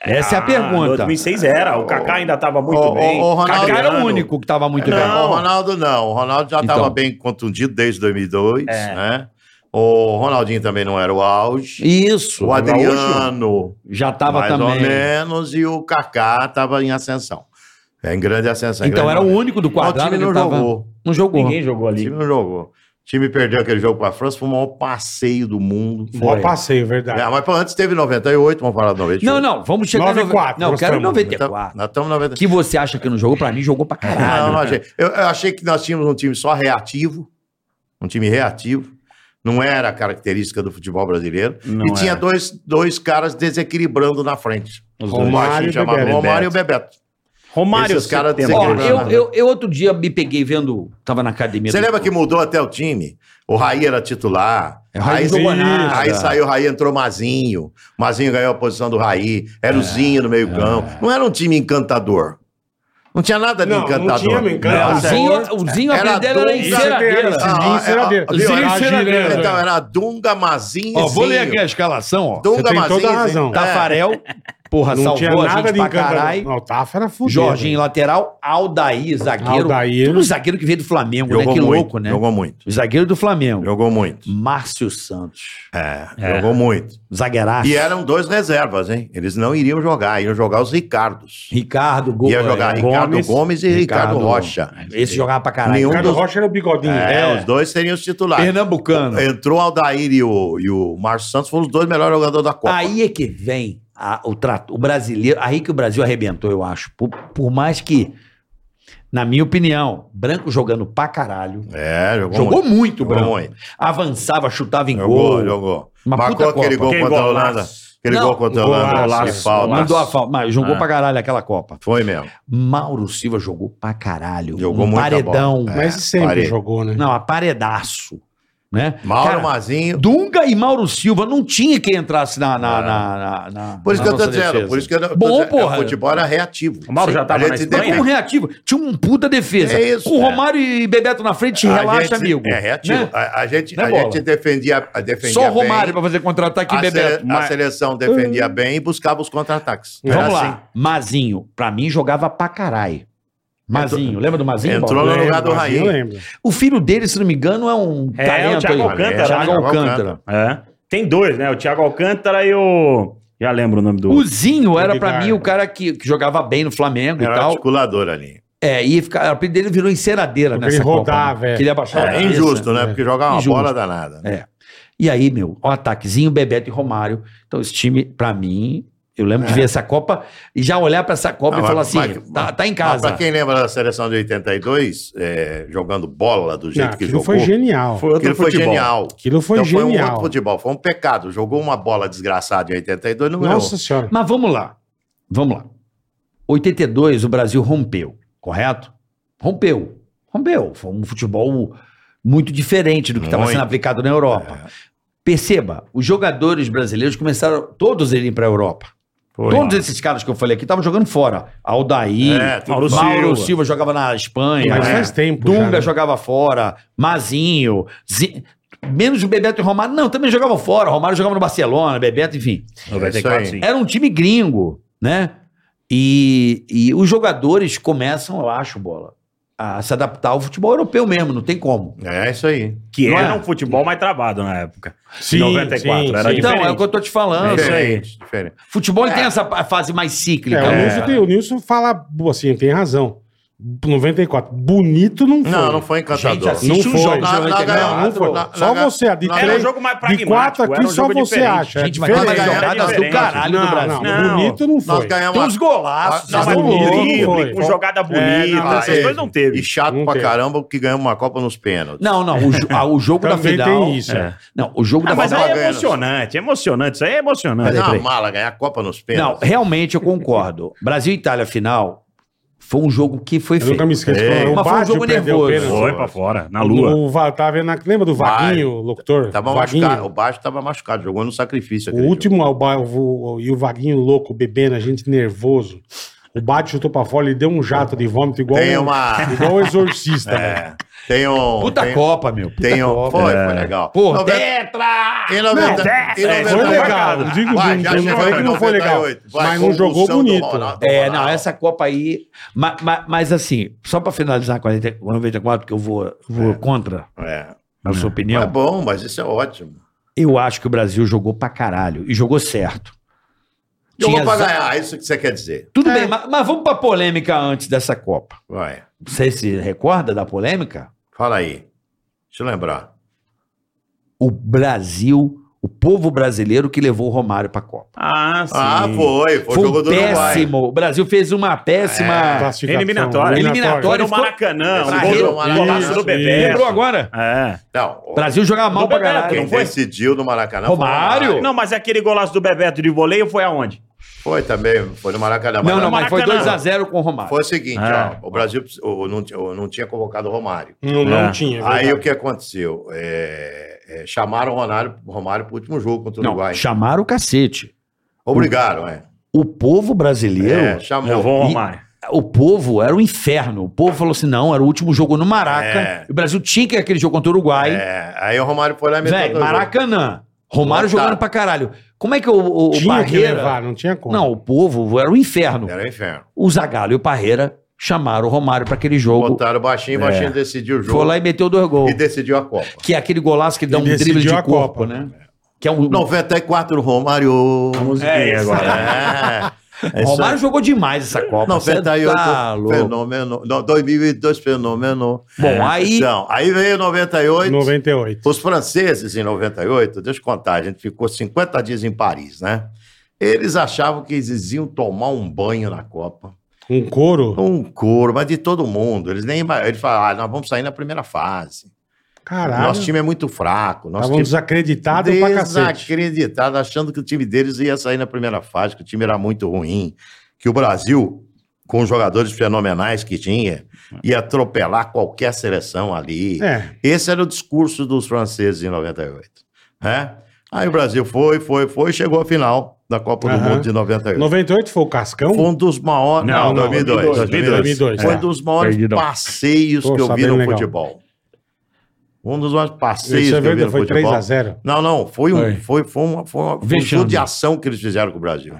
Essa é a
Ah,
pergunta.
2006 era, o Kaká ainda tava muito
Ô,
bem.
ô, ô, Ronaldo,
Kaká era o
Adriano.
único que tava muito bem.
Não, o Ronaldo não. O Ronaldo já estava
Então.
bem contundido desde 2002, né? O Ronaldinho também não era o auge.
Isso.
o Adriano,
Já tava
mais
também.
ou menos, e o Kaká estava em ascensão. É, em grande ascensão. em
Então
grande
era o
momento.
único do
Mas O
quadrado
time
que
não
tava...
jogou.
Não jogou.
Ninguém jogou
O
ali.
time não jogou. O time perdeu aquele jogo para a França, foi o maior passeio do mundo.
Mó passeio, verdade.
É, mas pô, antes teve 98, vamos falar de
Não,
98.
não, vamos chegar
94,
Não, eu
nós
quero
estamos.
94.
Então, Nós estamos em 90.
Que você acha que não jogou? Pra mim, jogou pra caralho.
Não, não achei. Eu, eu achei que nós tínhamos um time só reativo, um time reativo. Não era a característica do futebol brasileiro.
Não
e tinha
era.
dois, dois caras desequilibrando na frente.
Os
O
dois.
Romário, chamava
Bebeto.
Romário e o Bebeto.
Romário,
Esses caras
setembro.
Ó,
desequilibraram.
Ó, eu-
eu, eu, eu outro dia me peguei vendo. Tava na academia.
Você
do-
lembra que mudou até o time? O Raí era titular.
É, o Raí
aí,
não jogou
aí
nada.
aí saiu o Raí, entrou Mazinho. Mazinho ganhou a posição do Raí. Era o Zinho no meio-campo. Não era um time encantador. Não tinha nada de
Não, não
encantador.
tinha um encantador.
O
Era-
Zinho, o Zinho
Era
aprendeu era
dois-
enceradeira.
Isso
Ah,
Zinho Ceradeira.
ah, viu?
Zinho
Era
Ceradeira.
Ceradeira. Então, era Dunga, Mazinho e
Ó, vou ler
Zinho.
aqui a escalação, ó.
Você
Dunga,
tem
Mazinho
toda a
e Zinho. É.
razão.
Tá
Tafarel, porra,
Não tinha
salvou a
nada
gente
de
pra
encantador.
caralho.
Não, o Tafa era fudido.
Jorginho, lateral. Aldair, zagueiro.
Aldair.
Tudo zagueiro que veio do Flamengo, né?
Jogou
Que
muito,
louco, né?
Jogou muito.
Zagueiro do Flamengo.
Jogou muito.
Márcio Santos.
É, jogou muito.
Zagueiraço.
E eram dois reservas, hein? Eles não iriam jogar, iam jogar os Ricardos.
Ricardo, Gol.
Ia jogar
é,
Ricardo Gomes, e Ricardo, Rocha.
Esse jogava pra caralho.
Nenhum
Ricardo
dos-
Rocha era o bigodinho.
É, os dois seriam os titulares.
Pernambucano.
Entrou o Aldair e o, e o Márcio Santos, foram os dois melhores jogadores da Copa.
Aí é que vem a- o, trato, o brasileiro. Aí que o Brasil arrebentou, eu acho. Por, por mais que, na minha opinião, branco jogando pra caralho.
É, jogou,
Jogou
muito.
muito,
Jogou
branco.
muito.
Avançava, chutava em
Jogou,
gol.
jogou.
Uma
Marcou
puta Copa.
aquele gol
Aquele
contra a
golaço.
Holanda. Aquele
Não,
gol contra a Holanda.
golaço,
de falta.
Mandou a falta, mas jogou
Ah.
pra caralho aquela Copa.
Foi mesmo.
Mauro Silva jogou pra caralho.
Jogou
um
muita
paredão.
bola.
Mas
É,
sempre
parei.
jogou, né?
Não, a paredaço. Né?
Mauro
Cara,
Mazinho.
Dunga e Mauro Silva não tinha quem entrasse na. na, na, na- na-
Por isso
na
que eu tô
nossa
dizendo,
defesa.
por isso que eu tô
Bom,
dizendo,
porra.
o futebol era reativo.
O Mauro já tava
A
na
gente
Espanha?
Foi
defende-
um reativo. Tinha um puta defesa.
É isso,
Com
é.
Romário e Bebeto na frente,
a
relaxa,
gente-
amigo.
É reativo.
Né?
A, a gente,
Não é
a
bola.
gente defendia, a- defendia
Só
bem.
Romário pra fazer contra-ataque e
a,
Bebeto.
sele,
Ma-
a seleção
Hum.
defendia bem e buscava os contra-ataques.
Vamos
Era
lá.
assim.
Mazinho, pra mim, jogava pra caralho. Mazinho, lembra do Mazinho?
entrou
Paulo?
no-
Lembro,
lugar do
mas
Raí.
Eu lembro.
O filho dele, se não me engano, é um
É,
talento
o Thiago
aí.
Alcântara,
Thiago
né?
Alcântara.
É. Tem dois, né? O Thiago Alcântara e o. Já lembro o nome do.
O Zinho era pra
Edgar.
mim o cara que, que jogava bem no Flamengo e
Era
tal.
articulador ali.
É, e fica, o apelido dele virou enceradeira
Porque
nessa
ele
Copa,
rodava,
né?
é.
Que ele abaixava a
É,
cabeça.
injusto, né? Porque jogava uma
Injusto.
bola danada. né?
É. E aí, meu, o ataquezinho, Bebeto e Romário. Então, esse time, pra mim, eu lembro de ver essa Copa e já olhar pra essa Copa
É. Não,
e falar
mas-
assim:
mas-
tá, tá em
Mas
casa.
pra quem lembra da seleção de 82, é, jogando bola do jeito
Não,
que
aquilo
jogou,
foi genial.
Foi outro
aquilo foi
futebol.
genial.
Aquilo foi
então foi um
genial.
outro futebol, foi um pecado. Jogou uma bola desgraçada em 82, não ganhou.
Nossa senhora.
Mas vamos lá. Vamos lá. 82, o Brasil rompeu, correto? Rompeu. Rompeu. Foi um futebol muito diferente do que estava
Muito. É.
sendo aplicado na Europa. Perceba, os jogadores brasileiros começaram todos a irem para a Europa. Todos esses caras que eu falei aqui estavam jogando fora. Aldair,
É, tudo
Mauro,
bem.
Silva.
Silva.
jogava na Espanha.
Mas
É.
faz tempo.
Dunga
já, né?
jogava fora, Mazinho, Zi- menos o Bebeto e Romário. Não, também jogavam fora. Romário jogava no Barcelona, Bebeto, enfim.
É isso aí.
Era um time gringo, né? E, e os jogadores começam, eu acho, bola, a se adaptar ao futebol europeu mesmo, não tem como.
É isso aí.
Que
Não
era
é?
um futebol mais travado na época.
Sim,
94, era
sim.
Então,
diferente.
é o que eu tô te falando.
isso aí.
Diferente, diferente.
Futebol ele tem essa pa- fase mais cíclica.
É, o,
né,
Nilson
cara?
tem, o Nilson fala assim, tem razão. 94. Bonito não foi.
Não, não foi
Gente, assim,
encantador.
assiste
Não
os
foi.
jogos
Não,
de
não,
Não, não
94.
foi.
Na-
só
na-
você, a de
na-
três.
Era um jogo mais
de quatro
pragmático.
aqui,
era um
só
jogo
você
diferente.
acha. é
Gente, mas
É Diferente. é
tem
Era
jogadas do
diferente.
caralho
não,
do Brasil.
Não,
Não.
bonito não
Nós
foi.
Tem
ganhamos
uns golaços.
Ah, Não,
Nós
mas
Não,
com
não
drible,
foi.
com jogada bonita,
não,
É, essas
teve.
coisas não teve.
E chato
Não
pra
teve.
caramba que ganhamos uma Copa nos pênaltis.
Não, não. O, jo- ah, o jogo da
Também
final.
tem isso, é.
Não, o jogo
Ah,
da
mas
final.
tava
aí é
ganhando.
emocionante, é emocionante. Isso aí é emocionante.
Mas é uma
peraí.
mala ganhar a Copa nos
Não,
pênaltis.
realmente eu concordo. Brasil e Itália final Foi um jogo que foi
Eu nunca me
feio.
esqueço.
É,
o
mas foi um
Bádio
jogo
perdeu o
nervoso.
Foi
pênalti.
pra fora, na lua.
O Va- tava vendo na- lembra do Vaguinho,
Vai. Tá
locutor?
Tava
Vaguinho.
machucado, o Baixo tava machucado, jogou no sacrifício.
O
aquele
último, o Ba- o- o- e o Vaguinho louco, bebendo, a gente nervoso. O Bate chutou pra fora, ele deu um jato de vômito igual,
jogo. Tem
um-
uma.
igual o exorcista. né? velho.
é, tem um.
Puta
tem,
Copa, meu. Puta
Tem um.
Copa.
Foi,
É.
foi legal.
Porra,
Noventa-
Tetra!
Em 90,
dez,
em
é,
Foi
98,
legal. Não digo,
Vai,
não,
já
não
chegou
falei
em
que não foi legal.
98. Vai,
mas não
convulsão
jogou
do
bonito.
Ronaldo.
É, não, essa Copa aí. ma- ma- Mas, assim, só pra finalizar 40, 94, que eu vou, vou contra,
É.
na sua
É
opinião,
bom, mas isso é ótimo.
eu acho que o Brasil jogou pra caralho. E jogou certo.
Jogou
Tinha
pra
za-
ganhar, ah, isso que você quer dizer.
Tudo bem, mas, mas vamos pra polêmica antes dessa Copa.
Vai,
Você se recorda da polêmica?
fala aí. Deixa eu lembrar.
O Brasil, o povo brasileiro que levou o Romário pra Copa.
Ah, sim.
Ah, foi. Foi, o
Foi
jogo
um
do Uruguai. tá
péssimo. O Brasil fez uma péssima.
É.
Classificação,
Eliminatória. Foi
Eliminatória.
no
ficou-
Maracanã, o
Trajeto,
gol- o golaço
isso,
do Bebê.
Lembrou agora?
É.
Não,
O Brasil jogava mal
Do
pra
Bebeto,
caralho.
quem
não foi?
decidiu no Maracanã
Romário?
foi o
Não, mas aquele golaço do Bebeto de voleio foi aonde?
Foi também, foi no Maracanã.
Não, não, mas foi
Maracanã.
2x0 com o Romário.
Foi o seguinte,
Ah.
ó, o Brasil precis- o- não, t- o- não tinha convocado o Romário.
Não, não
É.
tinha. é
Aí
verdade.
o que aconteceu? É, é, chamaram o Romário, Romário pro último jogo contra o
Não,
Uruguai.
chamaram o cacete.
Obrigaram, é.
O povo brasileiro,
É, chamou.
Levou o
E-
Romário.
o povo era um inferno. O povo falou assim: não, era o último jogo no Maraca.
É.
O Brasil tinha que ir aquele jogo contra o Uruguai.
É, aí o Romário foi lá e meteu
Velho,
dois gols.
Maracanã. Romário
Lotado.
jogando pra caralho. Como é que o, o, o
tinha que
Parreira.
levar, né? não tinha como.
não, o povo era um inferno.
Era um inferno.
O Zagallo e o Parreira chamaram o Romário pra aquele jogo.
Botaram baixinho, baixinho decidiu o
É. Foi
jogo
lá e meteu dois gols.
e decidiu a Copa.
Que é aquele golaço que dá
E
um drible de
decidiu a
corpo,
Copa.
né? Que é um.
94, Romário.
A musiquinha
isso.
agora.
É,
o
é isso
Romário
aí.
jogou demais essa Copa. Você
98,
tá louco.
fenômeno. Não, 2002, fenômeno.
Bom, aí.
Então, aí veio 98.
98.
Os franceses, em 98, deixa eu contar, a gente ficou 50 dias em Paris, né? Eles achavam que eles iam tomar um banho na Copa.
Um couro.
Um couro, mas de todo mundo. Eles nem. ima- Eles falaram, ah, nós vamos sair na primeira fase.
Caralho.
Nosso time é muito fraco. Nosso
Estavam
time...
desacreditados pra cacete.
desacreditado, achando que o time deles ia sair na primeira fase, que o time era muito ruim, que o Brasil, com os jogadores fenomenais que tinha, ia atropelar qualquer seleção ali.
É.
Esse era o discurso dos franceses em 98. Né? Aí o Brasil foi, foi, foi, chegou à final da Copa do
Aham.
Mundo de
É.
98.
98 foi o Cascão?
Foi um dos maiores.
Não,
Não, 2002.
2002.
2002.
Foi
É.
um dos maiores
Perdidão.
passeios
Pô,
que eu vi
sabendo
no
legal.
futebol. Um dos maiores passeios
Isso é
que eu vi
verdade,
no
foi
futebol.
3x0.
Não, não, foi um,
Foi.
foi, foi uma, foi uma, foi um
Vexame.
jogo de ação que eles fizeram com o Brasil.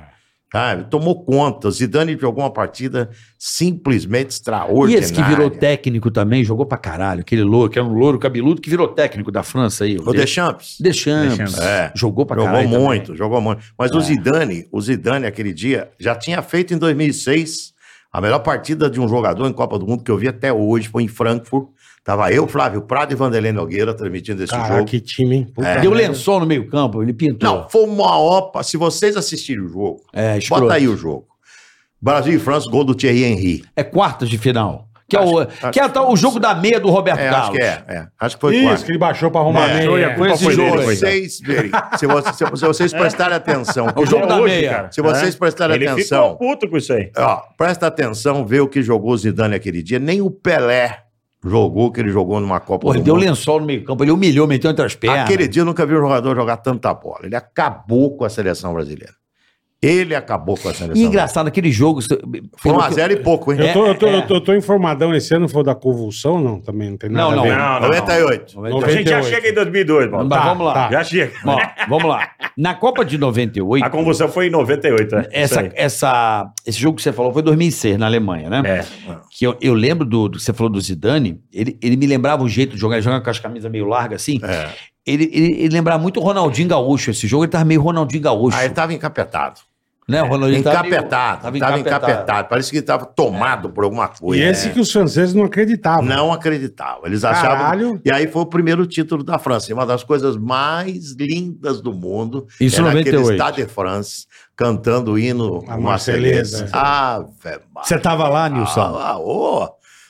Sabe? Tomou conta. Zidane jogou uma partida simplesmente
E
extraordinária.
esse que virou técnico também, jogou pra caralho. Aquele louro, que era um louro cabeludo, que virou técnico da França aí.
O Deschamps.
Deschamps.
É.
Jogou pra
Jogou
caralho. É.
muito, jogou muito. Mas o Zidane, o Zidane aquele dia, já tinha feito em 2006 a melhor partida de um jogador em Copa do Mundo que eu vi até hoje, foi em Frankfurt. Tava eu, Flávio Prado e Vanderlei Nogueira transmitindo esse
Caraca,
jogo.
que time, hein? Puta
É.
também.
merda.
Deu lençol no meio campo, ele pintou.
Não, foi uma opa. Se vocês assistirem o jogo,
É,
bota
escroto.
aí o jogo. Brasil e França, gol do Thierry Henry.
É quartas de final. Que é, o,
Acho-
que é a tal- o jogo da meia do Roberto
É, acho
Carlos.
que é, é. Acho que foi
Isso, que
quatro.
ele baixou pra arrumar
É,
meia.
foi
esse
Se
jogo aí.
vocês verem, se, vocês, se vocês prestarem atenção,
É o jogo
É
da
hoje,
meia.
cara.
se vocês
É.
prestarem
Ele
atenção.
ficou puto com isso aí.
Ó, presta atenção, vê o que jogou o Zidane aquele dia. Nem o Pelé jogou o que ele jogou numa Copa
Porra,
do
deu um né?
Mundo.
lençol no meio campo, ele humilhou, meteu um entre as pernas.
Aquele dia eu nunca vi um jogador jogar tanta bola. Ele acabou com a seleção brasileira. Ele acabou com a
E
seleção brasileira.
engraçado, aquele jogo. se-
Foi
pelo
um
que-
a zero e pouco, hein?
Eu tô, eu, tô,
É, é.
eu, tô, eu tô informadão esse ano, foi da convulsão, não? Também não tem nada
Não,
a
não.
ver.
Não, não.
98.
A gente já
98.
chega em 2002, mano.
Mas vamos lá.
Tá.
Já chega.
Ó, vamos lá. Na Copa de 98,
A convulsão foi em 98, né?
essa,
Isso aí.
essa, esse jogo que você falou foi em 2006, na Alemanha, né?
É.
Que eu, eu lembro do, do que você falou do Zidane, ele, ele me lembrava o jeito de jogar, ele jogava com as camisas meio largas assim.
É.
Ele, ele, ele lembrava muito o Ronaldinho Gaúcho. Esse jogo ele tava meio Ronaldinho Gaúcho.
Aí tava encapetado.
né? O Ronaldinho tava É. meio-
Encapetado. Tava, encapetado. Parecia que tava tomado por alguma
E
coisa. né?
esse que os franceses não acreditavam.
é. Não acreditavam. Eles achavam.
Caralho.
E aí foi o primeiro título da França. E Uma das coisas mais lindas do mundo.
Isso em
era aquele
98.
Stade de France cantando o hino
A né?
marcelesa.
Marselhesa.
Ave
tá
Você tava lá, Nilson?
Maria. Ô,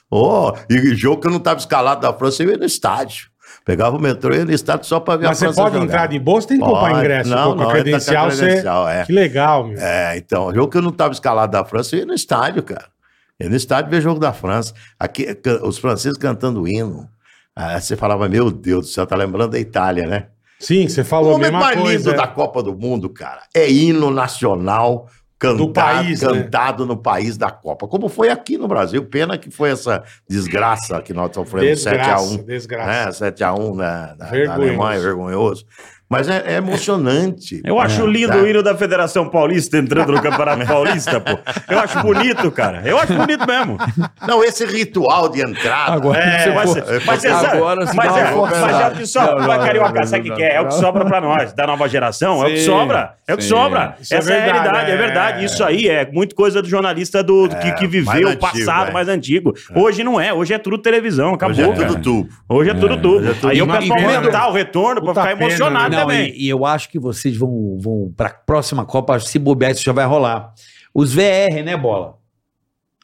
ô. E jogo que eu não estava escalado da França, eu ia no estádio. Pegava o metrô e ia no estádio só para ver
Mas
a
você
França
pode
jogar.
entrar de boa, você tem que comprar
Pode.
ingresso.
Não,
Pô, com
não,
a
entra com a
credencial, você...
credencial, é.
Que legal, meu.
É, então, jogo que eu não estava escalado da França, eu ia no estádio, cara. Eu no estádio vejo o jogo da França. Aqui, ca- os franceses cantando hino. Ah, você falava, meu Deus do céu, tá lembrando da Itália, né?
Sim, você
O
falou a
momento
mesma
mais lindo
coisa. é.
da Copa do Mundo, cara, é hino nacional cantado,
país, né?
cantado no país da Copa. Como foi aqui no Brasil. Pena que foi essa desgraça que nós sofremos 7x1
Desgraça, desgraça.
né? 7x1 na, na- na
Vergonhoso.
Alemanha, vergonhoso. Mas é, é emocionante.
Eu acho lindo
tá?
o hino da Federação Paulista entrando no Campeonato Paulista, pô. Eu acho bonito, cara. Eu acho bonito mesmo.
Não, esse ritual de entrada.
Agora,
É,
se
mas,
for-
mas você sabe.
Agora se
mas,
dá
é,
uma
mas é o
forçada.
que sobra.
Não, não,
Vai,
não,
Carioca,
não,
sabe o que,
não,
que é? É o que
não.
sobra pra nós, da nova geração. é o que
Sim,
sobra. É o que
sim.
sobra.
Isso é
Essa é, a
verdade,
realidade, é
é.
verdade. Isso aí é muito coisa do jornalista do, do que, que
mais
viveu o
antigo,
passado
é.
mais antigo. Hoje não é. Hoje é tudo televisão. Acabou.
Hoje é tudo
cara.
tubo.
Hoje é tudo tudo. Aí o
tudo.
pessoal
E pena,
aumentar
né?
o retorno pra
tá
Puta
ficar
pena,
emocionado
né?
Não,
também.
e, e eu acho que vocês vão, vão para a próxima Copa, se bobear, isso já vai rolar. Os VR, né, Bola?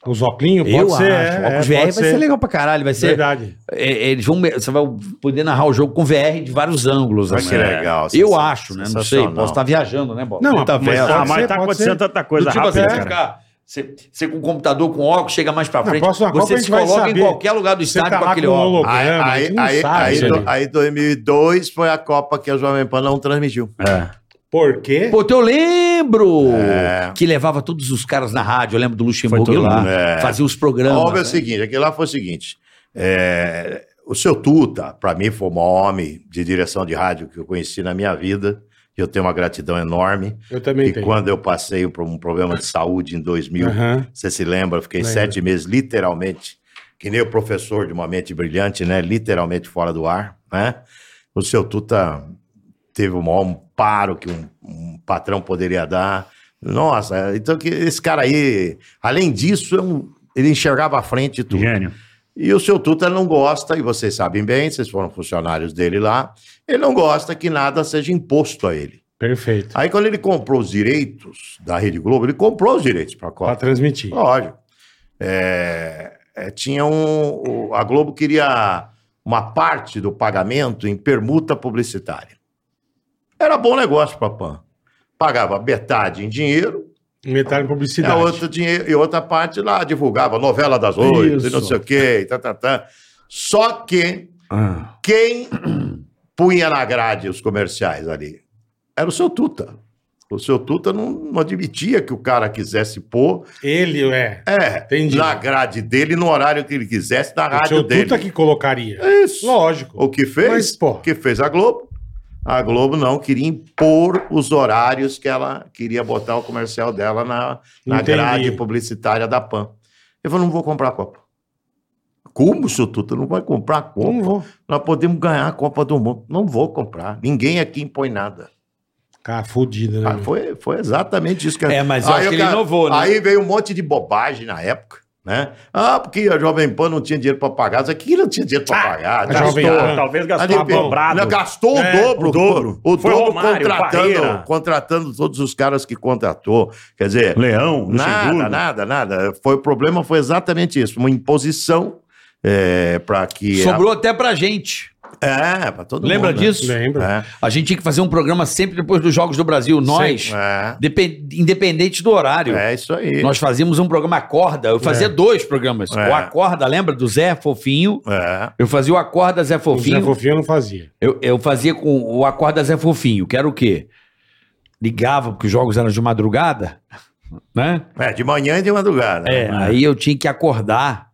Os óculos, pode
eu
ser.
acho.
é,
Os VR
é,
vai
pode
ser. legal pra caralho. Vai ser,
Verdade.
é, eles vão, você vai poder narrar o jogo com VR de vários ângulos.
Olha
assim.
que legal.
Eu
sensa-
acho, né? Não sei.
sensacional.
Posso estar viajando, né, Bola?
Não,
Muita
mas
vela.
pode
Ah, mas
ser,
tá
pode
acontecendo
ser.
tanta coisa
Do tipo
rápida,
assim,
cara.
você
né?
ficar- Você, você com o computador, com óculos, chega mais pra
Na
frente.
próxima Copa a
você
gente
se
vai
coloca em
saber.
qualquer lugar do
Você
estádio
tá
com
lá
aquele
com o
óculos.
holograma,
Aí,
a gente
aí,
não
aí,
sabe,
aí,
né?
do- aí 2002 foi a Copa que a Jovem Pan não transmitiu.
É. Por quê?
Pô, então eu lembro
É.
que levava todos os caras na rádio. Eu lembro do
Foi
Luxemburgo
todo
lá.
mundo, é.
Fazia os
Óbvio é
né?
o
programas. né?
seguinte, aquilo lá foi o seguinte. é, o seu Tuta, pra mim, foi o maior homem de direção de rádio que eu conheci na minha vida. e Eu tenho uma gratidão enorme.
Eu também
E
tenho.
quando eu passei por um problema de saúde em 2000,
Aham.
Você se lembra? Eu fiquei
Lembro.
sete meses, literalmente, que nem o professor de uma mente brilhante, né? Literalmente fora do ar, né? O seu Tuta teve o maior amparo que um, um patrão poderia dar. Nossa, então que esse cara aí, além disso, é um- ele enxergava à frente tudo.
Gênio.
E o seu Tuta não gosta, e vocês sabem bem, vocês foram funcionários dele lá, ele não gosta que nada seja imposto a ele.
Perfeito.
Aí quando ele comprou os direitos da Rede Globo, ele comprou os direitos para a Copa.
Pra transmitir.
Lógico. É, é, tinha um. o- A Globo queria uma parte do pagamento em permuta publicitária. Era bom negócio para Pan. Pagava metade em dinheiro
Metade em
e a,
publicidade.
outra dinheiro, e outra parte lá divulgava novela das oito, e não
Isso.
sei o quê, e tá, tá, tá. Só que
Ah.
quem punha na grade os comerciais ali era o seu Tuta. O seu Tuta não, não admitia que o cara quisesse pôr
Ele, é.
é,
Entendi.
na grade dele, no horário que ele quisesse, na
O
rádio
seu
dele.
Tuta que colocaria.
É isso.
Lógico.
O que fez?
Mas, pô.
O que fez a Globo? A Globo não queria impor os horários que ela queria botar o comercial dela na, na
Entendi.
grade publicitária da PAN. Eu falei, não vou comprar a Copa. Como, seu Tuta? Não vai comprar a Copa?
Não vou.
Nós podemos ganhar a Copa do Mundo. Não vou comprar. Ninguém aqui impõe nada.
Cara, fudido, né?
Ah, foi, foi exatamente isso que
É, mas eu acho
o
que ele inovou, né?
Aí veio um monte de bobagem na época, né? Ah, porque a Jovem Pan não tinha dinheiro para pagar. Isso aqui não tinha dinheiro
Ah,
para pagar.
a Jovem
Gastou,
Pan.
talvez
Ali,
gastou a dobrado.
não, né, gastou
É,
o dobro,
o dobro.
o
Foi
dobro
Romário, Parreira.
contratando, contratando todos os caras que contratou. Quer dizer,
Leão,
nada,
Luxemburgo.
nada, nada. Foi, o problema foi exatamente isso, uma imposição para que...
Sobrou até pra gente.
É, para todo
Lembra
mundo. né?
disso?
Lembra?
A gente tinha que fazer um programa sempre depois dos Jogos do Brasil. Nós,
É,
depen- independente do horário.
é, é isso aí.
Nós fazíamos um programa Acorda. Eu fazia
É.
dois programas.
É.
O Acorda, lembra? Do Zé Fofinho.
É.
Eu fazia o Acorda Zé
O Zé
Fofinho.
Fofinho não fazia.
Eu, eu fazia com o Acorda Zé Fofinho, que era o quê? Ligava, porque os jogos eram de madrugada, né?
É, de manhã e de madrugada. né?
É, aí eu tinha que acordar.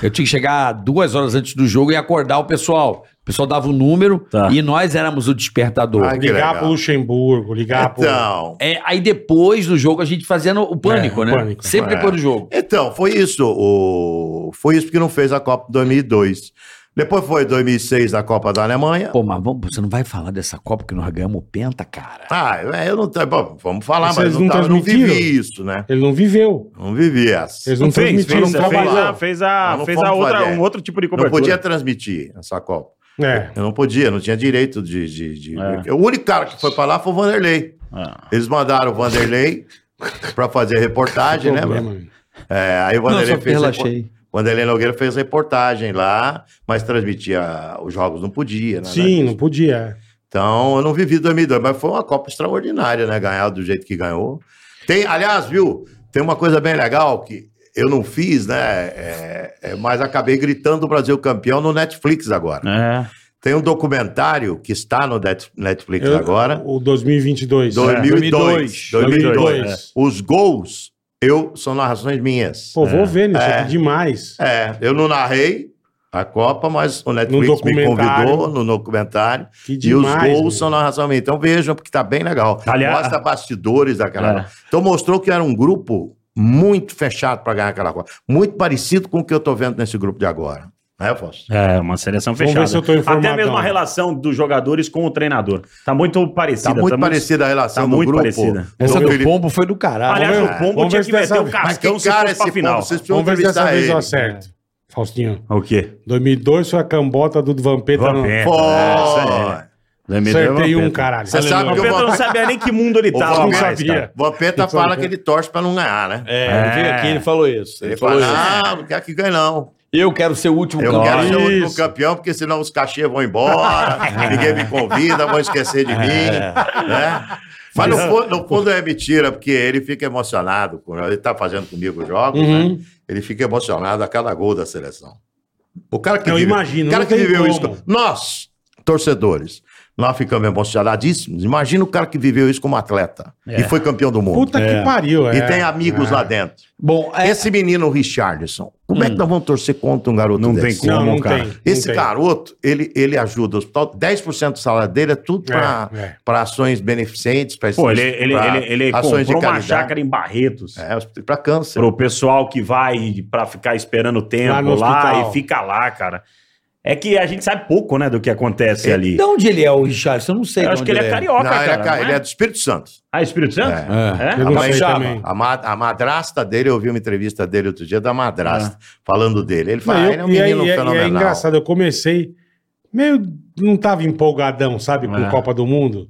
Eu tinha que chegar duas horas antes do jogo e acordar o pessoal. O pessoal dava o número
Tá.
e nós éramos o despertador.
Ah, que
Ligar
legal.
pro Luxemburgo, ligar pro.
Então,
É, aí depois do jogo a gente fazia no- o pânico,
É,
né?
pânico.
Sempre
É.
depois do jogo.
então, foi isso. O... Foi isso que não fez a Copa de 2002. Depois foi 2006 a Copa da Alemanha.
Pô, mas vamos- você não vai falar dessa Copa que nós ganhamos o penta, cara?
Ah, eu não. tá- Bom, vamos falar,
Vocês
mas não,
não
tava, não
transmitiram?
vivi isso, né?
Ele não viveu.
Não vivi essa.
Eles não,
fez,
transmitiram, um
fez,
não
fez, a,
trabalharam.
fez, a,
Não, não
fez a
fomos
outra,
fazer.
um outro tipo de
Não
cobertura.
podia transmitir essa Copa.
É.
Eu não podia, não tinha direito de. de- de-
É.
O único cara que foi pra lá foi o Vanderlei.
Ah.
Eles mandaram o Vanderlei pra fazer a reportagem, né?
Problema, meu.
É, aí o
Não,
Vanderlei
só que
fez.
relaxei.
Vanderlei Nogueira fez reportagem lá, mas transmitia os jogos, não podia. Né,
Sim, não podia. é.
Então, eu não vivi 2002, mas foi uma Copa extraordinária, né? Ganhar do jeito que ganhou. Tem, aliás, viu? Tem uma coisa bem legal que eu não fiz, né? é, é, mas acabei gritando o Brasil campeão no Netflix agora.
É.
Tem um documentário que está no Net- Netflix
Eu-
agora.
O 2022. É.
2002, 2002.
2002.
Os gols, eu, são narrações minhas.
É. Pô, vou ver nisso
É.
aqui demais.
É, eu não narrei a Copa, mas o Netflix me
documentário.
convidou no documentário.
Que
E os
demais.
gols
meu.
são narração minha. Então vejam, porque tá bem legal.
Aliás-
Mostra bastidores daquela.
É.
Então mostrou que era um grupo muito fechado para ganhar aquela Copa. Muito parecido com o que eu tô vendo nesse grupo de agora. Né, Fausto?
É, uma seleção
Vamos
fechada.
ver se eu tô então. informadão.
Até mesmo a relação dos jogadores com o treinador. Tá muito parecida.
Tá muito parecida a relação
tá
do
muito
grupo.
parecida.
Essa é do
Felipe-
pombo foi do caralho.
Ah, Aliás,
Tá, vamos
o
ver-
Pombo
vamos
tinha
ver
que
se dessa
meter o
vez-
Mas
Cascão
que
se
cara
fosse
esse
pra final.
povo? Vocês precisam
Vamos ver se dessa
entrevistar
vez
ele.
eu acerto. Faustinho.
O quê?
2002 foi a cambota do Vampeta. no-
Vampeta.
Pô,
Essa
Acertei um,
Vampeta.
caralho.
Você sabe
O
Aleluia.
que eu
Pedro
vou-
não sabia nem que mundo ele
O
tava.
Vampeta-
mais, cara.
Vampeta fala que ele torce para não ganhar, né?
É, ele veio aqui e ele falou isso. Ele,
Ele
falou
fala,
isso.
ah, não quer que ganhe, não.
Eu quero ser o último
Eu
campeão.
quero ser o último
Isso.
campeão, porque senão os cachê vão embora, ninguém me convida, vão esquecer
É.
de mim. Né? Mas no fundo, no fundo é mentira, porque ele fica emocionado. com- Ele está fazendo comigo jogos,
Uhum.
né? Ele fica emocionado a cada gol da seleção. O cara que
Eu
vive-
imagino,
o cara
não
que
tem
viveu
como.
isso. Nós, torcedores, nós ficamos emocionadíssimos. Imagina o cara que viveu isso como atleta e foi campeão do mundo.
É. Puta que pariu, é.
E tem amigos lá dentro.
Bom, é,
Esse menino Richardson, como é que nós vamos torcer contra um garoto
Não tem
desse?
como,
Não, não
cara.
tem.
Esse
não tem.
garoto, ele, ele ajuda o hospital. 10% do salário dele é tudo
É,
para
é.
ações beneficentes, para
Pô, ele, ele, ele, ele
ações de
comprou uma
caridade.
chácara em Barretos.
É, para câncer.
Pro pessoal que vai pra ficar esperando o tempo
Lá
lá,
no hospital.
e fica lá, cara. É que a gente sabe pouco, né, do que acontece ali.
de onde ele é, o Richardson? Eu não sei.
Eu
de
acho
onde
que ele é
Não,
carioca,
ele, é,
cara.
ca-
não
ele é do Espírito Santo.
Ah, Espírito Santo?
É.
É?
Eu não sei
Capixaba.
também.
A, ma- a madrasta dele, eu vi uma entrevista dele outro dia da madrasta, falando dele. Ele
Não,
fala,
eu-
"Ah, ele é um
e é-
menino
e é, e é
fenomenal.
engraçado, eu comecei meio. Não tava empolgadão, sabe, com
É.
Copa do Mundo.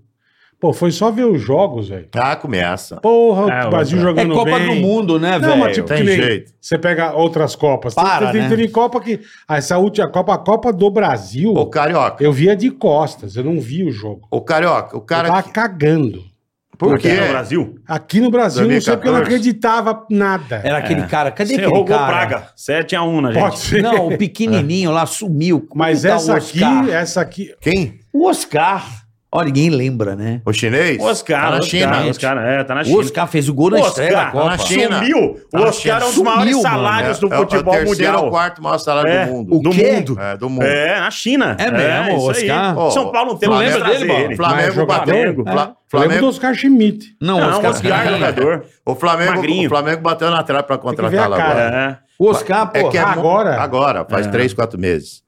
Pô, foi só ver os jogos, velho.
Ah, começa.
Porra,
É,
o Brasil
outra.
jogando
É Copa
bem.
do Mundo, né, velho?
Não, mas tipo,
Tem
que nem
jeito.
você pega outras Copas.
Para,
tem, tem,
né?
tem Copa que. ah, Essa última Copa, a Copa do Brasil,
O Carioca.
eu via de costas, eu não via o jogo.
O Carioca,
eu
o cara...
tava
que-
cagando.
Por
Aqui
quê?
Tá no é um Brasil?
Aqui no Brasil, não sei porque eu não
2014.
acreditava nada.
Era aquele cara. Cadê
Você
aquele
roubou
cara?
praga. 7x1 na né, gente.
Pode ser.
Não, o pequenininho lá sumiu. Como
Mas
tá o
essa aqui,
Oscar?
essa aqui.
Quem?
O Oscar. Ó, ninguém lembra, né?
O chinês?
Oscar,
Tá na
Oscar,
China.
Oscar, é, tá na
O
China.
Oscar fez o gol na
Oscar,
estreia da
tá
Copa.
na China.
Sumiu. O
Tá na
Oscar é um dos
China.
maiores
Sumiu,
salários
É,
do futebol
é o terceiro
mundial.
ou quarto maior salário
É.
do mundo.
O
do
quê?
mundo. É, do mundo.
É, na China.
É mesmo,
isso aí.
Oscar?
Ó,
São Paulo não tem
Flamengo é
mais trazer
dele, mano.
ele.
Mas
Flamengo
jogador,
bateu.
é.
Eu
Fla-
lembro do
Flamengo,
Oscar Schmidt.
Não, o
Não,
Oscar,
o Oscar é jogador.
o, Flamengo,
Magrinho.
o Flamengo bateu na trave para
ver a
contratá-lo
cara.
agora.
É.
O Oscar,
É
porra.
que é mu-
agora?
Agora, faz três, quatro meses.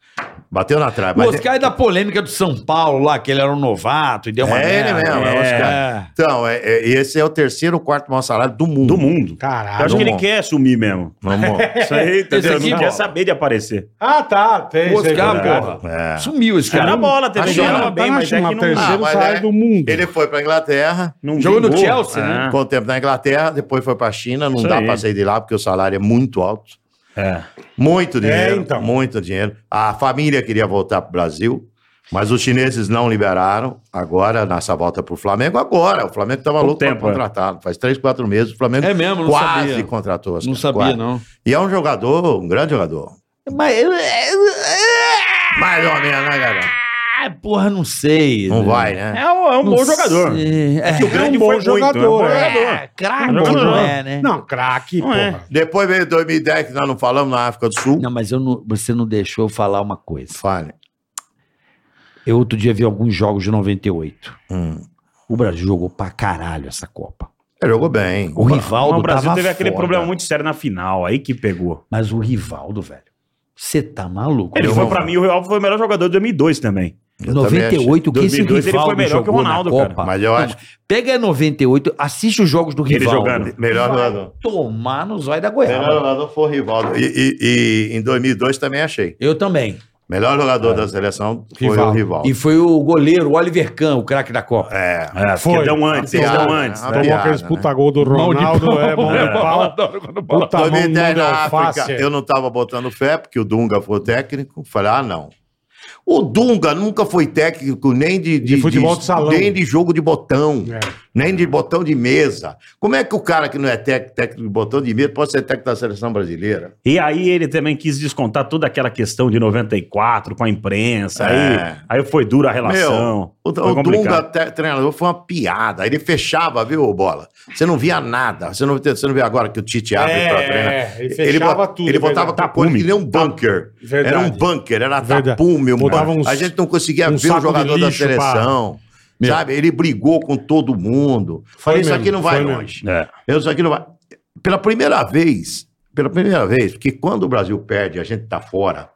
Bateu na trave.
O
mas-
Oscar é da polêmica do São Paulo lá, que ele era um novato e deu uma
É ele
merda.
mesmo, é o Oscar. Então, é, é- esse é o terceiro ou quarto maior salário do mundo.
Do mundo. É, Eu
Caralho.
acho que ele
mundo.
quer sumir mesmo.
Vamos.
Isso aí, entendeu?
aqui,
não
ó.
quer saber de aparecer.
Ah, tá. Tem,
O
sei, tá
Oscar,
ligado.
porra.
É.
Sumiu esse
Era
cara.
na bola,
a
teve
China
jogava
tá
bem,
na
mas é
China,
que não,
terceiro.
Ah,
Terceiro
mas
salário
é-
do mundo.
Ele foi para Inglaterra,
não
Jogou no
vingou.
Chelsea, né?
ficou um tempo na Inglaterra, depois foi para China, não
Ah. Isso
dá
aí.
para sair de lá porque o salário é muito alto.
É.
Muito dinheiro,
então.
muito dinheiro. A família queria voltar para o Brasil, mas os chineses não liberaram. Agora, nessa volta para o Flamengo, agora. O Flamengo estava louco para
tempo, é.
contratar. Faz três, quatro meses. O Flamengo
É mesmo, não
quase
sabia.
contratou.
Não
Oscar,
sabia,
quase.
não.
E é um jogador, um grande jogador.
Mas. eu-
Mais ou menos, né, galera?
Ah, porra, não sei.
Não
né?
vai, né?
É um, é um
Não
bom jogador.
sei. É.
O grande foi muito, é um bom jogador.
É, craque,
Um bom
não
jogador.
é, né?
Não, craque,
Não é.
porra.
Depois veio 2010, que nós não falamos, na África do Sul.
Não, mas eu não- você não deixou eu falar uma coisa.
Fale.
Eu outro dia vi alguns jogos de 98.
Hum.
O Brasil jogou pra caralho essa Copa.
Ele jogou bem.
O Rivaldo
Mas o Brasil
tava
teve aquele
foda.
problema muito sério na final, aí que pegou.
Mas o Rivaldo, velho, você tá maluco?
Ele
Meu
foi
irmão,
pra mim, o Rivaldo foi o melhor jogador de 2002 também.
Eu também
98, o que esse
2002 ele
Rivaldo
foi melhor
jogou
que o Ronaldo,
na
cara.
Copa.
achei. Mas eu acho
Pega 98, assiste os jogos do
Ele
Rivaldo.
jogando.
melhor
Vai
jogador.
Tomar no zóio da
Melhor
Goiaba.
jogador foi o Rivaldo. E, e- e em 2002 também achei.
Eu também.
Melhor jogador da seleção foi
É. Rivaldo.
o Rivaldo.
E foi o goleiro, o Oliver Kahn, o craque da Copa.
É.
É,
Foi.
porque deu um antes, eles
Piada,
dão antes.
né?
né?
Tomou
piada,
aqueles
né?
puta gol do
Mão de
Ronaldo,
pau.
é, mão de pau. Puta mão, mão de
2010 na África,
Tá alface.
eu não estava botando fé, porque o Dunga foi o técnico. Falei, ah, não. O Dunga nunca foi técnico nem de,
De futebol de salão.
nem de jogo de botão.
É.
nem de botão de mesa. Como é que o cara que não é tec- técnico de botão de mesa pode ser técnico da seleção brasileira?
E aí ele também quis descontar toda aquela questão de 94 com a imprensa.
É.
Aí, aí foi dura a relação.
o,
foi
o Dunga te- treinador foi uma piada. Ele fechava, viu, Bola? Você não via nada. Você não, você não vê agora que o Tite abre
É,
pra treinar.
é, ele fechava
bot-
tudo,
Ele
é
botava
verdade.
com coisa que nem um bunker.
Verdade.
Era um bunker, era
Verdade.
tapume. Um
Botava
bunker.
uns-
a gente não conseguia
um
ver
saco
o
de
jogador da
lixo pra-
seleção. Sabe? Ele brigou com todo mundo.
Foi
Isso aqui
mesmo,
não vai
foi
longe.
É.
Isso aqui não vai. Pela primeira vez, pela primeira vez, porque quando o Brasil perde, a gente tá fora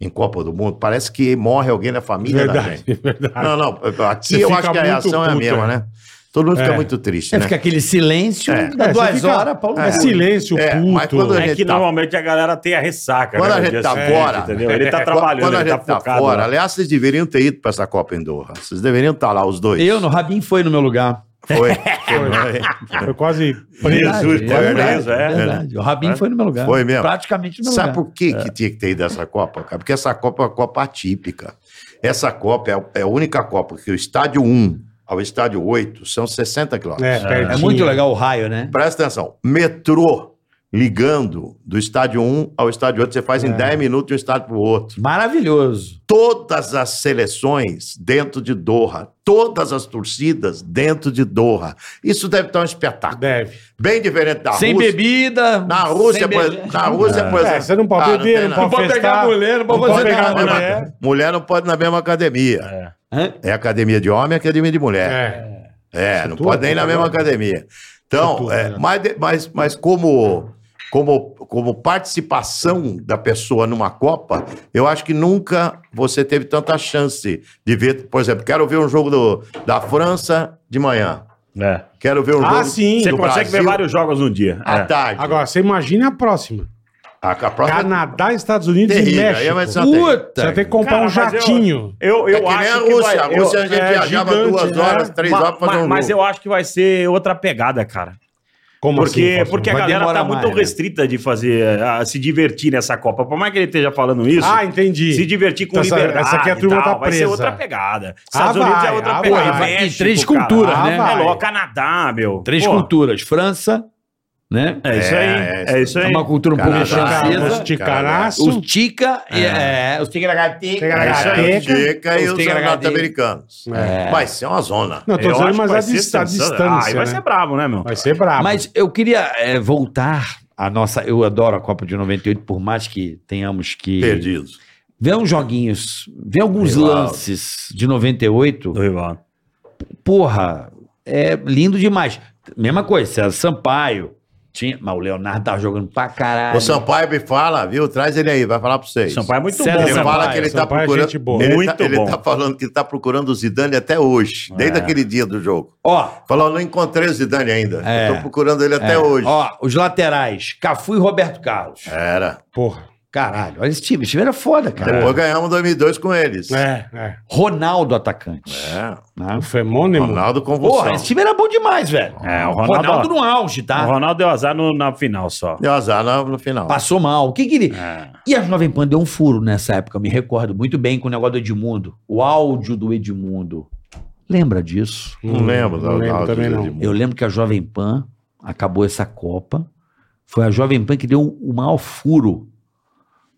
em Copa do Mundo, parece que morre alguém na família da
Verdade,
gente.
verdade.
Não, não. Aqui
Você
eu
fica
acho que a
muito
reação é a
puto,
mesma,
é.
né? Todo mundo fica
É.
muito triste,
É,
né?
fica aquele silêncio
É.
dá
É, você
duas
fica-
horas. Paulo
É silêncio,
É, mas
puto.
quando a
É
gente
que
tá-
normalmente a galera tem a ressaca.
Quando
né,
a
no
gente
dia
tá
seguinte,
fora-
entendeu? Ele tá
Quando
trabalhando,
a
ele
gente
tá
tá,
focado.
fora.
né?
Aliás, vocês deveriam ter ido pra essa Copa em Doha. Vocês deveriam estar lá, os dois.
Eu, no Rabin, foi no meu lugar.
Foi.
Foi quase
Verdade.
preso.
Jesus,
é
foi
verdade,
preso,
é
é.
verdade. O Rabin foi no meu lugar.
Foi mesmo.
Praticamente no meu
é.
Sabe
lugar.
por que, que tinha que ter ido essa Copa, cara? Porque essa Copa é uma Copa atípica. Essa Copa é- é a única Copa que o estádio 1 ao estádio 8 são 60 quilômetros.
É, pertinho.
É muito legal o raio, né?
Presta atenção. Metrô ligando do estádio 1 ao estádio 8, você faz
É.
em 10 minutos de um estádio pro outro.
Maravilhoso.
Todas as seleções dentro de Doha, todas as torcidas dentro de Doha. Isso deve estar um espetáculo.
Deve.
Bem diferente da
sem
Rússia.
bebida.
Na Rússia,
sem
por
bebida.
exemplo. Na Rússia, por exemplo.
É, você não pode
Ah,
beber,
tem
não
nada.
pode festar.
não
Não pode pegar
Não,
a
não, não.
mulher.
Mulher não pode ir na mesma academia.
Hã?
É academia de homem e academia de mulher.
É.
É, não
tudo,
pode nem ir na
tudo,
mesma
né?
academia. Então,
tudo,
é,
né?
mas, de- mas, mas como, como, como participação da pessoa numa Copa, eu acho que nunca você teve tanta chance de ver, por exemplo, quero ver um jogo do- da França de manhã.
É.
Quero ver um
Ah,
jogo
sim.
Você
do
consegue ver
Brasil Ah, tá.
vários jogos no dia.
à
é.
tarde.
Agora, você imagina a próxima.
a, a próxima
Canadá, Estados
é
Unidos e
terrível. Aí
México.
vai ser
Você
uma terrível.
vai ter que comprar
Cara,
um
mas eu-
jatinho.
Eu, eu
é que nem
acho
a
que
Rússia.
vai-
a
eu-
Rússia a gente
é
viajava
gigante,
duas
né?
horas, três
Ma-
horas pra fazer
ma-
um
mas
jogo.
eu acho que vai ser outra pegada, cara.
Como
Porque,
assim?
porque a
Vai
galera tá
demorar
muito
mais, né?
restrita de fazer, a se divertir nessa Copa. Por mais que ele esteja falando isso,
Ah, entendi.
se divertir com
Essa-
liberdade.
Essa aqui a turma
e tal,
tá
Vai ser
presa.
outra pegada.
Ah,
Estados Unidos é
vai,
outra
ah,
pegada.
vai.
E
México,
três
cara.
culturas,
Ah,
né?
vai.
É louco, Canadá, meu.
Três
Pô,
culturas. França, né?
É isso aí.
É,
É, isso aí.
uma cultura um pouco
Canadá,
Francesa,
francesa.
Canadá.
ticaraço.
O Tica é, é, o Tica
É isso aí, Tica e
Os
os
TKHD.
norte-americanos.
É.
Vai ser uma zona.
Não, tô
Eu
dizendo,
acho
mas
que
a,
vai ser
dis- a
sensacional. Ah, e
distância,
vai
né?
ser brabo, né, meu?
Vai ser brabo.
Ah,
Mas eu queria é, voltar à nossa. Eu adoro a Copa de 98, por mais que tenhamos que
Perdidos.
ver uns joguinhos, ver alguns
Rivaldo.
lances de 98.
Do Rivaldo.
Porra, é lindo demais. Mesma coisa, César Sampaio. Tinha, mas o Leonardo tá jogando pra caralho.
O Sampaio me fala, viu? Traz ele aí, vai falar pra vocês.
Sampaio é muito
César
bom.
ele
Sampaio,
fala que ele tá
Sampaio é
procurando.
gente boa.
Ele,
Muito
tá, ele
bom.
tá falando que tá procurando o Zidane até hoje,
É.
desde aquele dia do jogo.
Ó,
Falou, não encontrei o Zidane ainda.
É.
Eu tô procurando ele até
é,
hoje. É.
ó, os laterais, Cafu e Roberto Carlos.
Era.
Porra.
Caralho, olha esse time. Esse time era foda, cara.
Depois ganhamos 2002 com eles.
É, é.
Ronaldo atacante.
É.
né?
O Femônimo.
Ronaldo convulsão.
Porra, esse time era bom demais, velho.
É, o
Ronaldo,
Ronaldo-
no auge, tá?
O Ronaldo deu azar no- na final só.
Deu azar no, no final.
Passou mal. O que que ele... E a Jovem Pan deu um furo nessa época, eu me recordo muito bem com o negócio do Edmundo. O áudio do Edmundo. Lembra disso?
Não lembro.
Hum, Não lembro também, não.
Eu lembro que a Jovem Pan acabou essa Copa. Foi a Jovem Pan que deu o maior furo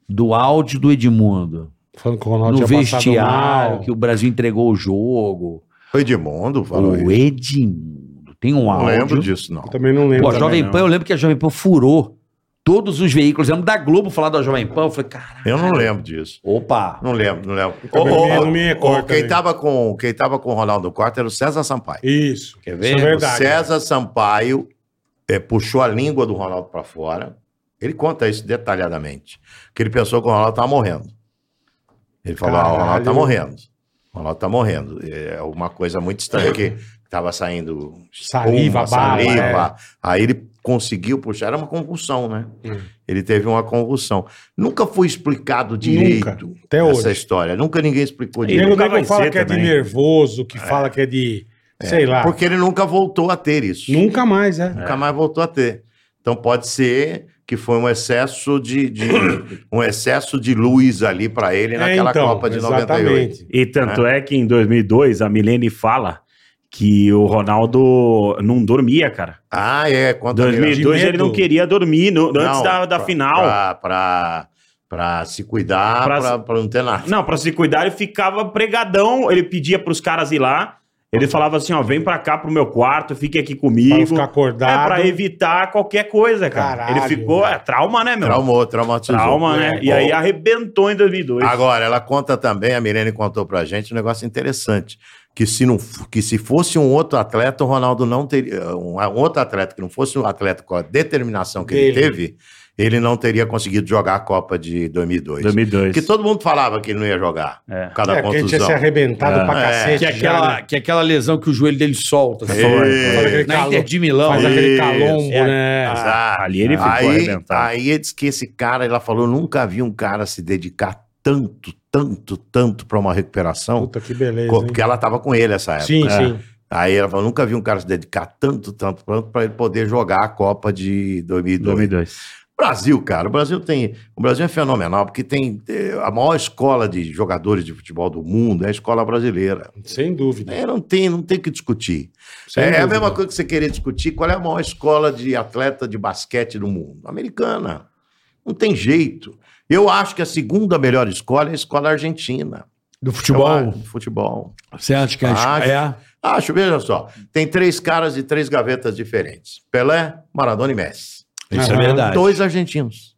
do áudio do Edmundo.
Falando que o Ronaldo
no
tinha passado
vestiário,
mal.
que o Brasil entregou o jogo.
Foi Edmundo, falou
o
isso.
Edmundo. Tem um
Não
áudio.
lembro disso, não.
Eu também não lembro.
Pô, a
também, né?
Jovem
não.
Pan, eu lembro que a Jovem Pan furou todos os veículos. Lembro da Globo falar da Jovem Pan. Eu falei,
É.
caralho.
Eu não lembro disso.
Opa.
Não lembro, não lembro.
também
Ô,
não
ô,
me-
ô,
não me
ô,
recordo
quem,
também.
tava com, quem tava com o Ronaldo Quarto era o César Sampaio.
Isso.
Quer
Isso é
ver?
verdade.
O César Sampaio eh, puxou a língua do Ronaldo para fora. Ele conta isso detalhadamente. Que ele pensou que o Ronaldo estava morrendo. Ele falou: ah, o Ronaldo está
Caralho.
morrendo. O Ronaldo está morrendo. É uma coisa muito estranha que estava saindo
Saliva,
espuma,
bala, é.
saliva. Aí ele conseguiu puxar. Era uma convulsão, né?
Hum.
Ele teve uma convulsão. Nunca foi explicado direito
Até
essa
hoje.
história. Nunca ninguém explicou
E
direito.
nego
nunca
nego
vai
fala
ser
que é de
também.
nervoso, que fala que é de. Sei lá.
Porque ele nunca voltou a ter isso.
Nunca mais, é.
nunca mais voltou a ter. Então pode ser que foi um excesso de, de- um excesso de luz ali para ele
É,
naquela
então,
Copa de 98.
exatamente.
E tanto é que em 2002 a Milene fala que o Ronaldo não dormia, cara.
Ah, é. Conta a melhor.
2002 ele não queria dormir no- antes
Não,
da, da
pra-
final.
Pra, pra, pra se cuidar,
Pra-
pra, pra não ter nada.
Não, pra se cuidar, ele ficava pregadão. Ele pedia pros caras ir lá. Ele falava assim, ó, vem pra cá pro meu quarto, fique aqui comigo.
Pra ficar acordado.
É, pra evitar qualquer coisa, cara.
Caralho,
ele ficou...
velho.
É trauma, né, meu? Trauma,
Traumou, traumatizou.
né?
É,
E aí
bom.
arrebentou em 2002.
Agora, ela conta também, a Mirene contou pra gente um negócio interessante, que se, não, f- que se fosse um outro atleta, o Ronaldo não teria, um a- outro atleta que não fosse um atleta com a determinação que ele
Dele.
teve, ele não teria conseguido jogar a Copa de 2002.
2002.
Porque todo mundo falava que ele não ia jogar,
É.
por causa da
É, porque a gente tinha
contusão.
se arrebentado pra
É.
cacete.
Que é aquela,
já, né?
que é aquela lesão que o joelho dele solta. né?
Ei,
Faz aquele
Na
calor.
Inter de Milão.
Faz
né?
aquele
Isso,
calombo,
é.
né?
Exato.
ali ele ficou
aí,
arrebentado.
aí ele disse que esse cara, ela falou, nunca vi um cara se dedicar tanto, tanto, tanto pra uma recuperação,
Puta, que beleza. hein?
porque ela tava com ele essa época.
Sim,
É.
sim.
Aí ela falou, nunca vi um cara se dedicar tanto, tanto, tanto para ele poder jogar a Copa de 2002.
2002.
Brasil, cara, o Brasil tem, o Brasil é fenomenal porque tem eh, a maior escola de jogadores de futebol do mundo é a escola brasileira.
Sem dúvida.
É, não tem, não tem o que discutir.
Sem
é a
dúvida.
mesma coisa que você querer discutir qual é a maior escola de atleta de basquete do mundo. Americana. Não tem jeito. Eu acho que a segunda melhor escola é a escola argentina.
Do
Eu
futebol.
acho- Futebol.
Você acha que é,
Acho.
é?
Acho, veja só. Tem três caras e três gavetas diferentes: Pelé, Maradona e Messi.
Isso é
Aham.
verdade.
Dois argentinos.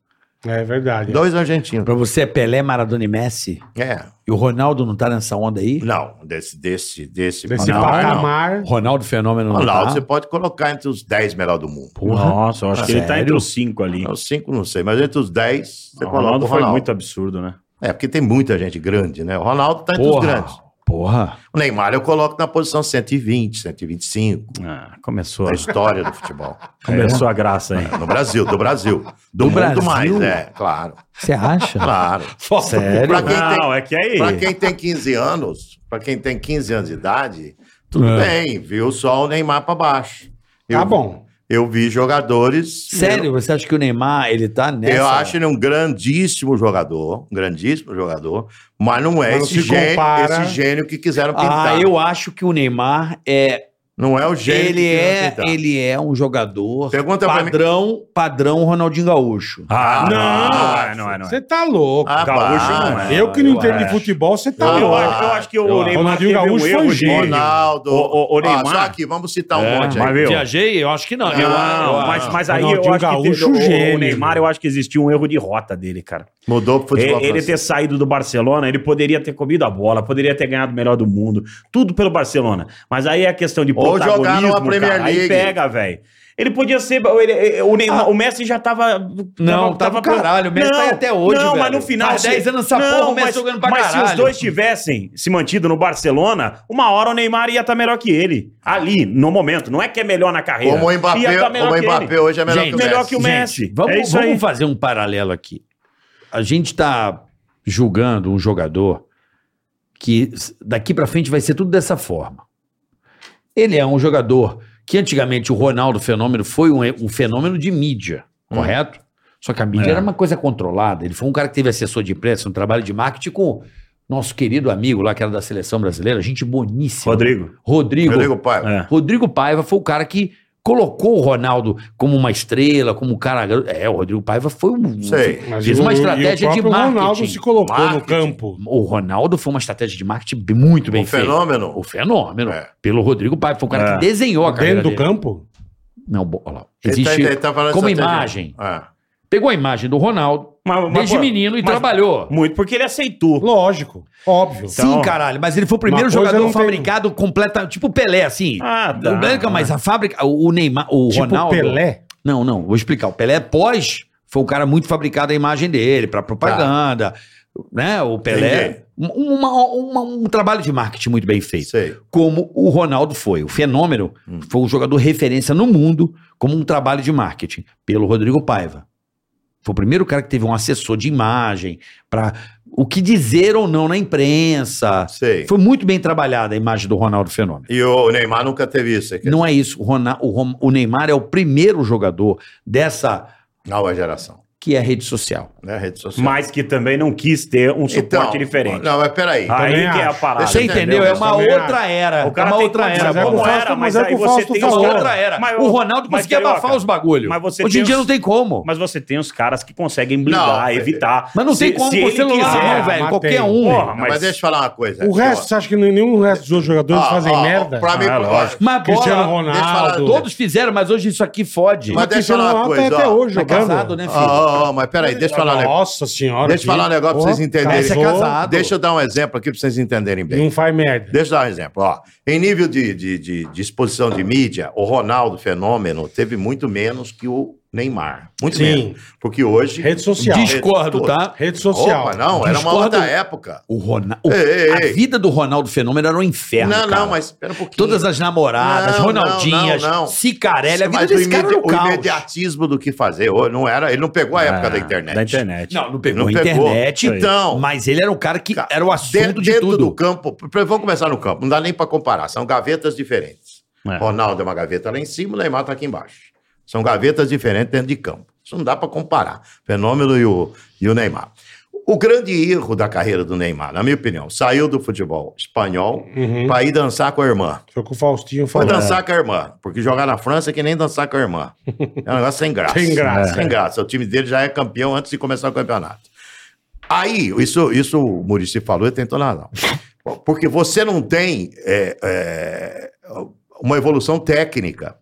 É verdade.
Dois argentinos.
Pra você é Pelé, Maradona e Messi?
É.
E o Ronaldo não tá nessa onda aí?
Não, desse, desse, desse,
Desse
não,
patamar. tá
Ronaldo Fenômeno
não.
não
Ronaldo,
tá?
você pode colocar entre os 10 melhor do mundo.
Porra.
Nossa, eu acho que ele tá
Sério?
entre os cinco ali.
Os cinco, não sei, mas entre os 10, você
o
coloca
Ronaldo
o
foi
Ronaldo.
muito absurdo, né?
É, porque tem muita gente grande, né? O Ronaldo tá entre os
Porra.
grandes.
Porra.
O Neymar eu coloco na posição 120, 125,
Ah, começou.
da história do futebol.
Começou
é.
a graça aí.
No Brasil, do Brasil. Do, mundo
Brasil?
mais, é, claro.
Você acha? um
Claro.
Sério?
Pra quem tem-
Não, é que aí.
Pra quem tem 15 anos, pra quem tem 15 anos de idade, tudo
É.
bem, viu só o Neymar pra baixo. Eu,
Tá bom.
Eu vi jogadores.
Sério? Você acha que o Neymar, ele tá nessa?
Eu, eu acho ele um grandíssimo jogador, um grandíssimo jogador, mas não é
Mas não
esse,
se
gênio,
compara.
esse gênio que tá. quiseram pintar.
Ah, eu acho que o Neymar é.
Não é o gênio que
Ele
quiseram
é,
pintar.
ele é um jogador
Pergunta pra mim.
padrão, padrão Ronaldinho Gaúcho.
Ah,
Ah,
não, não é, não é, não é.
Você tá louco.
Ah,
Gaúcho
pá.
não é.
eu que não
eu
entendo de
acho.
futebol, você tá
Eu
Eu,
louco.
acho, eu acho que o
Eu acho.
Neymar
Ronaldinho
teve um
Gaúcho foi
erro de-
gênio.
Ronaldo.
O- o- o
Ó,
Neymar- É,
só aqui, vamos citar um monte
mas
aí.
viu?
Viajei? Eu acho que não. Eu-
Ah,
Não, mas, mas aí eu
Ronaldinho
acho que teve,
Gaúcho,
o, o- o
gênio.
Neymar, eu acho que existiu um erro de rota dele, cara.
Mudou pro
Ele,
futebol.
ele ter
francês.
saído do Barcelona, ele poderia ter comido a bola, poderia ter ganhado o melhor do mundo, tudo pelo Barcelona. Mas aí é a questão de
Ou jogar
protagonismo,
numa Premier
cara, aí
League.
pega, velho. Ele podia ser. ele- o, Neymar- o Messi já tava.
Ah. Não, tá pro caralho, o Messi tá aí até hoje,
Não, mas
velho.
no final.
Faz
se-
10 anos essa porra, o Messi jogando pra
mas se os
caralho.
dois tivessem se mantido no Barcelona, uma hora o Neymar ia estar melhor que ele. Ali, no momento. Não é que é melhor na carreira.
Como o Mbappé,
Ia tá
como o
que ele.
Mbappé hoje é melhor
Gente,
que o Messi.
melhor que o Messi.
Gente, vamos,
É isso
vamos
aí.
fazer um paralelo aqui. A gente tá julgando um jogador que s- daqui pra frente vai ser tudo dessa forma. Ele é um jogador que antigamente o Ronaldo Fenômeno foi um, e- um fenômeno de mídia, correto? Só que a mídia
Hum. É.
era uma coisa controlada. Ele foi um cara que teve assessor de imprensa, um trabalho de marketing com nosso querido amigo lá, que era da seleção brasileira, gente boníssima.
Rodrigo.
Rodrigo.
Rodrigo Paiva.
É.
Rodrigo Paiva foi o cara que colocou o Ronaldo como uma estrela, como um cara. É, o Rodrigo Paiva foi um.
Sei.
Mas
Fiz
o-
uma
e o
estratégia de
próprio Ronaldo
marketing.
se colocou no
Marketing.
campo.
O Ronaldo foi uma estratégia de marketing muito bem
Um
feita.
fenômeno.
O fenômeno.
É.
Pelo Rodrigo Paiva. Foi o cara
É.
que desenhou a carreira
Dentro do
dele.
campo?
Não, bo- olha lá.
Ele tá-
Existe.
ele tá falando
como
estratégia.
imagem.
É.
Pegou a imagem do Ronaldo
Mas- mas,
desde
pô,
menino e
mas-
trabalhou.
Muito porque ele aceitou.
Lógico, óbvio.
Sim,
Então-
caralho, mas ele foi o
Uma
primeiro
coisa
jogador
não tem-
fabricado completamente. Tipo o Pelé, assim.
Ah, tá.
O Belga, mas a fábrica. O o Neymar. O
tipo
Ronaldo.
Pelé.
é
Não, não, vou explicar. O Pelé pós foi um cara muito fabricado a imagem dele para propaganda, né? O Pelé, um- uma- uma- um trabalho de marketing muito bem feito.
Sei.
Como o Ronaldo foi, o fenômeno foi um jogador referência no mundo como um trabalho de marketing pelo Rodrigo Paiva. Foi o primeiro cara que teve um assessor de imagem para o que dizer ou não na imprensa.
Sei.
Foi muito bem trabalhada a imagem do Ronaldo fenômeno.
E o Neymar nunca teve isso. é que-
Não é isso. O, Rona- o Ron- o Neymar é o primeiro jogador dessa
Nova geração.
que que é rede social.
né, rede social.
Mas que também não quis ter um suporte
Então,
diferente.
Não, mas peraí.
Aí
Também
que é a
acho.
parada.
Você
eu
entendeu?
entendo,
É
eu
uma
também
outra era.
O cara
é uma
tem
outra
condição,
era.
mas é
Como
com
era?
Fausto,
mas
mas
é
aí
com
você
Fausto
tem
É
os
falou.
caras-
outra era.
Mas,
o Ronaldo
mas,
conseguia
Carioca,
abafar os bagulhos.
mas você
Hoje
tem
em dia
os-
não tem como. Mas,
Mas você tem os caras que conseguem blindar,
Não,
evitar.
não tem
Se-
como
se
com o
ele
celular,
quiser.
não, velho.
mas
Qualquer
tem.
um.
Porra,
Mas...
mas
deixa eu falar uma coisa. Ah,
O resto, você acha que nenhum resto dos outros jogadores fazem merda?
Pra mim,
Ah, lógico.
Mas
Cristiano
bola,
Ronaldo.
deixa eu falar
todos fizeram, mas hoje isso aqui fode.
Mas
Mas
deixa eu
Cristiano
falar uma
Ronaldo tá
coisa,
até
ó.
hoje
É
jogando.
casado, né, filho?
Ó, ó, ó, mas peraí, deixa eu falar um negócio.
Nossa senhora.
Deixa eu falar um negócio pra
Porra,
vocês entenderem.
casou,
Esse é casado.
Deixa eu dar um exemplo aqui pra vocês entenderem bem.
Não faz merda.
Deixa eu dar um exemplo. Ó, em nível de, de, de, de exposição de mídia, o Ronaldo Fenômeno teve muito menos que o Neymar. Muito
Sim.
menos. Porque hoje.
Rede social.
Discordo, tá?
Rede social.
Opa, não, era uma
Discordo.
outra época.
O Ronaldo.
Ei, ei, ei.
A vida do Ronaldo Fenômeno era um inferno.
não,
cara.
não, mas espera um pouquinho.
Todas as namoradas,
Não,
Ronaldinhas,
não, não, não.
Cicarelli, a vida
Mas o,
desse cara
imedi-
era um
o
caos. Ah,
imediatismo do que fazer. hoje Não era, ele não pegou a época da internet.
Da internet.
Não, não pegou
Não
a
pegou.
internet,
Então.
mas ele era um cara que era o
De-
assunto de,
dentro
tudo.
do campo. p- Vamos começar no campo. Não dá nem para comparar. São gavetas diferentes.
É.
Ronaldo é uma gaveta lá em cima, o Neymar está aqui embaixo. São gavetas diferentes dentro de campo. Isso não dá para comparar. Fenômeno e o, e o Neymar. O grande erro da carreira do Neymar, na minha opinião, saiu do futebol espanhol para ir dançar com a irmã.
Foi o que o Faustinho
Foi
falou.
dançar com a irmã, porque jogar na França é que nem dançar com a irmã. É um negócio sem graça.
Sem graça.
Sem graça. O time dele já é campeão antes de começar o campeonato. Aí, isso, isso o Murici falou e tentou razão. Porque você não tem é, é, uma evolução técnica.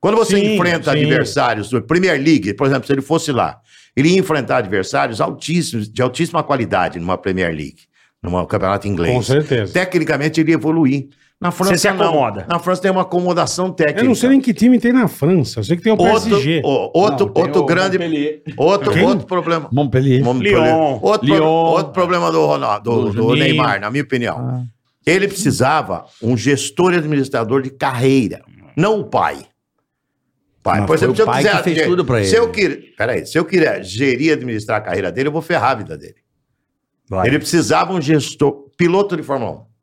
Quando você
Sim,
enfrenta
sim.
adversários do Premier League, por exemplo, se ele fosse lá, ele ia enfrentar adversários altíssimos, de altíssima qualidade numa Premier League, num campeonato inglês.
Com certeza.
Tecnicamente ele ia evoluir. Na França
Você se
não.
acomoda.
Na França tem uma acomodação técnica.
Eu não sei nem que time tem na França. Eu sei que tem o
outro,
PSG.
o- outro, outro grande, outro, outro problema.
Montpellier.
Montpellier.
Lyon.
Outro, pro-
Lyon.
outro problema do Ronaldo, do, do
Juninho.
Neymar, na minha opinião. Ele precisava um gestor e administrador de carreira, não o pai. Pai,
Mas
por exemplo,
foi
se eu
o pai
quiser,
que fez
se-
tudo pra
se
ele.
Eu quer, peraí, se eu quiser gerir e administrar a carreira dele, eu vou ferrar a vida dele.
Vai.
Ele precisava um gestor, piloto de Fórmula 1.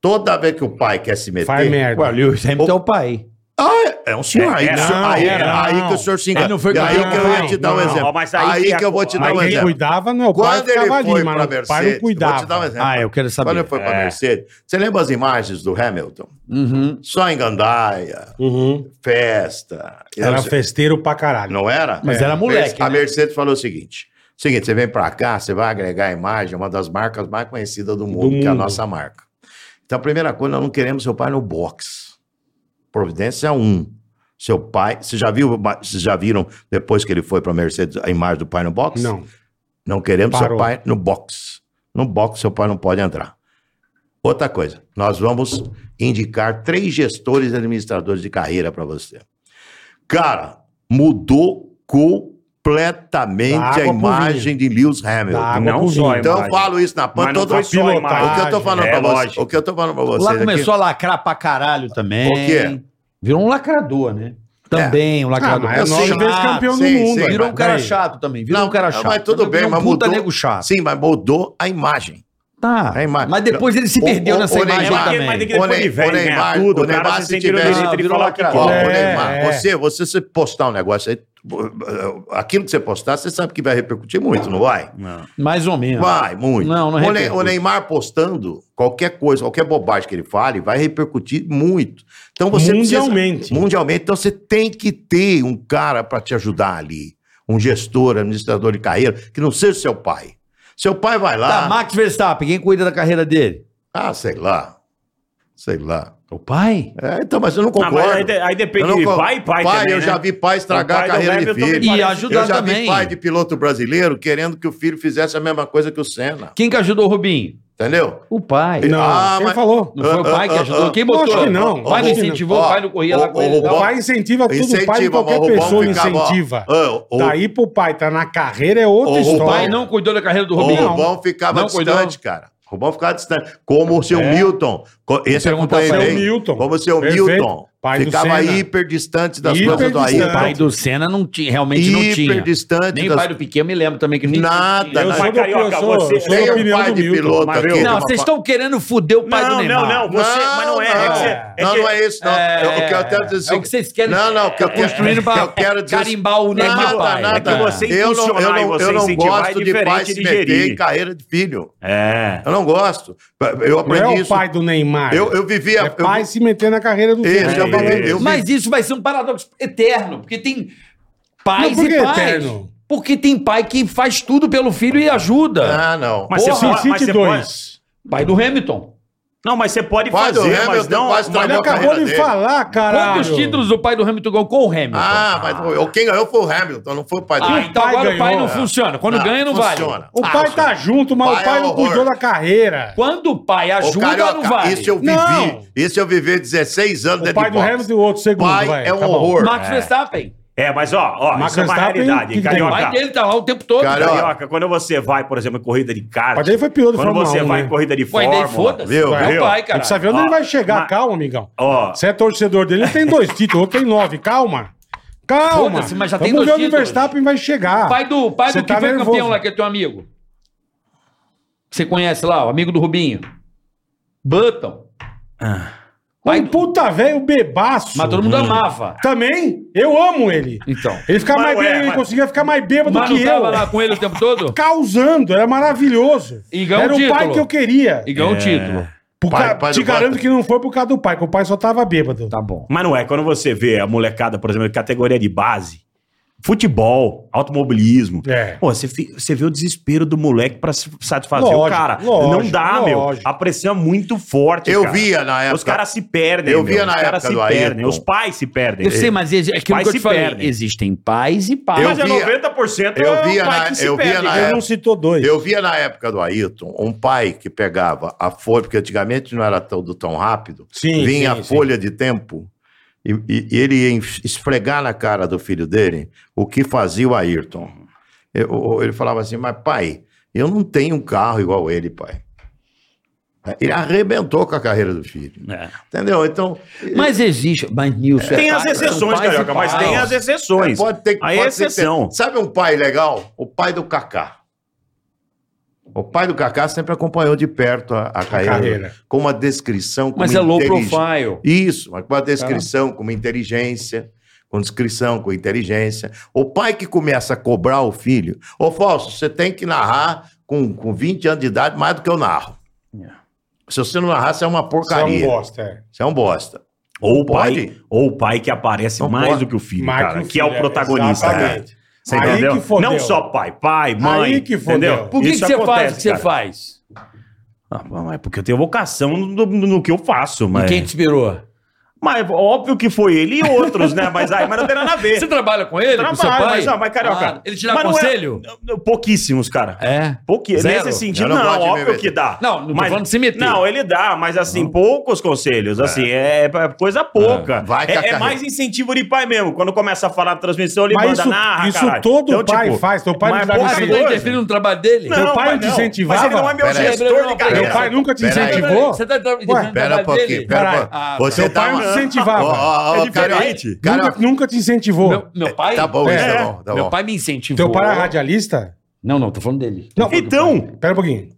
Toda vez que o pai quer se meter,
Faz merda.
Ué, Lewis Hamilton é o pai.
ah, é um senhor. aí,
É,
que o senhor-
não,
aí,
era,
aí
não.
que o senhor se
Ele
engana.
não foi
E aí que eu ia te
campeão,
dar um
não.
exemplo.
Mas aí
Aí
que
que eu vou te dar
Aí
um
quem
exemplo.
cuidava não é o pai,
Quando ele
ficava ali,
foi
mas
para
o
Mercedes,
pai não
vou te dar um
cuidava.
exemplo.
Ah, eu quero
Quando
saber.
ele foi para Mercedes, você lembra as imagens do Hamilton?
Uhum.
Só em Gandaia,
Uhum.
festa.
Era
Não sei-
festeiro pra caralho.
Não era? É.
Mas era moleque,
A
né?
Mercedes falou o seguinte. Seguinte, você vem para cá, você vai agregar a imagem, uma das marcas mais conhecidas do mundo, que é a
mundo.
nossa marca. Então, a primeira coisa, nós não queremos seu pai no box. Providência 1. Seu pai. Você já viu? Vocês já viram depois que ele foi para Mercedes a imagem do pai no box?
Não.
Não queremos
Parou.
seu pai no box. No box, seu pai não pode entrar. Outra coisa, nós vamos indicar três gestores e administradores de carreira para você. Cara, mudou
Da
completamente
água
a
pro
imagem de Lewis Hamilton.
Da água
não
pro
só
vinho.
a
Então eu
imagem.
falo isso na
Mas não
pan todo
foi só a
pilotagem.
imagem.
o que eu tô falando
É,
pra vocês,
lógico.
o que eu tô falando pra vocês
Lá
aqui-
começou a lacrar pra caralho também.
Por quê? É.
Virou um lacrador, né? Também, um
Ah,
lacrador.
mas é
Eu
nove
sei.
vezes
Ah,
campeão do
sim,
mundo.
assim, sim.
aí.
Virou um cara
Daí.
chato também. Virou um cara chato.
mas tudo
Também
bem,
virou
mas
um puta
mudou.
nego chato.
Sim, mas mudou a imagem.
Tá.
A imagem.
Mas depois ele se
O-
perdeu
o-
nessa
o
imagem
Neymar-
também.
Mas tem que
O
depois
Ney-
de velho
o Neymar-
ganhar tudo,
o
o cara
Neymar
se
se
sentiu no
tiver-
direito de
Virou
falar que
lacrador.
Ó,
É,
ô, Neymar,
é.
Você, você se postar um negócio aí, aquilo que você postar, você sabe que vai repercutir muito, não vai?
Mais ou menos.
Vai, muito.
Não, não
o, Ne-
repercute.
o Neymar postando qualquer coisa, qualquer bobagem que ele fale, vai repercutir muito. Então você precisa-
Mundialmente.
mundialmente. Então você tem que ter um cara para te ajudar ali. Um gestor, administrador de carreira, que não seja seu pai. Seu pai vai lá.
Tá, Max Verstappen, quem cuida da carreira dele?
Ah, sei lá. Sei lá.
O pai?
É, então, mas eu não
Ah,
concordo.
mas aí, de- aí
Eu
depende
não
de
con-
pai e pai, também,
eu
né?
já vi pai estragar
O pai
a
do
carreira de
Hamilton
filho.
me
E
parece-
ajudar
eu já
também.
vi pai de piloto brasileiro querendo que o filho fizesse a mesma coisa que o Senna.
Quem que ajudou o Rubinho?
Entendeu?
O pai.
Não,
Ah,
quem
mas-
falou?
Não foi o pai que
Ah, ah,
ajudou?
ah,
Quem botou?
lógico que não.
O pai não
Lógico que
incentivou,
não.
o pai não corria
Ó,
lá com
ó,
ele. e
ó,
tal.
O
ó,
pai incentiva tudo. o pai de
Incentiva, mas
qualquer
o Rubão
pessoa não
ficava. ó,
incentiva.
ah, o-
Daí pro pai tá na carreira é outra
O- o
história.
O pai
Ó.
não cuidou da carreira do
o
Rubinho?
Rubão ficava
Não,
distante, cara. O Rubão ficava distante. Como o seu Milton. Co- Esse eu
perguntar pra
acompanhei.
ele. Seu Milton.
Como o seu
Perfeito.
Milton.
Pai do
Ficava
Senna.
hiper distante das
Hiper
coisas do
distante.
Ayrton.
Pai do Senna não tinha, realmente não
hiper
tinha.
distante
Nem
das...
pai do Piquet, eu me lembro também que nem
Nada,
tinha.
Eu
Mas
sou do
Carioca,
eu sou,
você-
eu sou
Nem
da
o
opinião
pai
do
de
Milton.
piloto
mas eu-
aqui.
Não, vocês estão querendo foder o pai do
Não,
Neymar.
não, não. Você, mas não é. é que você- é
não,
que-
não é isso, não.
É,
Eu- eu quero até dizer
É o que vocês querem
Não, não, o que eu quero-
construindo pra
eu quero dizer-
carimbar o Neymar
Nada,
pai.
nada.
É que você
eu não, eu
impulsionar e
não,
você
eu não
incentivar é
gosto de
diferente
pai se
de
meter
gerir.
em carreira de filho.
É.
Eu não gosto. Eu
Não é o
aprendi isso.
pai do Neymar.
Eu, eu vivia.
É
eu-
pai se meter na carreira do
Isso,
filho.
eu,
né?
eu, eu
Mas isso vai ser um paradoxo eterno, porque tem pais
Não, por que
e pais.
eterno?
Porque tem pai que faz tudo pelo filho e ajuda.
Ah, não.
Mas você
Porra,
pode- mas você
City 2.
Pai do Hamilton.
Não, mas você pode
Pai do
fazer, mas
Hamilton,
não. mas-
quase trabalhou
Ele
Acabou a
acabou de
carreira dele.
falar, caralho.
Quantos títulos o pai do Hamilton ganhou com o Hamilton?
Ah, mas o- quem ganhou foi o Hamilton, não foi o pai
Ah,
dele.
então
pai
agora o pai
ganhou,
não
é.
funciona. Quando
Não,
ganha, não
funciona.
vale.
O
Ah,
pai
o
tá junto, mas
pai
o pai
é
não
horror.
cuidou da carreira.
Quando o pai
Ô,
ajuda,
Carioca,
não vale.
Isso eu vivi.
Não.
Isso eu vivi 16 anos
O
dentro
pai
de
do
boxe.
Hamilton e o outro segundo.
Pai
vai,
é um
tá bom.
horror.
Max Verstappen.
É, mas ó, ó
Max
isso é uma
Verstappen,
realidade,
que
hein,
tem
O pai
carioca.
dele tá lá o tempo todo.
Cara,
Carioca, quando você vai, por exemplo, em corrida de kart.
Mas ele foi piloto de
Quando
Fórmula
você
1,
vai
né?
em corrida de
O pai dele,
Fórmula.
foda-se. É
Viu?
o
Viu?
pai,
Tem
cara.
que saber onde ele vai chegar.
ma-
Calma, amigão.
Ó,
Você é torcedor dele, ele tem dois títulos, outro tem nove. Calma. Calma.
Foda-se, mas já
Vamos
tem dois
ver onde o
títulos.
Verstappen vai chegar.
Pai do, pai
Você
do que
tá
foi
nervoso.
campeão lá, que é teu amigo. Você conhece lá, o amigo do Rubinho. Button. Pai
Um
do-
puta velho bebaço.
Mas todo mundo amava.
Também, eu amo ele.
Então.
Ele ficava
Mas
mais
ué,
bêbado, ele
mas-
conseguia ficar mais bêbado
Mas
do
não
que
tava
eu.
lá com ele o tempo todo?
Causando, era maravilhoso.
E ganhou
era
o
o pai
título.
que eu queria.
E ganhou o título.
Por
Pai-
ca-
pai
Te
do
garanto
Bota.
que não foi por causa do pai, que o pai só tava bêbado.
Tá bom.
Mas não é, quando você vê a molecada, por exemplo, de categoria de base, futebol, automobilismo,
É.
pô, você, fi- você vê o desespero do moleque pra se satisfazer o
Lógico,
cara.
lógico,
não dá, meu.
lógico.
A pressão é muito forte.
Eu
cara.
via na época.
Os caras se perdem.
Eu
meu.
via na
Os caras
época
se
do
perdem.
Ayrton.
Os pais se perdem.
Eu sei, mas exi- é aquilo
Pais
que eu te
se
falei.
perdem.
Existem pais e pais.
Eu
Mas é
via-
90%
eu
é o
via
pai
na-
que se
eu via
perde.
na
Ele
é.
não citou dois.
Eu via na época do Ayrton um pai que pegava a folha, porque antigamente não era tudo tão rápido,
Sim,
vinha
sim,
a
sim.
folha de tempo e, e- e ele ia enf- esfregar na cara do filho dele o que fazia o Ayrton. Eu- eu- ele falava assim, mas pai, eu não tenho um carro igual ele, pai. Ele arrebentou com a carreira do filho.
É.
Entendeu? Então,
Mas existe. Mas Nilson.
Tem
é
as
pai, são
exceções,
pais e
Carioca, mas
pais.
tem as exceções.
Pode ter,
Aí é
pode ter-
exceção.
Sabe um pai legal? O pai do Kaká. O pai do Kaká sempre acompanhou de perto a, a carreira,
carreira.
com uma descrição, com
Mas
uma
é low
intelig-
profile.
Isso, mas com uma descrição, com uma inteligência, com descrição, com inteligência. O pai que começa a cobrar o filho, ô Fausto, você tem que narrar com, com 20 anos de idade mais do que eu narro.
É.
Se você não narrar, você é uma
Isso é um
porcaria.
bosta, é.
Você é um bosta.
Ou o
Pode?
pai, ou o pai que aparece
Não
mais
pode.
do que o filho,
Mais
cara,
o
que é
filho,
o protagonista, né? cara.
exatamente.
Você
Aí
entendeu?
que fodeu.
Não só pai, pai, mãe.
Aí que fodeu.
entendeu?
Por que, que
Isso
você faz
acontece,
o que você
cara.
faz?
Ah, bom, é porque eu tenho vocação no, no- no que eu faço,
E
mas...
quem te inspirou?
Mas óbvio que foi ele e outros, né? Mas, aí, mas não tem nada a ver.
Você trabalha com ele? com seu
Trabalho,
pai?
mas, ó, mas, Carioca,
Ah, ele te dá
mas não é-
conselho?
Pouquíssimos, cara.
É.
Pouqui...
Zero.
Nesse sentido,
Eu não
não,
gosto de me
óbvio
meter.
que dá.
Não, não tô falando de se meter.
Não, ele dá, mas assim, poucos conselhos. Assim, é, é coisa pouca.
É. Vai que a
É, é
carreira-
mais incentivo de pai mesmo. Quando começa a falar na transmissão, ele
Mas
manda
isso-
narra,
isso
caralho. Então, tipo,
todo pai faz, teu pai
mas
não dá
pouca
Ah, você tá
conselho.
coisa.
interferindo no trabalho dele?
Teu pai não te
mas
incentivava?
Mas ele não é meu
Pera aí.
gestor de
Pera aí.
Meu
carreira.
pai nunca te
Pera aí.
incentivou?
Você tá interferindo
Ué,
no
Pera um
trabalho
pouquinho,
dele?
pera um
Caralho.
pouquinho.
Ah,
Você
Seu
tá
pai não
uma...
te incentivava.
Ó, ó, ó,
É diferente.
Carioca. Carioca,
Nunca, nunca te incentivou.
Meu, meu pai?
Tá bom, isso,
É.
tá bom, tá
meu
bom.
pai me incentivou.
Teu pai era radialista?
Não, não, tô falando dele.
Não,
Então,
Pera um pouquinho.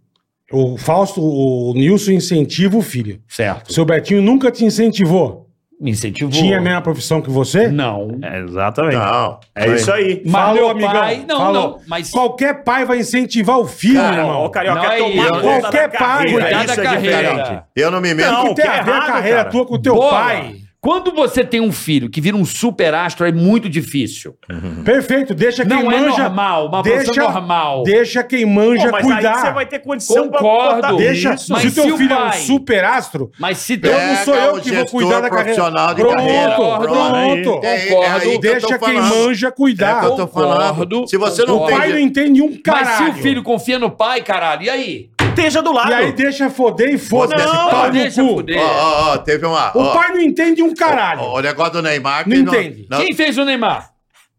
O Fausto, o Nilson incentiva o filho.
Certo.
Seu Betinho nunca te incentivou.
Me incentivou.
Tinha a mesma profissão que você?
Não.
É, exatamente.
Não.
É isso aí.
Mas meu pai- não, não, mas-
Qualquer pai vai incentivar o filho, irmão.
Ó, o carioca
Não,
quer
aí,
tomar
ó,
conta
qualquer
da
pai,
carreira,
cuidar
isso
da
é
carreira.
diferente.
Eu não me meto.
Não,
Tem a
que
ver a
errado,
carreira
cara.
tua com o teu
Bola.
pai.
Quando você tem um filho que vira um super astro, é muito difícil.
Perfeito, deixa quem
Não é
manja.
normal, uma
deixa,
profissão normal.
Deixa quem
Pô,
manja
mas
cuidar.
aí você vai ter condição
Concordo.
pra botar
Deixa,
Isso,
se o
mas
teu
se o
filho é um
pai-
super astro,
Mas se
Pega
então não sou
o
eu que vou
gestor
cuidar da carreira.
profissional de
pronto,
carreira.
pronto.
Olha aí.
É, é aí que eu tô
Deixa quem
falando.
manja
É
cuidar.
que eu tô falando.
Concordo,
Se você não
O pai não
tem.
entende um caralho.
Mas se o filho confia no pai, caralho, e aí?
Esteja do lado.
E aí deixa foder e foda-se.
Não,
pau no
deixa
cu.
fuder.
Ó, ó, ó, teve uma.
O
ó,
pai não entende um
ó,
caralho.
O negócio do Neymar.
Não
que
entende.
não-
Quem fez o Neymar?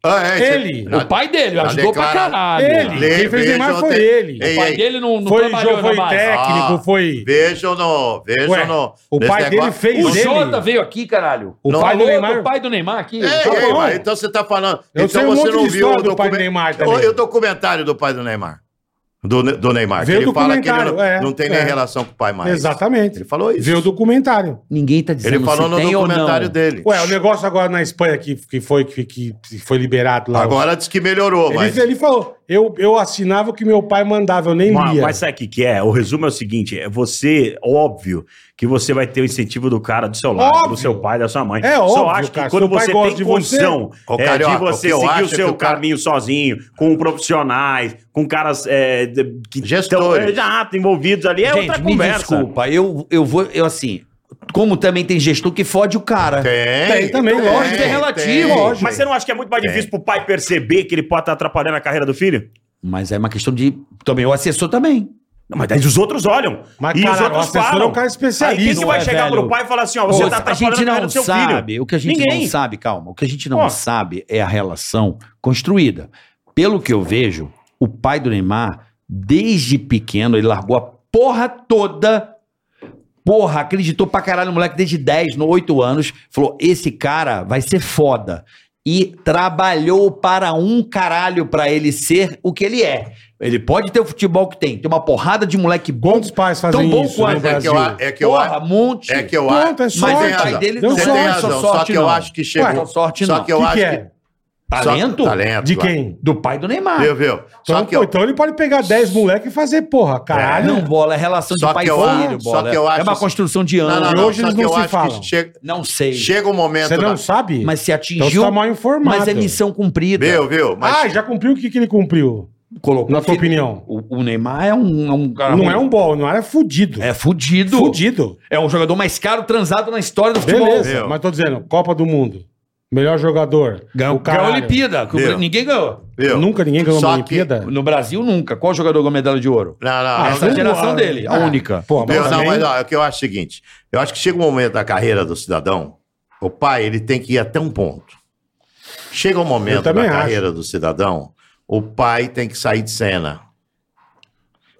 Ah, é, você-
Ele? é
na-
o pai dele
na
ajudou pra
declara-
caralho.
Ele. Quem fez
vejam
Neymar
o
foi
te-
ele.
Ei,
O pai
ei,
dele não, não
Foi,
trabalhou
jo- foi
na base.
técnico,
Ah.
foi.
Vejam no. Vejam
Ué,
no.
o
nesse
pai dele fez
O
dele.
Jota veio aqui, caralho.
O
Não,
pai do
Falou
Neymar.
pai do Neymar aqui.
Ei,
Tá
ei,
bom.
mas então você está falando.
Eu
então
sei um
você
monte
não
de
viu o
história do pai do
documen-
Neymar também.
O, o documentário do pai do Neymar. Do, Ne- do Neymar.
Vê
que
o
ele fala que ele não,
documentário, é,
não tem nem
é.
relação com o pai mais.
Exatamente.
Ele falou isso.
Vê o documentário.
Ninguém tá dizendo
Ele falou
se
no
tem ou não.
documentário dele.
Ué, o negócio agora na Espanha que, que, foi, que, que foi liberado lá.
Agora diz que melhorou,
Ele,
mas.
ele falou, eu, eu assinava o que meu pai mandava, eu nem
Mas,
lia.
mas sabe o que, que é? O resumo é o seguinte: é você, óbvio, que você vai ter o incentivo do cara do seu lado,
Óbvio.
do seu pai, da sua mãe.
É
Só
óbvio,
acho que
cara.
quando
Seu pai
você
gosta
tem
de
condição
Ô,
é,
Carioca,
de você
o que
seguir
eu
o
acho é
seu
que o cara-
caminho sozinho, com um profissionais, com caras é, de- que estão
Gestores.
exato, envolvidos ali, é outra
me
conversa.
desculpa, eu, eu vou, eu assim, como também tem gestor que fode o cara.
Tem.
Tem também, lógico,
é relativo,
lógico.
Mas você não acha que é muito mais difícil pro pai perceber que ele pode estar atrapalhando a carreira do filho?
Mas é uma questão de, também, o assessor também.
Não, mas daí os outros olham.
Mas,
e os
cara,
outros
o assessor
falam.
é um cara especialista,
Aí quem que vai
é,
chegar
velho?
pro pai e falar assim, ó,
Pô,
você tá
a
atrapalhando
gente
a carreira
não
do seu
sabe,
filho?
o que a gente
Ninguém.
não sabe, calma, o que a gente não
Ó.
sabe é a relação construída. Pelo que eu vejo, o pai do Neymar, desde pequeno, ele largou a porra toda, porra, acreditou pra caralho no moleque desde 10, no 8 anos, falou, esse cara vai ser foda. E trabalhou para um caralho pra ele ser o que ele é. Ele pode ter o futebol que tem, tem uma porrada de moleque bom,
Quantos pais fazem
Tão bom
isso
quanto-
no
Mas é que eu,
Brasil?
a- é que eu
porra,
acho.
monte.
É que eu acho.
Pronto, é
Mas tem
o
sorte.
pai
razão.
dele
não
Você
só-
tem
só
razão. Só
sorte,
que eu
não.
acho que
Ué, só
chegou.
sorte
Só
não.
que eu
Que
acho
que é?
que. só-
Talento?
Talento.
De
vai.
quem?
Do pai do Neymar.
Viu, viu? Só
Então,
que eu.
pô, então ele pode pegar 10 moleques e fazer, porra, caralho.
Não, bola, é relação
Só
de pai e
que eu
filho,
acho-
bola.
só que eu
é
acho
uma
assim-
construção de
Não,
anos.
não,
E
não.
hoje
só
eles
que
não
eu
se
acho
falam.
que chega,
Não é sei.
chega um momento.
Você não
na-
sabe?
Mas se atingiu.
Então você tá mal informado.
Mas é missão cumprida.
Viu, viu? Mas
Ah, já cumpriu o que, que ele cumpriu?
Colocou
Na tua
filho-
opinião.
O, o Neymar é um, é
Tá
um cara.
Não
ruim.
é um bom, não é fudido.
É fudido.
fudido.
É um jogador mais caro transado na história do futebol.
Beleza,
Meu.
mas tô dizendo, Copa do Mundo. Melhor jogador.
Ganhou, ganhou a
caralho. É.
Olimpíada. que o-
Meu.
Ninguém ganhou.
viu?
Nunca ninguém ganhou
Só
uma
que-
Olimpíada.
No Brasil, nunca. Qual jogador ganhou medalha de ouro?
Não, não,
Ah,
não,
Essa
ganhou,
geração
ah,
dele, a
ah,
única.
Pô, mas
Meu, não,
também-
mas ó, o que eu acho é o seguinte: eu acho que chega um momento da carreira do cidadão, o pai ele tem que ir até um ponto. Chega um
Eu
momento da
também acho.
carreira do cidadão, o pai tem que sair de cena.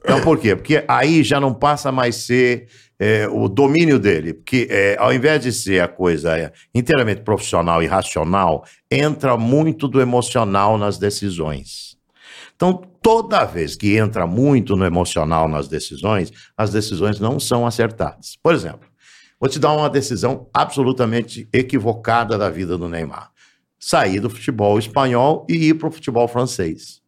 Então por quê? Porque aí já não passa mais ser é, o domínio dele. Porque é, ao invés de ser a coisa é, inteiramente profissional e racional, entra muito do emocional nas decisões. Então, toda vez que entra muito no emocional nas decisões, as decisões não são acertadas. Por exemplo, vou te dar uma decisão absolutamente equivocada da vida do Neymar: sair do futebol espanhol e ir para o futebol francês.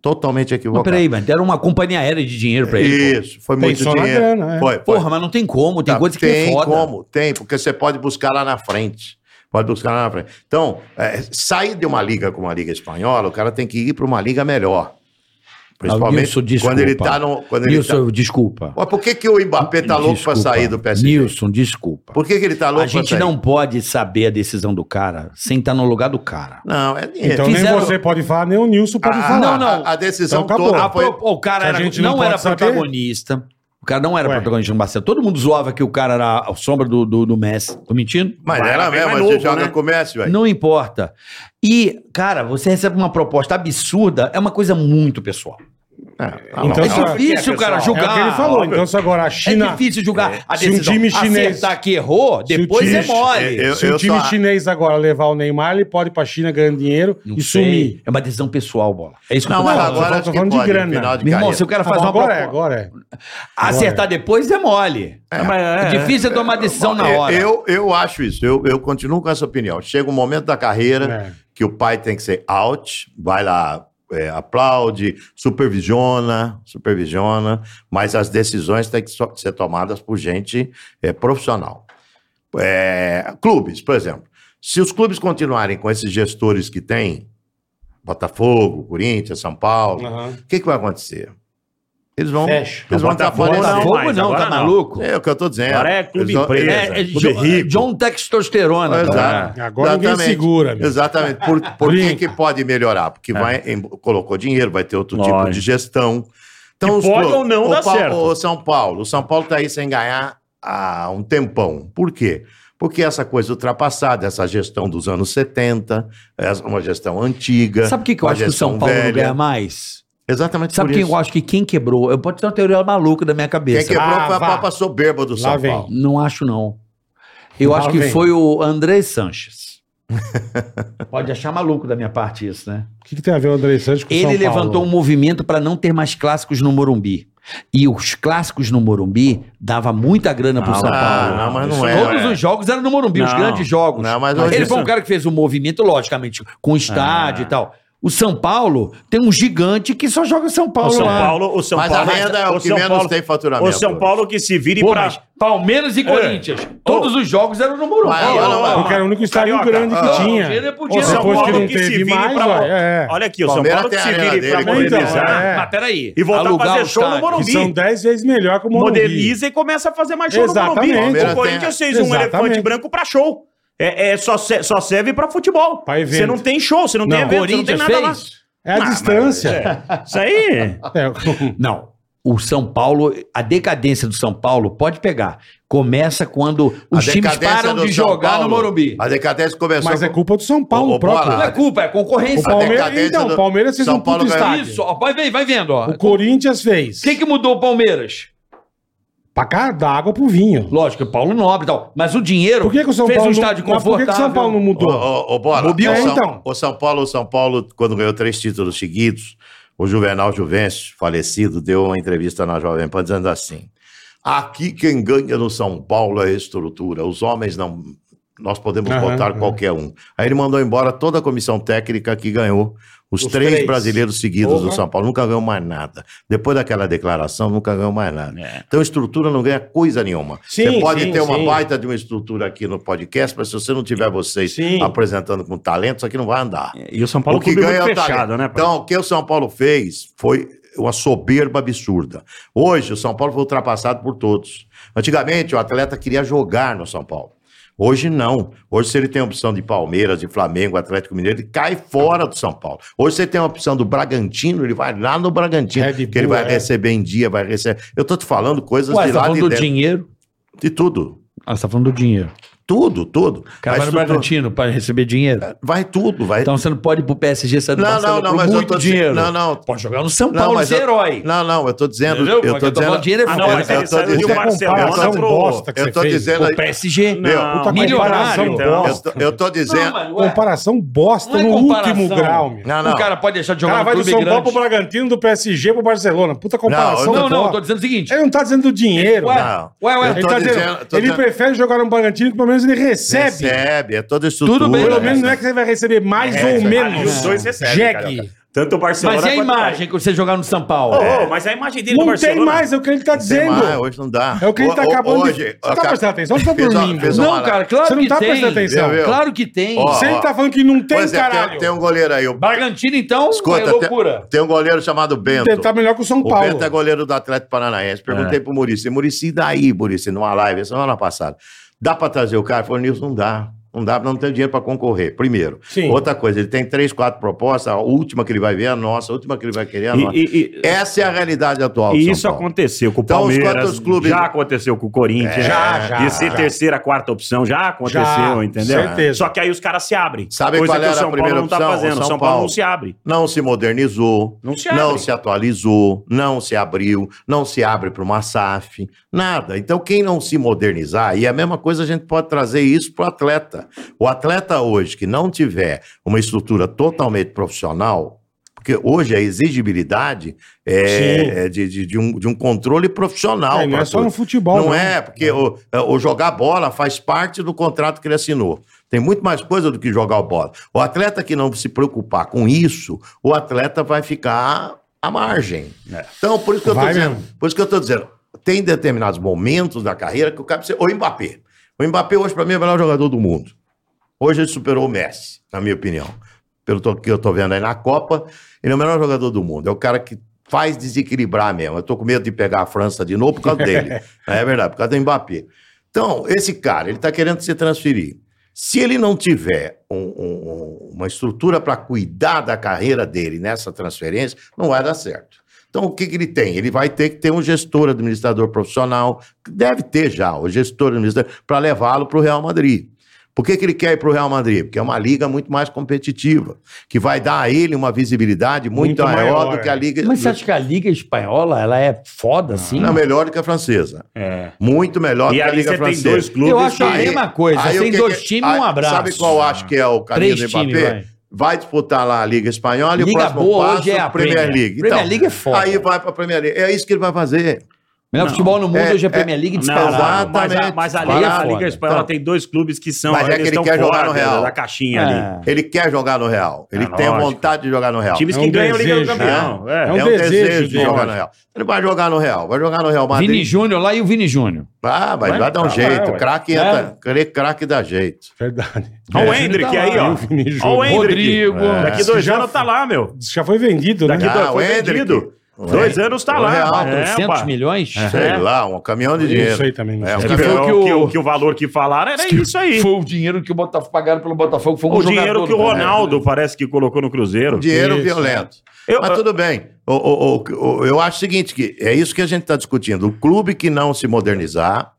Totalmente
Mas
equivocada.
peraí, mas deram uma companhia aérea de dinheiro pra ele. pô.
Isso, foi
Tem
muito
só na
dinheiro.
grana, é.
Foi, foi.
Porra, mas não tem como. Tem
Tá,
coisa que é foda.
como, tem, porque você pode buscar lá na frente. Pode buscar lá na frente. Então, é, sair de uma liga como a Liga Espanhola, o cara tem que ir para uma liga melhor. Principalmente
Nilson, desculpa.
quando ele está no. Quando ele
Nilson,
tá...
desculpa.
Mas por que, que o Mbappé tá louco para
Desculpa.
sair do PSG?
Nilson, desculpa.
Por que, que ele tá louco
A
pra
gente
sair?
não pode saber a decisão do cara sem estar no lugar do cara.
Não, é dinheiro.
Então
Fizeram-
nem você pode falar, nem o Nilson pode
Ah,
falar.
não, não.
A, a decisão
Então acabou.
toda
Ah,
foi.
Pô, O cara
Que a
era-
gente
não,
não
era
pode saber?
protagonista. O cara não era
Ué.
protagonista no Barcelona. Todo mundo zoava que o cara era a sombra do, do, do Messi. Tô mentindo?
Mas
Vai,
era
bem
mesmo,
mais
você
novo,
joga
né?
no comércio, velho.
Não importa. E, cara, você recebe uma proposta absurda, é uma coisa muito pessoal.
É, tá
Então,
bom.
se
É
Não,
difícil,
é,
cara,
pessoal.
É o
julgar.
que ele falou. Então, se agora a China.
É difícil julgar a
Se um
decisão.
time chinês-
Acertar que errou,
Se o
depois
time-
é mole.
Eu-
se
eu
o time
só-
chinês agora levar o Neymar, ele pode ir pra China ganhando dinheiro
Não
e
sei.
sumir.
É uma decisão pessoal, bola. É isso que
Não,
eu tô
mas
falando.
só tô
agora acho que
falando de
pode,
grana.
final de
Meu irmão,
carreira.
se o cara
Tá
faz
bom,
uma
agora é,
proposta-
agora é.
Acertar depois é mole. É, difícil é tomar decisão na
É,
hora.
Eu, eu acho isso, eu, eu continuo com essa opinião. Chega um momento da carreira
É.
que o pai tem que ser out, vai lá, é, aplaude, supervisiona, supervisiona, mas as decisões têm que so- ser tomadas por gente é, profissional. É, clubes, por exemplo. Se os clubes continuarem com esses gestores que têm, Botafogo, Corinthians, São Paulo, o
Aham.
que, que vai acontecer? Eles vão,
Fecha.
eles vão
Botafogo
atrapalhar-
não,
Botafogo
mas
não,
agora
tá
não.
maluco?
É o que eu tô dizendo.
Agora é clube
Eles vão-
empresa.
É, é
clube
Jo-
rico.
John tá? Textosterona.
Exato.
Agora ninguém
Exatamente.
segura, meu.
Exatamente. Por, por que,
Brinca.
que pode melhorar? Porque vai, em- colocou dinheiro, vai ter outro tipo
Lógico.
de gestão. Então,
Que
os
pode
clubes-
ou não
o
dar
Pau-
certo.
tá O São Paulo. O São Paulo está aí sem ganhar há um tempão. Por quê? Porque essa coisa ultrapassada, essa gestão dos anos 70, essa- é uma gestão antiga.
Sabe o que, que eu
uma
acho que o São
gestão
Paulo não
velha.
ganha mais?
Exatamente
Sabe
é por
quem
isso.
eu acho é? que quem quebrou? Eu posso ter uma teoria maluca da minha
Quem
cabeça.
quebrou
Ah,
foi a
vá.
papa soberba do
Lá
São
vem.
Paulo.
Não acho, não. Eu
Lá
acho que
vem.
foi o André Sanches. Pode achar maluco da minha parte isso, né?
O que, que tem a ver o André Santos com o São
Ele
Paulo?
levantou um movimento para não ter mais clássicos no Morumbi. E os clássicos no Morumbi dava muita grana pro
Ah,
São Paulo.
Ah, não, mas não é.
Todos
é.
os jogos eram no Morumbi, os
Não.
grandes jogos.
Não, mas hoje
ele
isso-
foi um cara que fez um movimento, logicamente, com
É.
estádio e tal. O São Paulo tem um gigante que só joga São
O
Paulo
São
lá.
Paulo, o São
Mas a
Paulo.
renda é o que
São
menos
Paulo-
tem faturamento.
O São Paulo que se vire
Pô,
pra. É.
mas Palmeiras e Corinthians. Todos os jogos eram no Morumbi.
Mas, olha lá,
Porque era o único estádio
Carioca.
grande que
Ah,
tinha.
dinheiro é pro dinheiro.
Ou
São
Depois que
Paulo
não
que se
teve
vire
mais,
pra.
ó, é.
Olha aqui, o
Palmeiras
São Paulo que
tem a
se
arena
vire
dele,
pra
então,
modernizar.
é.
Mas peraí.
E voltar a
alugar
fazer
o
show no
estádio.
Que
Morumbi.
são dez vezes melhor que o Morumbi.
Moderniza e começa a fazer mais show
Exatamente.
no Morumbi.
Palmeiras
O Corinthians
tem-
fez um
Exatamente.
elefante branco pra show. É, é, só, se- só serve pra futebol.
Pra evento.
Você não tem show, você não, tem
Não.
evento, você não tem
Corinthians
nada lá.
fez?
É a
Ah,
distância.
mas, é, Isso aí.
É.
Não. O São Paulo, a decadência do São Paulo, pode pegar. Começa quando
A
os times
decadência
param
do
de
São
jogar
Paulo-
no Morumbi.
A decadência começou.
Mas é
com-
culpa do São Paulo
Ô,
próprio.
Não
bola.
é culpa, é
O
concorrência.
Palmeiras,
decadência
então,
do-
o Palmeiras fez
São
um
Paulo
puto
ganhou.
estádio.
Isso, ó, vai, vai- vai vendo. ó.
O Corinthians fez.
O que, que mudou o Palmeiras?
Pra cá, da água pro vinho.
Lógico, Paulo Nobre e tal. Mas o dinheiro
Por que, que o São
fez
Paulo
um
não-
estádio
mas Por que
confortável.
que, o São Paulo não
Ô,
mudou?
ô, ô, bola.
Mobil,
o,
é,
São,
então.
o São Paulo, o São Paulo, quando ganhou três títulos seguidos, o Juvenal Juvencio, falecido, deu uma entrevista na Jovem Pan dizendo assim: aqui quem ganha no São Paulo é a estrutura. Os homens não. Nós podemos
Aham,
botar
aham.
qualquer um. Aí ele mandou embora toda a comissão técnica que ganhou os,
Os
três,
três.
brasileiros seguidos do
Porra.
São Paulo. Nunca ganhou mais nada. Depois daquela declaração, nunca ganhou mais nada. Então, estrutura não ganha coisa nenhuma.
É. Sim,
você pode
sim,
ter uma
sim.
baita de uma estrutura aqui no podcast, mas se você não tiver vocês
Sim.
apresentando com talento, isso aqui não vai andar.
E o São Paulo
o que
clube
ganha é o
muito
talento.
fechado, né? pai?
Então, o que o São Paulo fez foi uma soberba absurda. Hoje, o São Paulo foi ultrapassado por todos. Antigamente, o atleta queria jogar no São Paulo. Hoje não. Hoje, se ele tem a opção de Palmeiras, de Flamengo, Atlético Mineiro, ele cai fora do São Paulo. Hoje, se ele tem a opção do Bragantino, ele vai lá no Bragantino,
Red
que ele
Bull,
vai
é.
receber em dia, vai receber. Eu tô te falando coisas
Ué,
de
você tá
lá
falando
de
do
dentro.
dinheiro?
De tudo.
Ah, você tá falando do dinheiro.
Tudo, tudo.
O cara vai
Mas
no
tudo-
Bragantino pra receber dinheiro.
Vai tudo, vai.
Então você não pode ir pro PSG saindo do
não, não,
Barcelona
não,
por
mas eu
muito
tô
dinheiro.
dizendo. Não, não.
Pode jogar no São
Não,
Paulo,
mas
ser
eu-
herói.
Não, não, eu tô dizendo.
Entendeu?
Eu
Porque
tô
eu tô
dizendo.
falando dinheiro é
Ah, não,
foda.
mas ele
eu tô
saiu de
dizendo-
um Barcelona
é comparação
pro...
bosta que
Eu
você
Tá
tô
fez.
dizendo.
O PSG.
Não.
Puta
milionário,
comparação
então.
bosta.
Eu, eu tô dizendo.
mas ué,
Comparação bosta
Não é
no
comparação.
último grau, meu.
Não, não.
O cara pode deixar de
O
jogar
cara vai
no
do
clube
São Paulo
grande.
pro Bragantino, do PSG pro Barcelona. Puta comparação
Não,
Não,
bosta.
não, eu tô dizendo o seguinte.
Ele não tá dizendo do dinheiro.
Ué,
Não.
ué, ué.
Eu
ele
tô
tá dizendo,
dizendo. tô
ele
dizendo-
prefere jogar no Bragantino que pelo menos ele recebe.
Recebe, é toda estrutura.
Tudo bem,
Pelo
É.
menos não é que você vai receber mais
É,
ou
ali
menos.
os dois recebem,
Jegue.
Tanto o Barcelona.
Mas e a
quanto o
imagem que você jogar no São Paulo?
Paris.
É.
Ô, ô, mas a imagem dele no
Não tem
Barcelona.
mais, é o que ele tá
Tem
dizendo.
mais, hoje não dá.
É o que ele tá
Ho- ho-
acabando de-
hoje,
Você
ó,
tá
cara,
prestando atenção, você tá
fez uma-
dormindo.
fez uma
Não,
live.
cara, claro
Você não
que
tá
tem.
prestando atenção.
Viu, viu?
Claro que tem.
Ó,
Se ele tá falando que não tem,
Pois é,
caralho.
Tem um goleiro aí. o-
Bragantino, então, é
Escuta,
loucura.
tem, tem um goleiro chamado Bento.
Ele tá melhor que o São
O
Paulo.
Bento é goleiro do Atlético Paranaense. Perguntei
É.
pro Murici, Murici, e daí, Murici, numa live, semana passada. Dá pra trazer o cara? Ele falou, Nilson, não dá. Não dá, não tem dinheiro pra concorrer, primeiro.
Sim.
Outra coisa, ele tem três, quatro propostas, a última que ele vai ver é a nossa, a última que ele vai querer é a
E-
nossa.
e- e-
Essa é a realidade atual.
E
do
isso
São Paulo.
aconteceu com o
Então, os
Palmeiras,
quantos clubes-
já aconteceu com o Corinthians,
Já, já,
de ser
já.
terceira, quarta opção, já aconteceu,
Já,
entendeu?
certeza.
Só que aí os caras se abrem.
Sabe
coisa
qual
que
era
o
a
São Paulo
primeira
não tá
opção?
fazendo, o São, Paulo não se abre.
Não se modernizou,
Não se abre.
não se atualizou, não se abriu, não se abre para uma SAF, nada. Então, quem não se modernizar, e é a mesma coisa a gente pode trazer isso para o atleta. O atleta hoje que não tiver uma estrutura totalmente profissional, porque hoje a exigibilidade
Sim.
é, é de, de- de um, de um controle profissional.
É, não é
pra
só
tudo.
no futebol, né?
Não
não.
é, porque o, o jogar bola faz parte do contrato que ele assinou. Tem muito mais coisa do que jogar bola. O atleta que não se preocupar com isso, o atleta vai ficar à margem. Então, por isso que eu estou
Vai
dizendo,
mesmo.
por isso que eu tô dizendo, tem determinados momentos da carreira que o cara precisa. O Mbappé. O Mbappé hoje, para mim, é o melhor jogador do mundo. Hoje ele superou o Messi, na minha opinião. Pelo to- que eu tô vendo aí na Copa, ele é o melhor jogador do mundo. É o cara que faz desequilibrar mesmo. Eu tô com medo de pegar a França de novo por causa dele. é verdade, por causa do Mbappé. Então, esse cara, ele tá querendo se transferir. Se ele não tiver um- um- um- uma estrutura para cuidar da carreira dele nessa transferência, não vai dar certo. Então, o que, que ele tem? Ele vai ter que ter um gestor administrador profissional, que deve ter já o gestor administrador, para levá-lo para o Real Madrid. Por que, que ele quer ir para o Real Madrid? Porque é uma liga muito mais competitiva, que vai dar a ele uma visibilidade muito,
Muito
maior,
maior,
do que a
é.
liga.
Mas você acha que a Liga Espanhola ela é foda, assim?
Não, melhor do que a francesa.
É.
Muito
E
melhor do que a
ali
Liga
você tem
Francesa.
dois clubes.
Eu acho é a
que-
mesma coisa.
aí
Sem
o que
dois
que-
times, um
aí,
abraço.
Sabe qual eu acho que é o caminho
Três
do
times,
Mbappé?
vai.
vai. disputar lá a Liga Espanhola e o
Liga
próximo
boa
passo
hoje é a
Premier
Premier.
League. Então,
Premier League é foda.
Aí vai pra Premier League. É isso que ele vai fazer.
Melhor futebol no mundo
é-
hoje é
é-
Premier League
Não,
disparado.
mas a- mas a Liga, é a
Parado.
Liga Espanhola
Então-
tem dois clubes que são.
Mas é que
eles
ele
estão
quer jogar
fora
no
da-
Real.
Da caixinha ali.
É.
Ele quer jogar no Real. Ele
É,
tem
lógico.
vontade de jogar no Real.
Times
É
que
um
ganham a Liga do
desejo,
Campeão.
É
É.
um
É um
desejo
desejo, de
dele.
jogar no Real. Ele vai jogar no Real. Vai jogar no Real Madrid.
Vini Júnior lá e o Vini Júnior.
Ah, vai,
Vai,
vai dar um
vai,
jeito.
ué.
craque entra. cre- Craque dá jeito.
Verdade.
Olha o
É.
Hendrick
Tá lá,
né?
aí, ó.
o Vini
Olha o
Júnior.
Hendrick.
Rodrigo.
Daqui dois anos tá lá, meu.
Isso já foi vendido, né?
Daqui
Ah,
dois
o
foi
Hendrick.
vendido.
O
Dois
Hendrick.
anos tá
O
lá.
Real,
É,
400
pá.
milhões?
Sei lá, um caminhão de
Eu
dinheiro.
Não sei também. né? Não
É,
sei.
um
Que
foi
caminhão.
o
o,
que
que
o-
o, que o valor que falaram era isso aí.
Foi o dinheiro que o Botafogo pagaram pelo Botafogo. Foi um
O
jogador
dinheiro que o
também.
Ronaldo parece que colocou no Cruzeiro.
Dinheiro
Isso.
violento.
Eu-
Mas tudo bem. O- o- o- o- eu acho o seguinte, que é isso que a gente está discutindo. O clube que não se modernizar,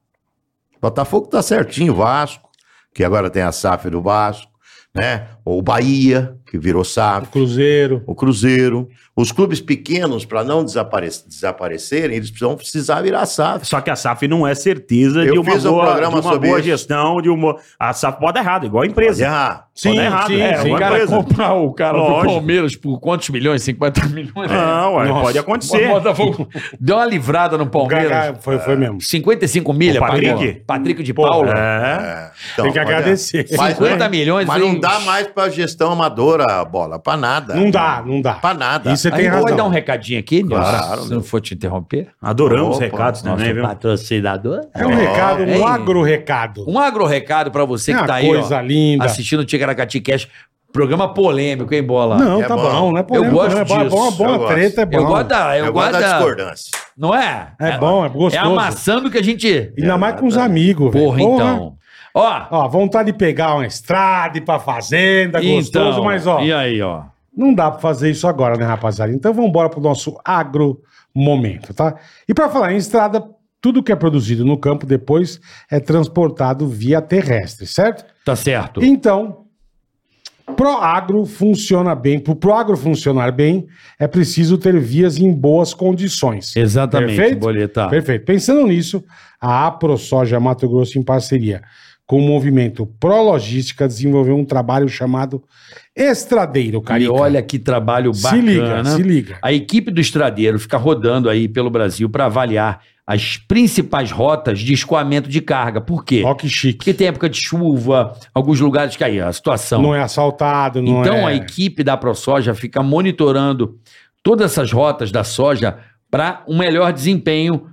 Botafogo está certinho, Vasco, que agora tem a SAF do Vasco, né? O Bahia, que virou SAF,
Cruzeiro.
o Cruzeiro. Os clubes pequenos, para não desapare- desaparecerem, eles precisam precisar virar SAF.
Só que a SAF não é certeza de
Eu
uma
fiz um
boa, de
programa
uma
sobre
boa
isso.
gestão, de uma. A SAF pode dar errado, igual a
Pode
empresa.
errar.
Sim,
dar errado,
sim,
é,
sim.
O
uma
cara
empresa.
comprar o cara do
Lógico.
É. Palmeiras por quantos milhões? 50 milhões?
Não, ué,
Nossa.
pode
O
acontecer.
Botafogo deu uma livrada no
O Gagá
Palmeiras.
foi, foi mesmo.
55 milha,
O Patrick?
pagou. Patrick de
Pô,
Paula.
É.
É, então,
Tem que
pode
agradecer.
errar. Mas,
50
não- é-
milhões.
mas não
hein?
dá mais para gestão amadora a bola, para nada.
Não dá, não dá.
Para nada.
Isso você
Aí
tem
eu vou dar um
razão.
recadinho aqui, Nilson,
Claro,
se
meu.
não for te interromper.
Adoramos os
Opa,
recados também, viu?
patrocinador.
É um recado, um
hein?
agro-recado.
Um agro-recado pra você
É
que
uma
tá aí,
coisa
ó,
linda.
assistindo o Ticaracati Cash. Programa polêmico, hein, Bola?
Não,
É
tá
bom.
bom. não é problema.
gosto
não, é bom, é bom, é
disso.
bom,
Eu
a
gosto.
treta é bom.
Eu gosto da... Ah, Eu,
Eu
gosto
gosto da
da-
discordância.
Não é?
É bom, é gostoso.
É amassando que a gente...
Ainda mais com os amigos, velho.
Porra, então. Ó,
Ó, vontade de pegar uma estrada, ir pra fazenda,
então,
Tá gostoso, mas ó,
E aí, ó.
não dá pra fazer isso agora, né, rapaziada? Então vamos embora pro nosso agro momento, tá? E pra falar em estrada, tudo que é produzido no campo depois é transportado via terrestre, certo?
Tá certo.
Então, Proagro funciona bem. Pro Proagro funcionar bem, é preciso ter vias em boas condições.
Exatamente,
Perfeito?
Boleta.
Perfeito. Pensando nisso, a AproSoja Mato Grosso, em parceria com o movimento Prologística, desenvolveu um trabalho chamado Estradeiro,
E
Carica.
olha que trabalho bacana.
se liga, se liga.
A equipe do Estradeiro fica rodando aí pelo Brasil para avaliar as principais rotas de escoamento de carga. Por quê?
Ó que chique.
Porque tem época de chuva, alguns lugares que aí a situação.
Não é assaltado, não
então
é...
a equipe da ProSoja fica monitorando todas essas rotas da soja para um melhor desempenho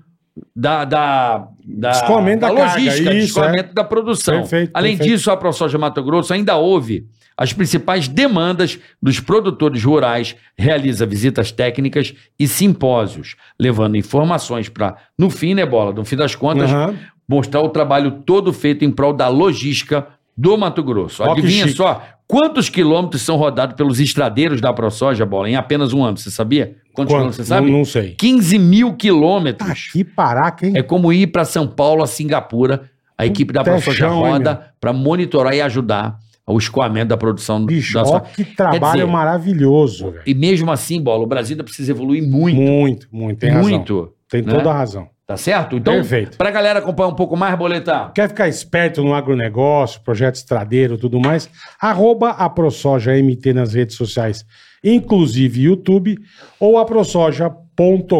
da, da, da,
Escoamento da carga,
logística, de
isso, é.
escoamento da produção.
Perfeito,
Além
perfeito.
disso, a ProSoja Mato Grosso ainda ouve as principais demandas dos produtores rurais, realiza visitas técnicas e simpósios, levando informações para, no fim, né, Bola? No fim das contas,
Aham.
mostrar o trabalho todo feito em prol da logística do Mato Grosso.
Ó, que
Adivinha
chique.
só quantos quilômetros são rodados pelos estradeiros da ProSoja, Bola, em apenas um ano, você sabia? Quantos
Quanto?
quilômetros, você sabe?
Não, não sei.
15 mil quilômetros.
Que paraca, hein?
É como ir para São Paulo, a Singapura, a equipe da
Puta, é
ProSoja
chão, hein,
roda para monitorar e ajudar o escoamento da produção
Bicho,
da
ó
soja.
que trabalho
Quer dizer,
maravilhoso, velho.
E mesmo assim, Bola, o Brasil ainda precisa evoluir muito,
Muito, muito. Tem razão.
muito,
Tem
né?
toda a razão.
tá certo? Então,
Perfeito.
pra galera acompanhar um pouco mais, Boletar,
Quer ficar esperto no agronegócio, projeto estradeiro tudo mais? Arroba a ProSoja MT nas redes sociais, inclusive YouTube, ou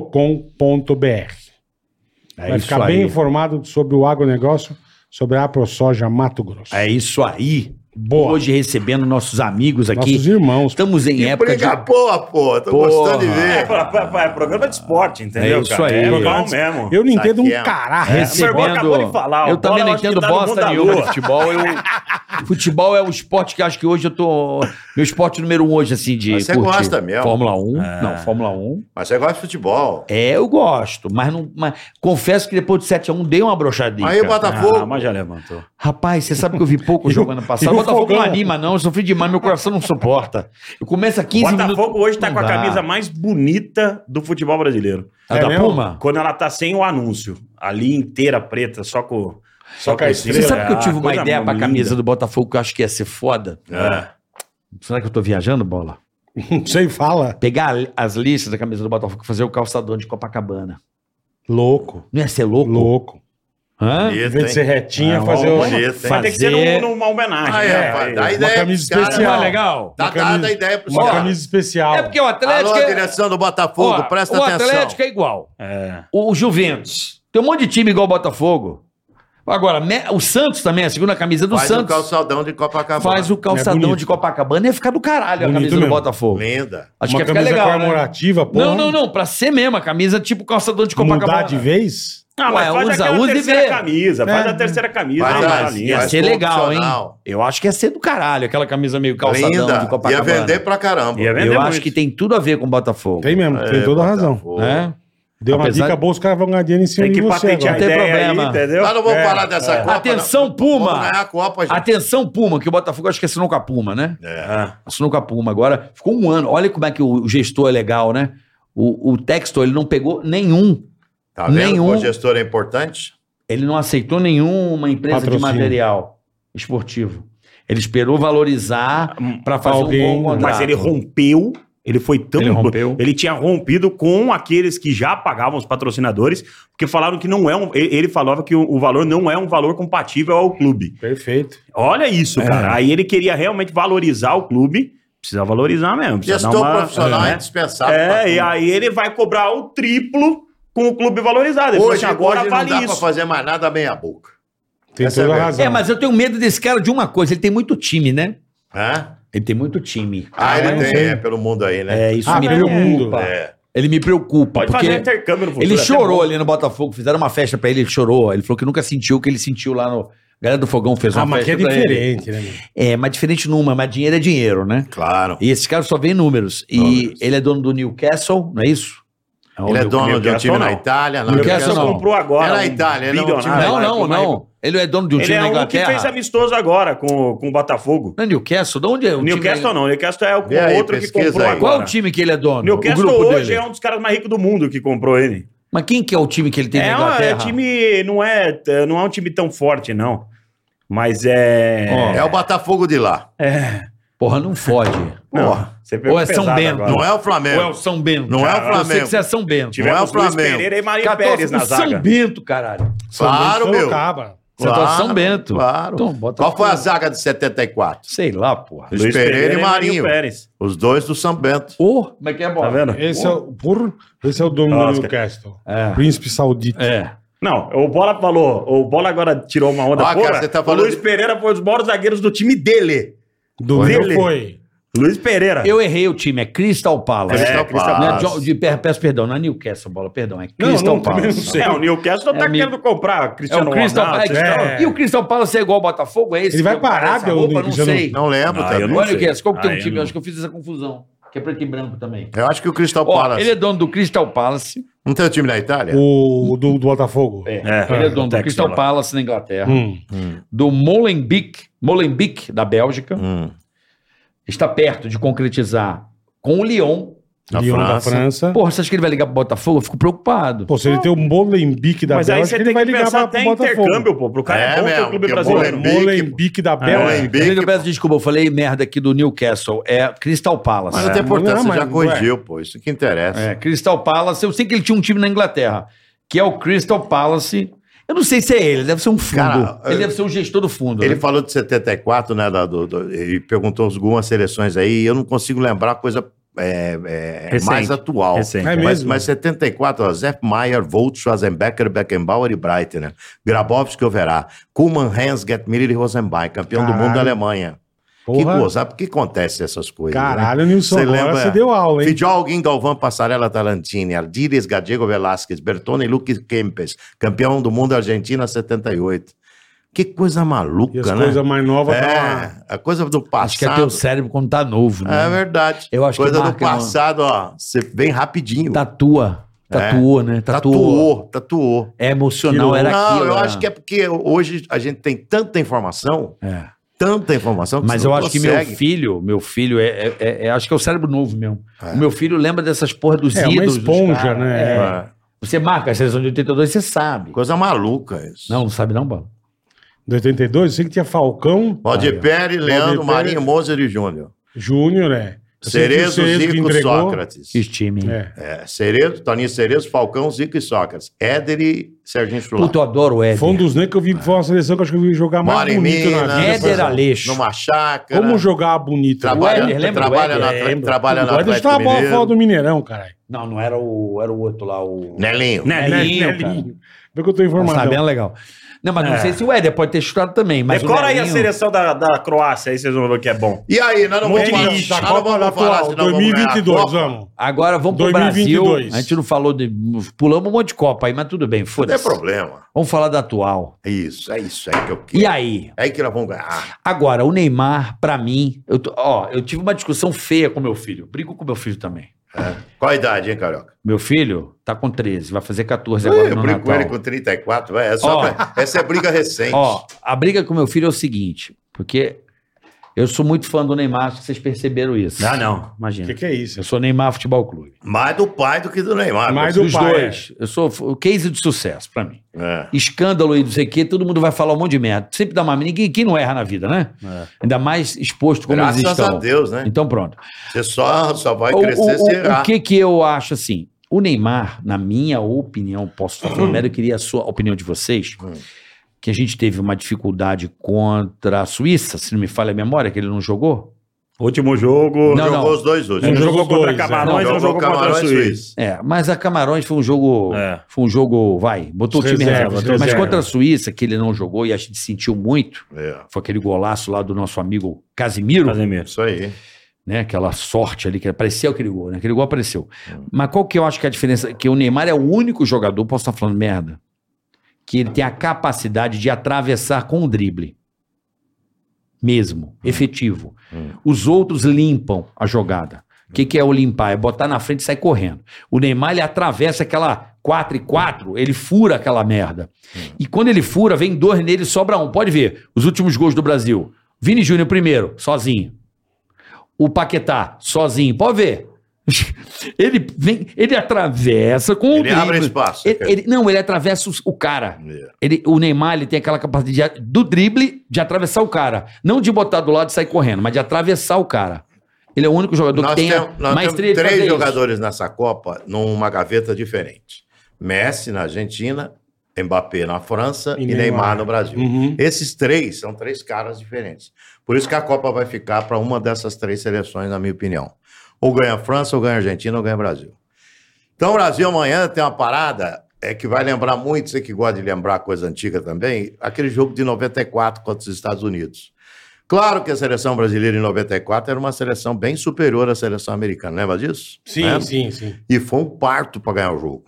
aprosoja.com.br.
É
Vai
isso
ficar
aí.
bem informado sobre o agronegócio, sobre a ProSoja Mato Grosso.
É isso aí.
Boa.
Hoje recebendo nossos amigos aqui. Então,
Nossos irmãos.
Estamos em época de...
Briga boa, pô. Tô
Porra.
gostando de ver.
É, programa de esporte, entendeu?
É isso
cara?
aí.
É legal mesmo.
Eu não entendo um
Isso aqui é-
caralho.
É. Meu irmão acabou
Recebendo...
de falar,
eu
o
também
Bola
não
eu acho
entendo
que tá no mundo
bosta
da
nenhuma de
lua.
futebol. Eu... futebol é o esporte que acho que hoje eu tô... Meu esporte número um hoje, assim, de
Mas você gosta mesmo.
Fórmula 1.
É.
Não, Fórmula 1.
Mas você gosta de futebol.
É, eu gosto. Mas, não... mas confesso que depois do 7x1 dei uma brochadinha.
Aí o
cara.
Botafogo.
Ah, mas já levantou.
Rapaz, você sabe que eu vi pouco jogo ano passado. Botafogo
fogão.
não anima, não. Eu sofri demais, meu coração não suporta. Eu começo a 15 minutos.
Botafogo hoje tá
Não
com a
dá.
camisa mais bonita do futebol brasileiro.
A
É
da
mesmo?
Puma?
Quando ela tá sem o anúncio. Ali inteira preta, só com. Só com a
Você
estrela.
sabe que eu tive
Ah,
uma
coisa
ideia pra
linda.
camisa do Botafogo que eu acho que ia ser foda?
É.
Será que eu tô viajando, bola?
Não sei, fala.
Pegar a- as listas da camisa do Botafogo e fazer o calçador de Copacabana.
Louco.
Não ia ser louco?
Louco.
Hã?
Em vez de ser
Bonito, hein?
retinha,
É,
Ah,
fazer
uma-
o...
Bonito,
Vai
hein?
ter que ser um
Fazer-
num- numa homenagem.
Ah, é,
Aí,
né?
rapaz, dá ideia.
é, camisa
pros caras,
especial.
irmão.
legal.
Dá,
Uma
dá,
camisa-
dá ideia pros
Uma
caras.
camisa especial.
É porque o Atlético.
Tá. Alô,
é-
direção do Botafogo,
Ó,
presta
o
atenção.
Atlético é igual.
É.
O Juventus. Tem um monte de time igual o Botafogo. Agora, me- o Santos também, a segunda camisa do
Faz o
Santos.
calçadão de Copacabana.
faz o
É
calçadão
bonito.
de Copacabana ia ficar do caralho a
Bonito
camisa do
mesmo.
Botafogo.
Linda.
Acho
uma
que ia ficar
camisa
legal. né?
comemorativa, pô.
Não, não, não. Pra ser mesmo, a camisa tipo calçador de Copacabana.
Mudar de vez?
Ah, mas
Ué,
faz
usa-
aquela
usa e
terceira
vê. É.
camisa. Faz a terceira camisa.
Faz
né,
a-
Maria?
Ia
Mas
ser legal, hein?
funcional.
Eu acho que ia ser do caralho, aquela camisa meio calçadão de
Linda. Ia
Copacabana.
vender pra caramba.
Ia vender
Eu
muito.
acho que tem tudo a ver com o Botafogo.
Tem mesmo,
É,
tem toda a razão.
Botafogo.
Né?
Deu uma
Apesar-
dica boa, os caras vão ganhar dinheiro em cima
Tem
de
que
você
patentear a
agora.
Tem
ideia aí,
problema.
entendeu? É.
Nós não vamos falar dessa Copa.
Atenção,
não.
Puma.
Vamos ganhar a Copa, gente.
Atenção, Puma, que o Botafogo acho que assinou com a Puma, né?
É.
Assinou com a Puma agora. Ficou um ano. Olha como é que o gestor é legal, né? O, o texto ele não pegou nenhum.
Tá vendo?
Nenhum.
O gestor é importante.
Ele não aceitou nenhuma empresa
Patrocínio.
de material esportivo. Ele esperou valorizar para fazer
Alguém,
um bom contrato.
Hum, né? Mas ele rompeu. Ele foi tão.
Ele rompeu.
Ele tinha rompido com aqueles que já pagavam os patrocinadores, porque falaram que não é um. Ele ele falava que o o valor não é um valor compatível ao clube.
Perfeito.
Olha
É.
isso, cara. Aí ele queria realmente valorizar o clube. Precisa valorizar mesmo. Precisa
Gestor
dar uma-
profissional é
né?
indispensável.
É,
pra
e
tudo.
aí ele vai cobrar o triplo com o clube valorizado. Ele
hoje,
falou assim, agora
hoje
vale
não dá
isso.
pra fazer mais nada meia boca.
Tem
Essa é
toda a
verdade.
razão.
É, mas eu tenho medo desse cara de uma coisa. Ele tem muito time, né?
Hã?
Ele tem muito time.
Ah,
eu
ele
não
tem
sei.
é, pelo mundo aí, né?
É, isso
Ah,
me
pelo mundo.
preocupa.
É.
Ele me preocupa.
Pode
porque
fazer um intercâmbio no futuro.
Ele
até
chorou
bom.
ali no Botafogo, fizeram uma festa pra ele, ele chorou. Ele falou que nunca sentiu o que ele sentiu lá no. A galera do Fogão fez uma
Ah, mas que
festa.
é
pra ele.
diferente, né? meu?
É, mas diferente numa, mas dinheiro é dinheiro, né?
Claro.
E esse cara só vê em números. E ele é dono do Newcastle, não é isso?
Ele é
Newcastle
dono de um time
não.
na Itália. na
Newcastle
Inglaterra.
não.
comprou agora.
É na Itália, ele é um time
bilionário.
Ah,
não,
vai,
não,
vai.
não. Ele é dono de um
Ele
time
é
na
um que
Inglaterra.
fez amistoso agora com, com o Botafogo.
Não é Newcastle? De onde é? O
O
time
Newcastle
da-
não, o Newcastle é o
Vê aí,
outro que
pesquisa
comprou
aí.
agora.
Qual é o time que ele é dono?
O
o
Newcastle
grupo
hoje
dele.
é um dos caras mais ricos do mundo que comprou ele.
Mas quem que é o time que ele tem
É,
na
um é
Inglaterra?
time, não é, não é um time tão forte, não. Mas é...
Ó,
É o Botafogo de lá.
Porra, não fode.
Não,
Porra.
você pegou
Ou é São
pesado
Bento.
agora.
Não é o Flamengo.
Ou é o São Bento?
Não é o
Eu sei
Flamengo.
que você é São Bento.
Não é o
Tivemos Luiz
Flamengo.
Pereira e Maria
14
Pérez na
o
zaga.
São Bento, caralho.
Claro,
São
meu.
Sorocaba.
Você tá São Bento.
Claro.
Então, bota
Qual foi a
fora.
zaga de 74?
Sei lá, porra.
Luiz Pereira e Marinho.
Pérez.
Os dois do São Bento.
Ô, como é que é,
Tá
bola?
vendo?
Esse é o, por, esse é o dono
Nossa,
do Newcastle.
É.
Príncipe Saudita.
É.
Não, o Bola falou, o Bola agora tirou uma onda.
Ah,
Porra,
cara, você tá
o
falando
Luiz
de-
Pereira foi um dos maiores zagueiros do time dele.
Do
Dele.
meu foi.
Luiz Pereira.
Eu errei o time, é Crystal Palace.
Crystal
Crystal
Não é
Palace.
John- de, per- peço perdão, não é Newcastle, bola, perdão, é
Não,
Crystal
não, também não
Palace.
sei.
É, o Newcastle tá
É,
querendo comprar
É
Cristiano
o Crystal
Ronaldo.
Palace. né?
vocês estão-
é.
E o Crystal Palace é igual ao Botafogo? É esse?
Ele vai
que eu-
parar,
essa
meu,
roupa, não
Cristiano.
sei.
Não lembro
Ah, eu
também.
não
Eu,
Olha
sei.
o que é, qual que tem
Ah,
um
eu
time?
não-
Eu acho que eu fiz essa confusão, que é preto e branco também.
acho que o Crystal
Ó,
Palace.
ele é dono do Crystal Palace,
Não tem o time na Itália?
O do, do Botafogo.
é,
É,
ele
é,
é
o
dono do
Texel
Crystal
lá.
Palace na Inglaterra,
Hum.
do Molenbeek, Molenbeek da Bélgica,
Hum.
está perto de concretizar com o Lyon.
Na
Lyon da
França.
França.
Porra, você acha que ele vai ligar pro Botafogo? Eu fico preocupado.
Pô, se ele tem o Molenbeek da
Mas aí
Bélgica,
você
ele
tem
vai
que
ligar
pensar
pra,
até
pro
em
Botafogo.
intercâmbio, pô. Pro cara
É
é bom ter
mesmo,
o clube
porque
brasileiro.
Molenbeek- É,
Molenbeek da Bélgica.
Molenbeek,
Primeiro eu peço desculpa, eu falei merda aqui do Newcastle. É Crystal Palace.
Mas não tem
É.
importância,
Não, mas-
já corrigiu, pô. Isso que interessa.
É, Crystal Palace. Eu sei que ele tinha um time na Inglaterra, que é o Crystal Palace. Eu não sei se é ele, deve ser um fundo.
Cara,
ele
eu-
deve ser o gestor do fundo.
Ele
né?
falou de 74, né? da- do- do- e perguntou algumas seleções aí. E eu não consigo lembrar coisa é, é,
Recente.
mais atual.
Recente.
É
Mas,
mesmo.
mas 74, ó, Zepp Maier, Volt, Schwarzenbecker, Beckenbauer e Breitner. Grabowski, Overá. Kuhlmann, Hens, Getmiller e Rosenbein, campeão do
Caralho.
mundo da Alemanha.
Porra.
Que gozar, porque acontece essas coisas. né?
Caralho, Nilson,
Você
agora
lembra?
você deu aula, hein?
Fidjol, alguém Galvão, Passarela, Tarantini, Ardires, Gadiego Velasquez, Bertone e Luque Kempes, campeão do mundo Argentina 78. Que coisa maluca,
E as
né?
coisas mais novas tá
É, a coisa do
Acho que é
passado.
teu cérebro quando tá novo,
é,
né?
verdade.
Eu acho que
coisa do
marca Tá- uma-
passado, ó. Você vem rapidinho.
Tatua. Tatuou, né? Tatuou.
É. Tatuou, tatuou.
É emocional, era
não,
aquilo.
eu
né?
acho que é porque hoje a gente tem tanta informação
É.
tanta informação que
Mas
você
eu
não
acho que meu
consegue.
filho, meu filho é, é- é- é- acho que é o cérebro novo mesmo.
É.
O meu filho lembra dessas porra dos
É, uma
ídolos. dos
esponja,
caras.
né?
É. Você marca a seleção de 82, você sabe.
Coisa maluca isso.
Não, não sabe não, Bola?
Do 82, eu sei que tinha Falcão
Valdir Pérez, Leandro,
Valdir
Marinho,
Pérez.
Moser e Júnior.
Júnior, é. Eu sei que o
Cerezo,
Cerezo que
Zico,
entregou.
Sócrates.
Que time. hein?
É.
É, Cerezo, Toninho Cerezo, Falcão, Zico e Sócrates. Éder e Serginho Chulá.
Puta, eu adoro
É
o Éder.
Foi um dos negros que eu vi, foi uma seleção que eu acho que eu vi jogar mais
Mora em
bonito na
Minas.
vida.
Éder
parceiro.
Aleixo.
Numa chácara.
Como jogar bonito.
Trabalha,
O Éder, lembra
trabalha
do Éder?
na, tra-
Lembro.
trabalha na
Vai deixar a
Atlético
bola fora
Mineiro.
do Mineirão, caralho.
Não, não era o, era o outro lá, o...
Nelinho.
Né, né,
Nelinho,
né,
É cara.
É Vê que eu tô
Tá
informado.
sabendo legal. Não, mas não
É.
sei se o Éder pode ter estudado também, mas
Decora
o
aí a
Nelinho-
seleção da, da Croácia, aí vocês vão ver o que é bom.
E aí, nós não vamos
Muito
falar,
triste.
nós
Da
não
Copa
vamos
da
falar
atual,
se nós vamos ganhar a
2022,
Copa.
vamos.
Agora vamos pro
2022.
Brasil. A gente não falou de... Pulamos um monte de Copa aí, mas tudo bem,
Não tem
foda-se.
problema.
Vamos falar da atual.
É isso, é isso aí que eu
E
quero.
aí?
É aí que nós vamos ganhar.
Agora, o Neymar, pra mim, eu tô- ó, eu tive uma discussão feia com meu filho. Brigo com meu filho também.
Qual a idade, hein, Carioca?
Meu filho tá com 13, vai fazer 14
Eu,
agora no
brigo com
Natal.
ele com 34, vai. É só
Ó.
pra- Essa é briga recente.
Ó, a briga com meu filho é o seguinte, porque eu sou muito fã do Neymar, acho que vocês perceberam isso.
Ah, não,
O
imagina.
que, que é isso?
Eu sou Neymar Futebol Clube.
Mais do pai do que do Neymar.
Mais
pô.
do
Dos
pai,
dois. Eu sou f- o case de sucesso pra mim.
É.
Escândalo e não sei o quê, todo mundo vai falar um monte de merda. Sempre dá uma... Ninguém quem não erra na vida, né? Ainda mais exposto como
Graças
eles estão.
a Deus, né?
Então pronto.
Você só, só vai
O-
crescer
o, o-
se errar.
o que que eu acho assim? O Neymar, na minha opinião, posso estar falando merda, eu queria a sua opinião de vocês,
Hum.
que a gente teve uma dificuldade contra a Suíça, se não me falha a memória, que ele não jogou.
Último jogo.
Não,
jogou
não.
os dois hoje.
Não
Um
jogou
jogou contra
dois,
Camarões,
é.
um jogou contra a
Camarões e
Suíça.
É, mas a Camarões foi um jogo,
É.
foi um jogo, vai, botou o time
Reserva,
reserva.
reserva.
Mas contra a Suíça, que ele não jogou e a gente sentiu muito,
É,
foi aquele golaço lá do nosso amigo Casimiro,
É, Casemiro.
isso aí.
né? Aquela sorte ali, que apareceu aquele gol, né? Aquele gol apareceu.
Hum.
Mas qual que eu acho que é a diferença? Que o Neymar é o único jogador, posso estar falando merda, que ele tem a capacidade de atravessar com o drible. Mesmo, efetivo.
Hum.
Os outros limpam a jogada. O que, que é o limpar? É botar na frente e sair correndo. O Neymar, ele atravessa aquela 4 e 4, ele fura aquela merda.
Hum.
E quando ele fura, vem dois nele e sobra um. Pode ver, os últimos gols do Brasil. Vini Júnior primeiro, sozinho. O Paquetá, sozinho. Pode ver. Ele vem, ele atravessa com o
Ele abre
drible.
espaço.
Ele- ele- não, ele atravessa os- o cara.
É.
Ele, o Neymar ele tem aquela capacidade de- do drible de atravessar o cara. Não de botar do lado e sair correndo, mas de atravessar o cara. Ele é o único jogador
Nós
que tem a
temos, nós temos
maestria de fazer
três
isso.
jogadores nessa Copa numa gaveta diferente. Messi na Argentina, Mbappé na França
E
e, Neymar.
Neymar
no Brasil.
Uhum.
Esses três são três caras diferentes. Por isso que a Copa vai ficar para uma dessas três seleções, na minha opinião. Ou ganha a França, ou ganha a Argentina, ou ganha o Brasil. Então, o Brasil amanhã tem uma parada é que vai lembrar muito, você que gosta de lembrar coisa antiga também, aquele jogo de 94 contra os Estados Unidos. Claro que a seleção brasileira em 94 era uma seleção bem superior à seleção americana, lembra disso?
Sim,
Né?
sim, sim.
E foi um parto para ganhar o jogo,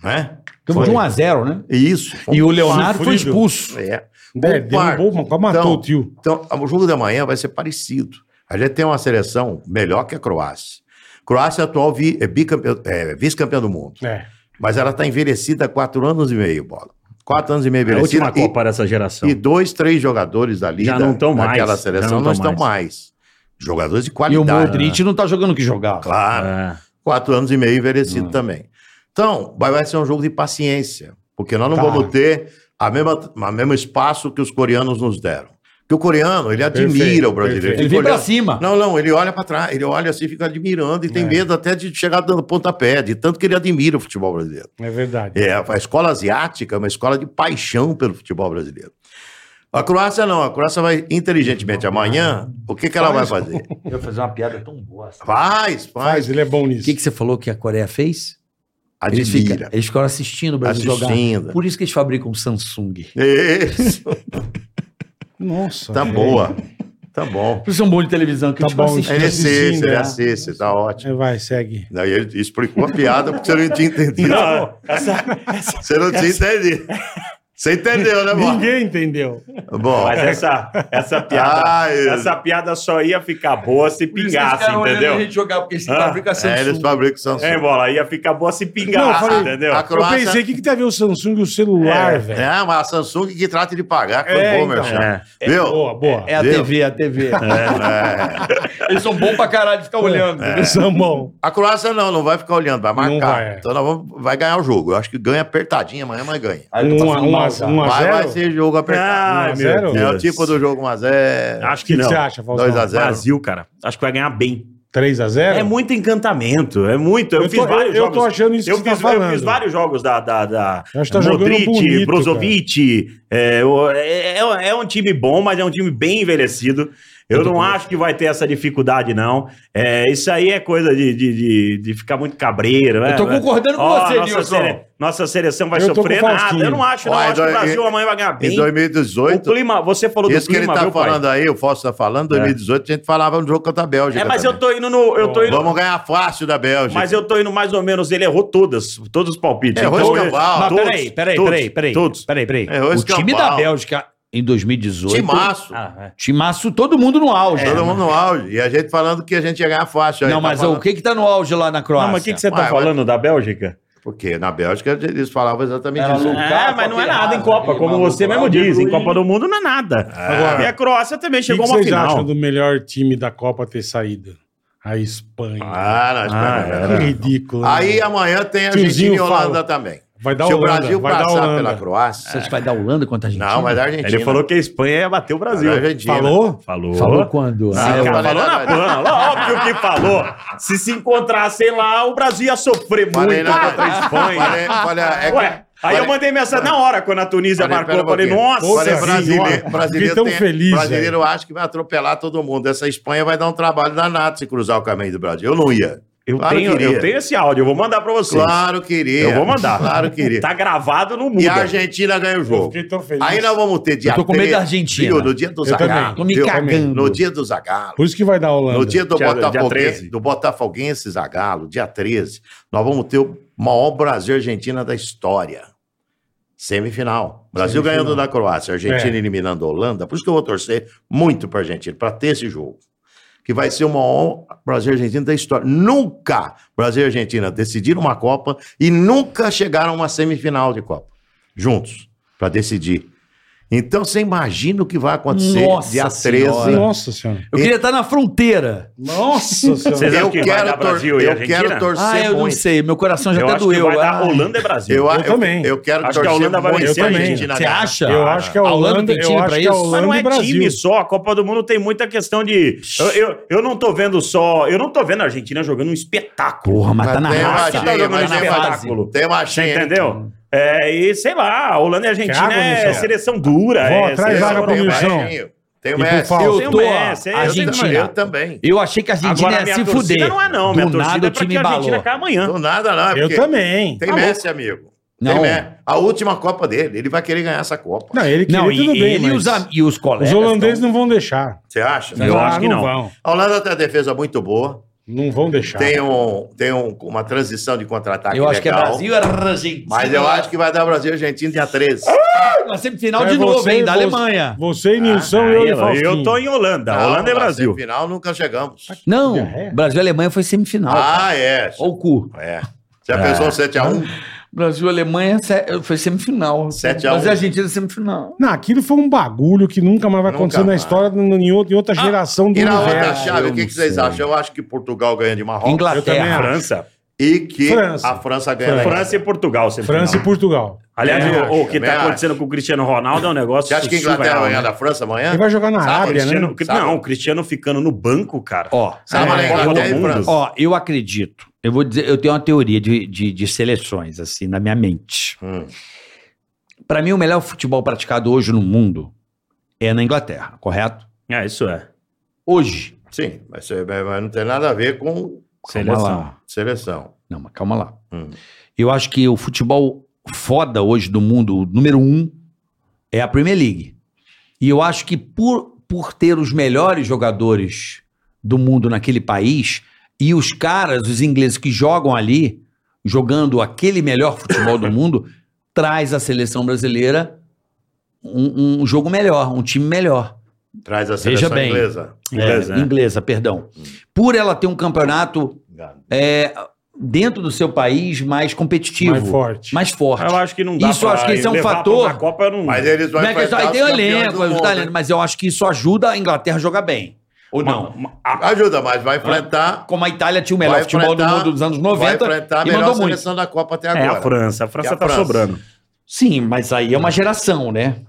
né?
Então, de 1 a 0 né?
E isso. foi
E
um
o Leonardo foi
Sofrido.
expulso.
parto. É.
É,
Um
derrubou, mas quase matou
Então,
o tio.
Então, o jogo da manhã vai ser parecido. A gente tem uma seleção melhor que a Croácia. Croácia atual vi- é bicampeã- é vice-campeã do mundo.
É.
Mas ela está envelhecida há quatro anos e meio, bola. Quatro anos e meio
É a
envelhecida.
última
e,
Copa dessa geração. É.
e dois, três jogadores ali
Já
da-
não tão mais,
daquela
já
seleção
não
não
tão
estão mais.
mais.
Jogadores de
E o
qualidade. né?
Modric não tá jogando o que jogava.
Claro
É.
quatro anos e meio envelhecido também. Então, vai, vai ser um jogo de paciência, porque nós não
Tá.
vamos ter a mesma, a mesmo espaço que os coreanos nos deram. Porque o coreano, ele admira
Perfeito,
o brasileiro.
perfeito.
Ele
fica
vem pra
olhando-
cima.
Não, não, ele olha pra trás, ele olha assim, fica admirando e tem
É.
medo até de chegar dando pontapé, de tanto que ele admira o futebol brasileiro.
É verdade.
É, a escola asiática é uma escola de paixão pelo futebol brasileiro. A Croácia não, a Croácia vai inteligentemente amanhã, o que, que ela vai fazer?
Eu ia fazer uma piada tão boa. O
Faz, faz,
Mas ele é bom nisso.
que, que você falou que a Coreia fez? Eles, fica-
admira,
eles ficaram assistindo o Brasil
assistindo.
jogar. Por isso que eles fabricam Samsung.
Isso.
Nossa.
Tá
velho.
boa. Tá bom.
Por isso é um bom de televisão que
Tá
eles ficam
bom,
assistindo.
Ele é
assistindo,
sexta, ele
é.
é sexta, tá ótimo.
É, vai, segue.
Não, e ele explicou a piada porque você não tinha entendido.
Não, essa-
Você não tinha entendido. Você entendeu, né, Bola?
Ninguém entendeu.
Bom,
Mas é essa, essa piada,
Ai.
essa piada só ia ficar boa
Por
se
isso que eles
pingasse,
ficaram olhando a
entendeu?
gente jogar, porque esse
Ah,
fabrica
é, eles
Samsung.
fabricam Samsung.
É, bola, ia ficar boa se
Não, eu
pingasse,
falei-
entendeu?
A
Eu
Croácia-
pensei, o que, que tem a ver o Samsung e o celular,
É,
velho?
É, mas a Samsung que trata de pagar, que foi
É,
bom,
então.
meu chá.
É,
Viu?
Boa, boa.
É a
Viu?
TV, a TV.
É.
Eles são bons pra caralho de ficar olhando.
É. Samão.
A Croácia não, não vai ficar olhando, vai
Não
marcar.
vai, é.
Então nós vamos, vai ganhar o jogo. Eu acho que ganha apertadinha, amanhã, mas ganha.
Aí eu tô
Um a-
passando
um a-
mal já.
um a- Ah,
Vai,
1x0?
vai ser jogo apertado.
Ai,
1 a 0?
meu
é
Deus.
o tipo do jogo, mas é.
Acho
O
que
que
não.
você acha, Faustão?
2 a 0.
Brasil, cara. Acho que vai ganhar bem.
3x0?
É muito encantamento, é muito. Eu,
Eu
fiz
tô-
vários
eu- eu
jogos.
tô achando isso que
eu
você tá
fiz, Eu
falando.
fiz vários jogos da, da, da
Eu acho que tá jogando bonito,
Brozovic. É, o- é, é- é um time bom, mas é um time bem envelhecido. Eu não acho que vai ter essa dificuldade, não. É, isso aí é coisa de, de, de, de ficar muito cabreiro. né?
Eu tô concordando com
Ó,
você,
nossa,
Nilson.
sele- nossa seleção vai
Eu tô com
sofrer
o
nada.
Faustinho.
Eu não acho, não.
Ó,
Eu
em
acho que o
dois-
Brasil amanhã vai ganhar
Em
bem. O
2018.
clima, você falou
Isso
do
que ele
clima,
tá
viu, pai?
falando aí, o Fausto tá
É.
falando, 2018 a gente falava no jogo contra a Bélgica.
É, mas
também.
eu tô indo no. Eu tô indo
Vamos ganhar fácil da Bélgica.
Mas eu tô indo mais ou menos, ele errou todas, todos os palpites.
Errou
Então,
escambau.
ele-
Não,
todos,
peraí, peraí,
todos,
peraí, peraí.
Todos.
Peraí, peraí.
É, o
o
escambau.
time da Bélgica em 2018.
Timaço.
Ah,
Ah, é. Timaço, todo mundo no auge.
É,
Todo mundo no auge. E a gente falando que a gente ia ganhar fácil. aí
Não,
tá
mas
falando-
o que que tá no auge lá na Croácia?
Não, mas o que, que você tá
Ué,
falando da Bélgica?
Porque na Bélgica eles falavam exatamente
Era
isso.
um
louco.
É, mas não é nada
Ah,
em Copa, como
é
você mesmo diz. Em Copa do Mundo não é nada.
Agora,
e a Croácia também
O que
chegou
que
a uma
vocês
final.
acham do melhor time da Copa ter saído? A Espanha.
Ah, não,
Ah,
espera,
que
espera.
ridículo. né?
Aí amanhã tem a Argentina
Tiozinho
e Holanda
fala.
também.
vai dar
Se o
Holanda,
Brasil
vai dar
passar
Holanda.
pela Croácia.
Você vai dar Holanda contra a Argentina?
Não, mas a Argentina.
Ele falou que a Espanha ia bater o Brasil.
A Argentina.
Falou?
Falou.
Falou quando?
Ah, eu
Cara,
falei
falou na
nada.
pana, óbvio que falou. Se se encontrassem lá, o Brasil ia sofrer
Falei
muito
nada.
contra a Espanha.
Falei, falei, é que-
Ué, aí eu
falei-
mandei mensagem na hora, quando a Tunísia
Falei,
marcou, eu
pera um
falei,
pouquinho.
nossa
Falei,
senhora.
brasileiro, brasileiro,
Fiquei tão
tem-
feliz,
brasileiro acha que vai atropelar todo mundo. Essa Espanha vai dar um trabalho danado se cruzar o caminho do Brasil. Eu não ia.
Eu,
Claro
tenho,
que iria.
eu tenho esse áudio, eu vou mandar pra vocês.
Claro que iria.
Eu vou mandar.
Claro que iria.
Tá gravado no mundo.
E a Argentina ganha o jogo.
Fiquei tão feliz.
Aí nós vamos ter dia
Eu tô com medo
13,
da Argentina.
viu? No dia do
Eu
Zagallo.
também.
Tô me
viu?
cagando.
No dia do Zagallo.
Por isso que vai dar Holanda.
No dia do,
Dia- dia
Botafoguense,
13.
do Botafoguense Zagalo, dia 13, nós vamos ter o maior Brasil-Argentina da história. Semifinal. Brasil
Semifinal.
ganhando da Croácia, Argentina
É.
eliminando a Holanda. Por isso que eu vou torcer muito para Argentina, para ter esse jogo. Que vai ser o maior Brasil-Argentina da história. Nunca Brasil e Argentina decidiram uma Copa e nunca chegaram a uma semifinal de Copa. Juntos, para decidir. Então você imagina o que vai acontecer
Nossa
dia 13.
Senhora.
Nossa senhora.
Eu queria estar na fronteira.
Nossa
Vocês
senhora.
acham
Eu
que vai
quero,
dar
tor-
Brasil e
eu
Argentina?
quero torcer
Ah, eu não
muito.
sei. Meu coração já
Eu
até
acho
doeu.
que vai dar
Ah.
Holanda e Brasil.
Eu, eu,
também.
Eu quero
Acho que a
torcer
Holanda vai
muito
vencer
pra
também.
Argentina
Você
ganhar.
acha?
Eu acho que a
A
Holanda,
Holanda tem time
eu acho
pra
que a
isso?
Holanda
Mas não
e
é
Brasil.
time só, a Copa do Mundo tem muita questão de. Eu, eu, eu não tô vendo só. Eu não tô vendo a Argentina jogando um espetáculo.
Porra, mas tá na
Tem uma
raça.
Tá
cheia,
jogando um
é
mas tem
espetáculo.
uma, tem
Você
uma cheia.
entendeu? É, e sei lá, a Holanda e a Argentina
Thiago,
é
Nilson.
seleção dura.
Vó,
é
traz
Tem
seleção
vaga pro
europeia.
Nilson.
Tem o
E pro
Messi.
Paulo.
Eu
Eu
tô,
tô,
é,
a Argentina.
Eu também.
Eu achei que a Argentina
Agora, a
ia
minha
se
torcida
fuder.
não é, não. Minha
Do
torcida
nada
é
o
pra
time
que a Argentina
embalou.
caia amanhã.
Do nada não, é
Eu
porque
também.
tem Messi, amigo. Tem
Tá Não.
Messi. A última Copa dele, ele vai querer ganhar essa Copa.
Não, ele queria
Não,
tudo
e
bem,
ele e
mas
os, am- e os colegas.
os holandeses
tão-
não vão deixar.
Você acha?
Eu
Ah,
acho que não.
vão.
A Holanda tem uma defesa muito boa.
Não vão deixar.
Tem, um, tem um- uma transição de contra-ataque
Eu acho que é
legal.
Brasil e Argentina. Ah!
Mas eu acho que vai dar Brasil e Argentina dia 13.
Na semifinal
É
de novo,
você,
hein? Da
você-
Alemanha.
Você e Nilson,
Ah, Aí,
eu e assim,
eu,
Faustinho.
tô em Holanda.
Não,
Holanda e
na
Brasil.
Final nunca chegamos.
Não,
Diarreia?
Brasil e Alemanha foi semifinal.
é? Ah, é.
Ou o cu.
É. Já pensou 7x1?
Brasil e Alemanha se- foi semifinal.
7 a 1.
Brasil e Argentina semifinal.
Não, aquilo foi um bagulho que nunca mais vai
Nunca
acontecer na
mais.
história n- em outra, em outra geração do
E na outra
universo.
chave,
eu
o que,
não
que vocês
sei.
acham? Eu acho que Portugal ganha de Marrocos
também
Inglaterra.
França.
e que
França.
a França ganha. da
França e Portugal.
França e
semifinal.
Portugal.
Aliás,
É,
o, o que
também
está
acho.
acontecendo com o Cristiano Ronaldo é um negócio.
Você acha que a Inglaterra
surreal,
vai ganhar
né?
da França amanhã?
Ele vai jogar na
Sabe,
Arábia, né?
Cristiano-
Sábado.
Não, o Cristiano ficando no banco, cara.
Ó,
Sábado
É,
na Inglaterra
Copa
e
do
França.
ó, eu acredito. Eu vou dizer, eu tenho uma teoria de, de, de seleções, assim, na minha mente.
Hum.
Pra mim, o melhor futebol praticado hoje no mundo é na Inglaterra, correto?
É, isso é.
Hoje.
Sim, mas, você- mas não tem nada a ver com
Calma
Seleção.
lá.
seleção.
Não, mas calma lá.
Hum.
Eu acho que o futebol foda hoje do mundo, o número um, é a Premier League. E eu acho que por, por ter os melhores jogadores do mundo naquele país, e os caras, os ingleses que jogam ali, jogando aquele melhor futebol do mundo, traz a seleção brasileira um, um jogo melhor, um time melhor.
Traz a
Veja
seleção
bem.
inglesa.
Inglesa,
É,
né?
inglesa, perdão. Por ela ter um campeonato é, dentro do seu país mais competitivo.
Mais forte.
Mais forte.
Eu acho que não dá
Isso eu acho que esse é um
levar
fator-
pra uma Copa eu não...
Mas eles vão
Não é que
enfrentar
só- aí
os
tem o
campeões do
elenco, os
mundo,
talentos,
hein?
mas eu acho que isso ajuda a Inglaterra a jogar bem. Ou não?
Uma- a-
Ajuda, mas vai enfrentar...
Como a Itália tinha o melhor
vai
futebol do
enfrentar-
mundo dos anos
Vai
90
enfrentar a
e
melhor
mandou muito.
seleção da Copa até
É
agora.
a França. A França
E a
tá
França?
sobrando.
Sim, mas aí é uma geração, né?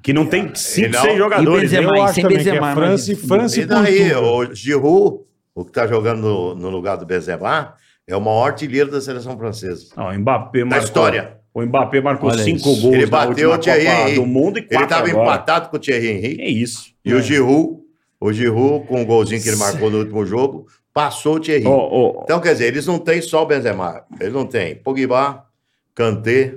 Que não tem cinco,
E não-
seis jogadores.
e Benzema,
né?
Eu
Mas
acho
sem
também que
Benzema,
é França e
mas-
França e
E daí,
Portugal.
o Giroud, o que está jogando no, no lugar do Benzema, é o maior artilheiro da seleção francesa.
Não, o Mbappé marcou,
história.
O Mbappé marcou
Olha
cinco
isso.
gols
Ele
na
bateu
última
o Thierry
Copa
Henry.
do Mundo e quatro
Ele estava
agora.
empatado com o Thierry Henry
Que isso.
e o Giroud, o Giroud, com o golzinho que ele marcou no último jogo, passou o Thierry.
Ó, ó,
Então, quer dizer, eles não têm só o Benzema. Eles não têm Pogba, Kanté,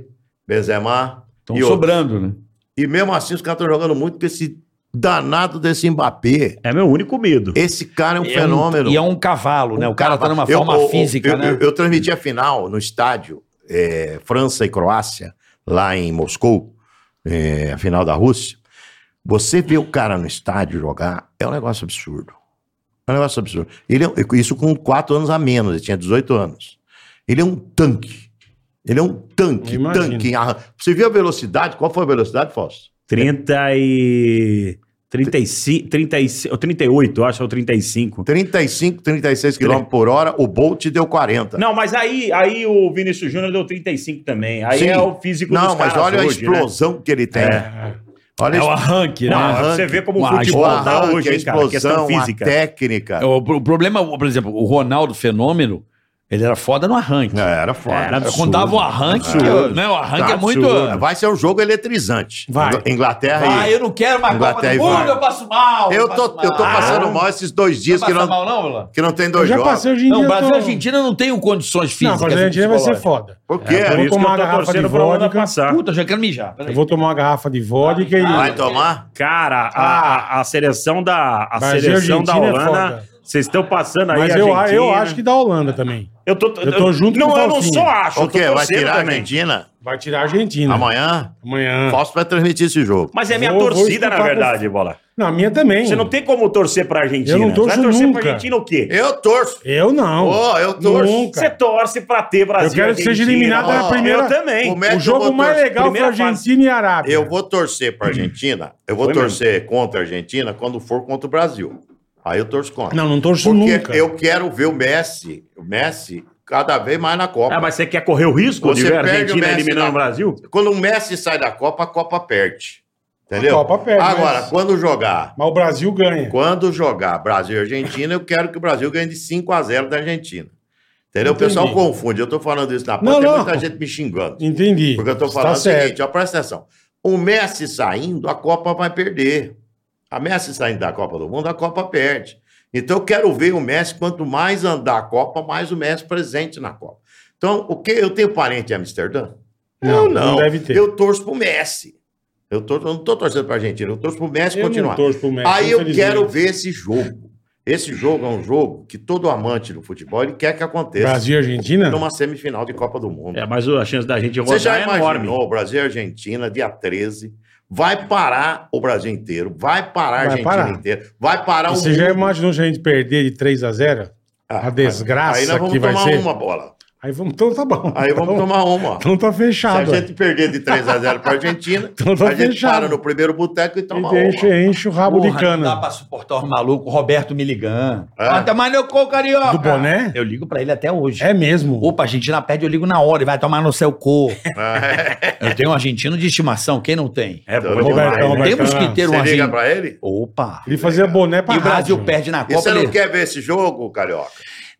Benzema
Estão
e outros.
sobrando, né?
E mesmo assim, os caras estão jogando muito com esse danado desse Mbappé.
é meu único medo.
Esse cara é um
É um-
fenômeno.
e é um cavalo, né? O cara tá numa
Eu-
forma
eu- eu-
física,
eu,
né?
Eu, eu transmiti a final no estádio é, França e Croácia, lá em Moscou, é, a final da Rússia. Você vê o cara no estádio jogar, é um negócio absurdo. É um negócio absurdo. Ele é- isso com quatro anos a menos, ele tinha 18 anos. Ele é um tanque. Ele é um tanque,
Imagino.
tanque. Ah, Você viu a velocidade? Qual foi a velocidade, Fausto?
30 e... 35, 35, ou 38, eu acho, é ou 35.
35, 36 km por hora, o Bolt deu 40.
Não, mas aí, aí o Vinícius Júnior deu 35 também. Aí
Sim.
é o físico
Não,
dos
mas
caras
olha a
hoje, né? É
explosão que ele tem. Olha a
É arranque, né?
Não,
arranque.
né? você vê como o
Uma
futebol
O
tá
arranque,
hoje,
a
hein, cara? Questão
explosão,
física.
a técnica.
É O, o problema, por exemplo, o Ronaldo Fenômeno, ele era foda no arranque.
Não, É, era foda.
Era
Era
absurdo.
Quando dava o arranque,
Absurdo.
né? O arranque
Tá
é muito.
absurdo. Vai ser um jogo eletrizante.
Vai.
Inglaterra
Ah,
e...
eu não quero mais Copa
Inglaterra
do
e
Mundo,
vai.
eu passo mal.
Eu
passo
tô,
mal. Ah,
eu tô passando mal esses dois
Não
dias que
passa
não,
mal, não, Lula?
que não tem
Eu
dois
já
jogos.
passei hoje em dia.
Não,
eu
Brasil
tô-
e Argentina é não tem um condições
Não,
físicas.
Brasil e Argentina vai ser
psicológicas.
foda.
Por quê?
É,
Por
vou
isso que
tomar
eu
uma
tô
garrafa de
torcendo pra Holanda
vodka.
passar.
Puta, eu já quero mijar.
Eu
peraí.
vou tomar uma garrafa de vodka e.
Vai tomar?
Cara, a, a- a seleção da a
Brasil e
seleção da
Ah. Argentina é
Holanda,
foda.
vocês estão passando aí
Mas
a
eu,
Argentina.
eu acho que da Holanda também.
eu tô,
eu tô junto
não,
com o
eu não
Faustinho.
só acho,
O
eu tô
quê? Vai
torcendo
tirar né? a
também.
Argentina?
Vai tirar a Argentina.
Amanhã?
Amanhã.
Fausto vai transmitir esse jogo.
Mas é minha
Vou- vou
torcida, na
escutar
verdade, bola.
Não, a minha também.
Você não tem como torcer pra Argentina.
Eu não
Você
torço
vai torcer
nunca.
pra Argentina o quê?
Eu torço.
Eu não.
Ô, eu torço.
Nunca.
Você torce pra ter Brasil.
Eu quero que
e Argentina.
seja eliminado
na
Ó,
primeira-
Eu também.
Como é que
o
eu
jogo
vou
mais
torcer?
legal foi
Primeira
Argentina
fase.
e Arábia.
Eu vou torcer pra Argentina. Eu vou
Foi
torcer contra a Argentina quando for contra o Brasil. Aí eu torço contra.
Não, não torço
Porque
nunca.
eu quero ver o Messi, o Messi cada vez mais na Copa.
Ah, mas você quer correr o risco de
Você
ver a
perde o
Argentina
Messi
eliminando
na-
o Brasil?
Quando o Messi sai da Copa, a Copa perde. Entendeu?
A Copa perde,
Agora,
mas-
quando jogar,
Mas o Brasil ganha.
quando jogar Brasil e Argentina, eu quero que o Brasil ganhe de 5 a 0 da Argentina. Entendeu?
Entendi.
O pessoal confunde. Eu tô falando isso na
Não,
ponta, tem
não.
muita gente me xingando.
Entendi.
Porque eu tô
Tá
falando o
certo.
seguinte, ó, presta atenção. O Messi saindo, a Copa vai perder. A Messi saindo da Copa do Mundo, a Copa perde. Então eu quero ver o Messi, quanto mais andar a Copa, mais o Messi presente na Copa. Então, o que eu tenho parente em Amsterdã?
Não,
eu não.
não deve ter.
Eu torço pro Messi. Eu, torço, eu não tô torcendo pra Argentina, eu torço pro Messi
Eu não
continuar.
torço pro Messi,
Aí eu
infelizmente.
quero ver esse jogo. Esse jogo é um jogo que todo amante do futebol ele quer que aconteça.
Brasil e Argentina?
Numa semifinal de Copa do Mundo.
É, mas a chance da gente
Você
rodar
já
é
imaginou
enorme.
o Brasil e Argentina, dia 13, vai parar o Brasil inteiro, vai parar a
Vai
Argentina
parar.
inteira, vai parar
Você
o
já
mundo.
imaginou se a gente perder de 3 a 0
Ah,
A desgraça
Aí nós vamos
que vai
tomar
ser.
uma bola.
Aí vamos, então tá bom.
Aí vamos
então,
tomar uma.
então tá
Se a
fechado.
gente perder de 3 a 0 para a Argentina,
Então tá
a gente
fechado.
para no primeiro boteco e toma
E enche,
uma.
enche o rabo
Porra,
de
Não dá
cana.
pra suportar os malucos, Roberto me ligando.
É.
Até mais meu co, carioca.
Do boné?
Eu ligo pra ele até hoje.
É mesmo.
Opa, Argentina perde, eu ligo na hora e vai tomar no seu cu.
É.
eu tenho um argentino de estimação, quem não tem?
É bom
Robertão,
demais, né?
Robertão.
Temos
Cana.
que ter um
Você liga
argentino.
para ele?
Opa.
Ele é fazia boné pra
E o Brasil
rádio.
perde na
E
Copa.
você não
ele-
quer ver esse jogo, Carioca?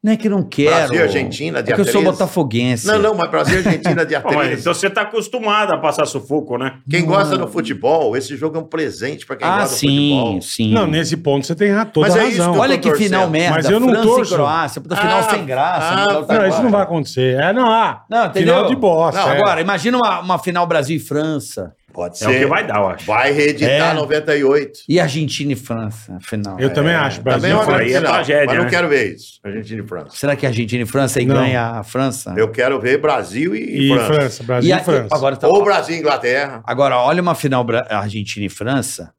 Não é que não quero.
Brasil e Argentina,
É
dia
que eu sou
13.
botafoguense.
Não, não, mas Brasil e Argentina, dia
Pô, mas
13.
então você tá acostumado a passar sufoco, né?
Quem gosta do futebol, esse jogo é um presente para quem
Ah,
gosta do
sim,
futebol.
sim.
Não, nesse ponto você tem ra- toda
Mas é isso
razão.
que eu
Olha
tô
que
torcendo.
final merda.
Mas eu não
França e
torço.
Croácia. Puta final
Ah,
sem graça.
ah,
Não dá pra
Não, isso
falar.
não vai acontecer. É, não, ah,
Não, entendeu?
final de bosta.
Não,
é.
Agora, imagina uma, uma final Brasil e França.
Pode
É o que vai dar, eu acho.
Vai reeditar
É.
98.
E Argentina e França, final.
Eu também acho.
Também
Brasil
é uma
foi-
Aí é
grande final,
tragédia,
Mas não
né?
quero ver isso. Argentina e França.
Será que Argentina e França aí
Não.
ganha a
Ah.
França?
Eu quero ver Brasil
e
e,
França.
é França.
Brasil
E
e,
a-
França.
Agora, tá,
Ou Brasil e Inglaterra.
agora, olha uma final Bra- Argentina e França.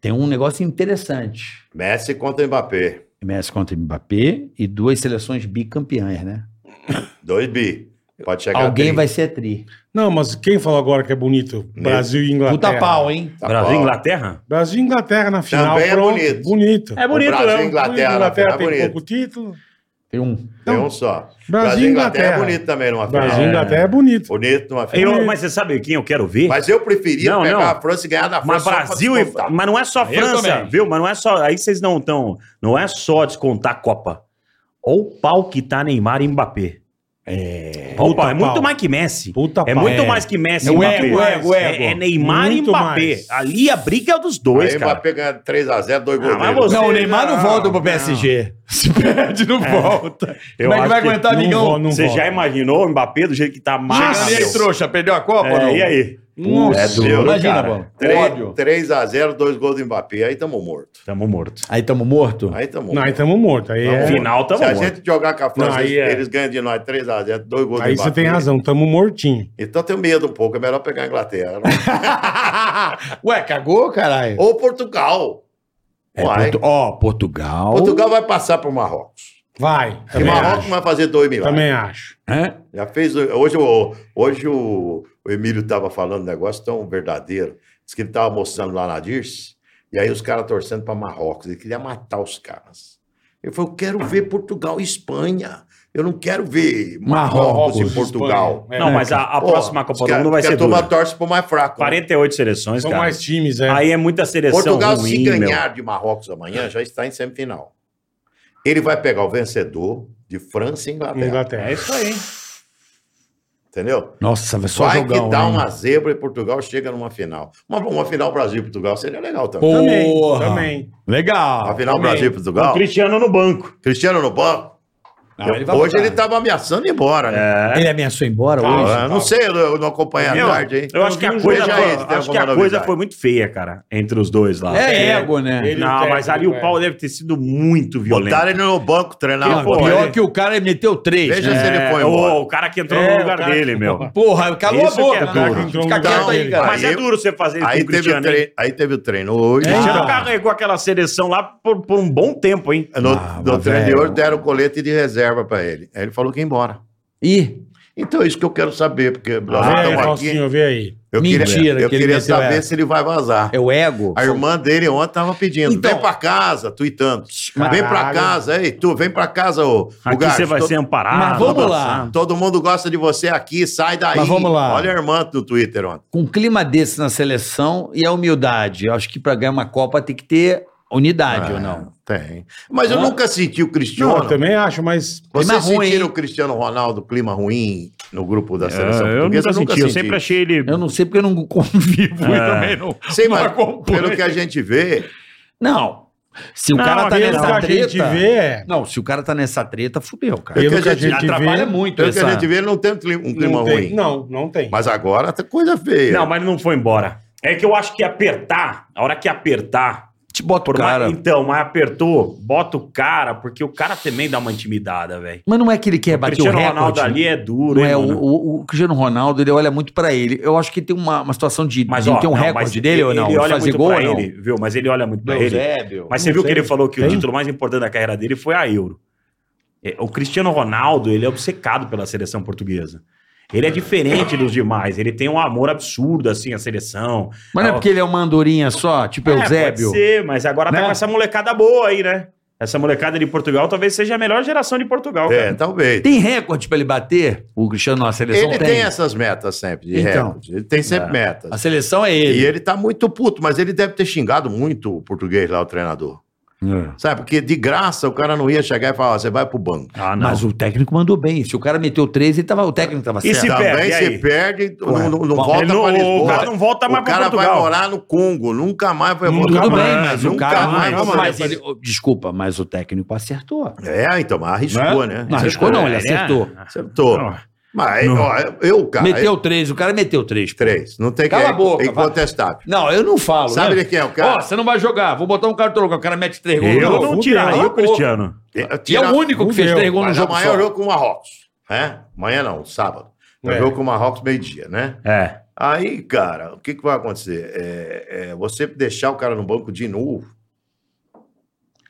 Tem um negócio interessante.
Messi contra Mbappé.
Messi contra Mbappé e duas seleções bicampeãs, né?
Dois bi. Pode chegar
Alguém
a
vai ser tri.
Não, mas quem falou agora que é bonito? Brasil e Inglaterra.
Puta pau, hein?
Tá
Brasil e
bom.
Inglaterra?
Brasil e Inglaterra na final.
Também é
pronto.
bonito.
Bonito.
É bonito,
Brasil e
né?
Inglaterra,
Inglaterra
Inglaterra
tem
bonito.
pouco título.
Tem um.
Tem um só.
Brasil e Inglaterra.
é bonito também numa final. né?
Brasil e Inglaterra é bonito.
Bonito numa final.
Eu, mas você sabe quem eu quero ver?
Mas eu preferia
Não,
pegar
não.
a França e ganhar da
Mas
França. é só pra
Brasil e.
disputar.
Mas não é só a
Eu
França,
também.
viu? Mas não é só. Aí vocês não estão. Não é só descontar a Copa. Olha o pau que tá Neymar e Mbappé. É.
Puta
é muito
pau.
mais que Messi.
Puta
é
pau.
muito
É.
mais que Messi
É
e
o
Mbappé.
ego, é o ego.
É, é Neymar
Muito
e Mbappé.
mais.
Ali a briga é dos dois,
Aí o
cara.
Mbappé ganha 3x0, dois
Ah,
gols.
mas
dele.
você-
Não, o Neymar não
não,
volta pro
não.
PSG. Se perde, não volta.
Eu
Como é que
acho
vai
que
aguentar,
não
amigão?
vou, não
Você
vou.
já imaginou o Mbappé do jeito que tá massa?
Chegando aí,
meu?
trouxa, perdeu a Copa?
É,
não?
e aí?
Nossa.
É duro,
Imagina,
cara.
mano. Ódio.
3x0, dois gols do Mbappé. Aí tamo morto.
Tamo morto.
Aí tamo morto?
Aí tamo
Não,
morto.
aí estamos mortos. Aí,
No
é-
final tamo
Se a
morto.
gente jogar com a França,
Não, aí
eles,
é.
eles ganham de nós 3x0, dois gols
aí
do
você
Mbappé.
tem razão, estamos mortinho.
Então eu tenho medo um pouco. É melhor pegar a Inglaterra. né?
Ué, cagou, caralho?
Ou Portugal.
É,
Vai.
Portu- Ó, Portugal.
Portugal vai passar pro Marrocos.
Vai.
Porque
Também
Marrocos
acho.
vai fazer dois milagres.
Também acho.
Hã?
Já fez. Hoje, o, hoje o, o Emílio estava falando um negócio tão verdadeiro. Diz que ele estava mostrando lá na Dirce, e aí os caras torcendo para Marrocos. Ele queria matar os caras. Ele falou: eu quero ver Portugal e Espanha. Eu não quero ver Marrocos,
Marrocos,
e Portugal.
Espanha. É,
não, mas a,
cara.
a
Pô,
próxima Copa
os
do
caras-
Mundo vai
porque
ser
a turma
dura.
torce pro mais fraco. né?
48 seleções,
São
cara.
mais times, é.
Aí é muita seleção
Portugal,
ruim,
se
meu.
ganhar de Marrocos amanhã, já está em semifinal. Ele vai pegar o vencedor de França e Inglaterra.
Inglaterra.
É isso aí.
Entendeu?
Nossa, vai só
vai
jogão.
um,
que dá
hein?
uma zebra e Portugal chega numa final. Uma, uma final Brasil e Portugal seria legal também.
Porra.
Também, também.
uma
Legal.
final
também.
Brasil e
O
Portugal.
Cristiano no banco.
Cristiano no banco.
Ah, ele vai
hoje
voltar.
ele estava ameaçando ir embora, né?
É.
Ele ameaçou ir embora
Tá.
hoje?
Ah, não sei, eu, eu não acompanhei a
Eu,
É tarde, hein?
eu acho que a
Veja
coisa,
aí, se tem
foi, acho que
alguma
a coisa
novidade.
foi muito feia, cara, entre os dois lá.
É ego, né?
Ele e
não,
o
mas
técnico,
ali o
é.
pau deve ter sido muito violento.
Botaram ele no banco
Ah,
treinar.
pô,
Pô,
pior
ele-
que o cara meteu três.
Veja
né?
se ele foi
É,
embora.
ô, o cara que entrou
É,
no
o
lugar
cara-
dele, meu.
Porra, calou a
Isso que
boca.
é
cara.
duro.
Fica quieto aí, cara.
Então,
Mas é duro você fazer isso com
Aí
o
teve, o
Cristiano, hein? É, então.
treino, aí teve o treino hoje.
O Cristiano
Ah.
carregou aquela seleção lá por, por um bom tempo, hein?
No,
Ah,
no
mas
treino de
velho.
hoje deram colete de reserva para ele. Aí ele falou que ia embora.
Ih,
Então é isso que eu quero saber, porque nós
Vê aí,
estamos aqui.
Faustinho, vê aí.
Eu
Mentira
queria, eu
que ele
queria
meteu
saber
essa.
se ele vai vazar.
é o ego.
A irmã dele ontem tava pedindo,
Então-
vem pra casa, tuitando. Vem pra
Caralho.
casa, ei, tu, vem pra casa, ô. ô,
Aqui
Gacho,
você vai
to-
ser um amparado.
Mas vamos lá.
abraçado.
Todo mundo gosta de você aqui, sai daí.
Mas vamos lá.
Olha a irmã do Twitter ontem.
Com um clima desse na seleção e a humildade. Eu acho que pra ganhar uma Copa tem que ter unidade,
É.
ou não?
Tem. Mas eu
Hã?
nunca senti o
Não,
Cristiano.
eu também acho, mas.
Vocês
Clima ruim,
sentiram
hein?
o Cristiano Ronaldo clima ruim no grupo da
É,
seleção
eu
portuguesa?
nunca senti, eu sempre achei ele...
Eu não sei porque eu não convivo e
É.
também não.
Sei, mas
acompanho.
pelo que
assim.
a gente vê,
Não. Se o
Não,
cara tá
aquele
Pelo que
nessa
a gente
treta.
vê é.
Não, se o cara tá nessa treta, fudeu, cara.
Pelo
Pelo
que
que
a
a
gente
gente
Atrapalha
vê.
muito
pelo que
essa...
a gente vê, ele não tem um clima, um clima
não,
ruim.
tem, não, não tem.
Mas agora tá coisa feia.
Não, mas ele não foi embora. É que eu acho que apertar, a hora que apertar,
Te bota o
por
cara.
mais, então, mas apertou, bota o cara, porque o cara também dá uma intimidada, velho.
Mas não é que ele quer bater o
Cristiano
recorde.
Ronaldo ali é duro,
Não
hein,
é, o,
mano?
o- o Cristiano Ronaldo, ele olha muito pra ele. Eu acho que tem uma, uma situação de,
Mas,
de
ó,
ter um
não, mas
recorde dele
ele-
ou não.
Ele
de
olha
fazer
muito
gol ou
pra
não.
ele, viu? Mas ele olha muito pra ele.
Eusébio.
Mas você viu que ele falou que o título mais importante da carreira dele foi a Euro. É, O Cristiano Ronaldo, ele é obcecado pela seleção portuguesa. Ele é diferente dos demais. Ele tem um amor absurdo, assim, à seleção.
Mas não é
Ao-
porque ele é uma andorinha só, tipo
É,
Eusébio.
pode ser, mas agora
Né?
tá com essa molecada boa aí, né? Essa molecada de Portugal talvez seja a melhor geração de Portugal.
É,
cara.
talvez.
Tem recorde pra ele bater? O Cristiano na seleção
Ele
tem.
tem essas metas sempre, de
Então.
recorde. Ele tem sempre
É.
metas.
A seleção é
E
ele.
ele tá muito puto, mas ele deve ter xingado muito o português lá, o treinador.
É.
Sabe? Porque de graça o cara não ia chegar e falar, "Ó, você vai pro banco.
Ah, não.
Mas o técnico mandou bem. Se o cara meteu três, ele tava, o técnico tava
E se
certo.
Também
perde, e
se
aí?
perde, não, não- não
Bom,
volta
Ele não-
pra Lisboa.
o cara não volta mais
O
pra
cara vai
Portugal.
morar no Congo, nunca mais vai
Nunca
voltar.
Tudo
pra-
né?
bem, mas o
nunca
cara.
mais
mas
vai fazer-
ele, oh, desculpa, mas o técnico acertou.
É, então, mas arriscou, né?
Não arriscou, não, ele
É,
acertou.
é.
Acertou.
Não.
Mas, ó, eu, cara.
Ah, meteu três, o cara meteu três. pô.
Três. Não tem
Cala
que.
a boca,
é
vai.
incontestável.
Não, eu não falo.
Sabe
né?
de quem é o cara?
Ó, você não vai jogar, vou botar um cara do teu lugar. O cara mete três gols.
Eu
no
não
jogo.
tiraria
Cala a
o
boca.
Cristiano.
E é o único que fez
Fudeu.
três gols no
Mas
jogo
amanhã é o
só.
jogo com o Marrocos. É? Amanhã não, sábado. É o
É.
jogo com o Marrocos, meio-dia, né?
É.
Aí, cara, o que, que vai acontecer? É, é, você deixar o cara no banco de novo.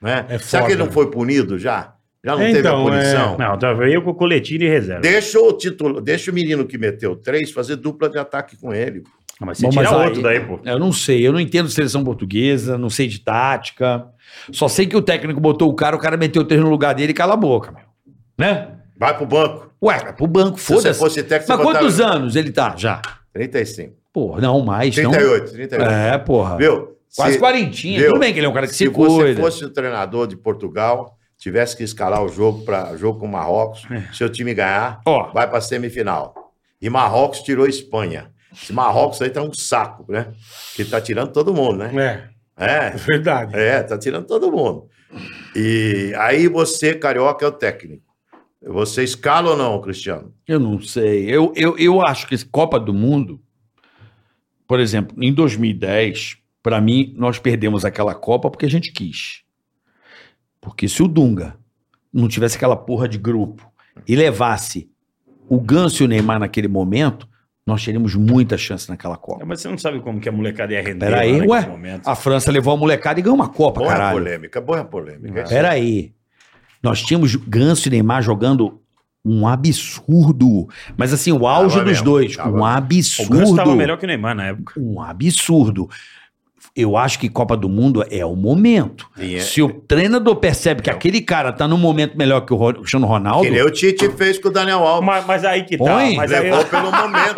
Né?
É
Será que ele
foda,
não foi punido já? Já não teve a
Então, é.
punição?
Não, tá, eu ia com o coletivo e reserva.
Deixa o título, deixa o menino que meteu três fazer dupla de ataque com ele.
Ah, Mas
Bom,
você tira
mas aí-
outro daí, pô.
Eu não sei, eu não entendo seleção portuguesa, não sei de tática. Só sei que o técnico botou o cara, o cara meteu três no lugar dele e cala a boca, meu. Né?
Vai pro banco.
Ué, vai pro banco,
Se você
foda-se.
fosse técnico,
Mas
você botava-
quantos anos ele tá já?
35.
Porra, não, mais, não.
38, 38.
É, porra.
Viu?
Quase
Se-
quarentinha.
Viu?
Tudo bem que ele é um cara que se,
Se você
cuida.
fosse o treinador de Portugal, tivesse que escalar o jogo para jogo com o Marrocos, seu time ganhar,
É. Ó.
vai para semifinal. E Marrocos tirou a Espanha. Esse Marrocos aí tá um saco, né? Que tá tirando todo mundo, né?
É,
É,
verdade.
é, tá tirando todo mundo. E aí você, carioca, é o técnico. Você escala ou não, Cristiano?
Eu não sei. Eu, eu, eu acho que esse Copa do Mundo, por exemplo, em 2010, pra mim, nós perdemos aquela Copa porque a gente quis. Porque se o Dunga não tivesse aquela porra de grupo e levasse o Ganso e o Neymar naquele momento, nós teríamos muita chance naquela
É,
Copa.
Mas você não sabe como que a molecada ia render
Peraí,
lá naquele
ué.
momento.
A França levou a molecada e ganhou uma Copa,
Boa
caralho.
polêmica, boa polêmica. É isso aí.
Peraí. Nós tínhamos Ganso e Neymar jogando um absurdo. Mas assim, o auge
Tava
dos
mesmo,
dois.
tava.
O
Um
Ganso tava melhor
absurdo.
que o Neymar na época.
Um absurdo. Eu acho que Copa do Mundo é o momento.
E é-
Se o treinador percebe que aquele cara tá num momento melhor que o Ro- Cristiano Ronaldo,
Que é nem o Tite fez com o Daniel Alves.
Mas, mas aí que tá.
Põe.
Mas, aí,
Levou pelo momento.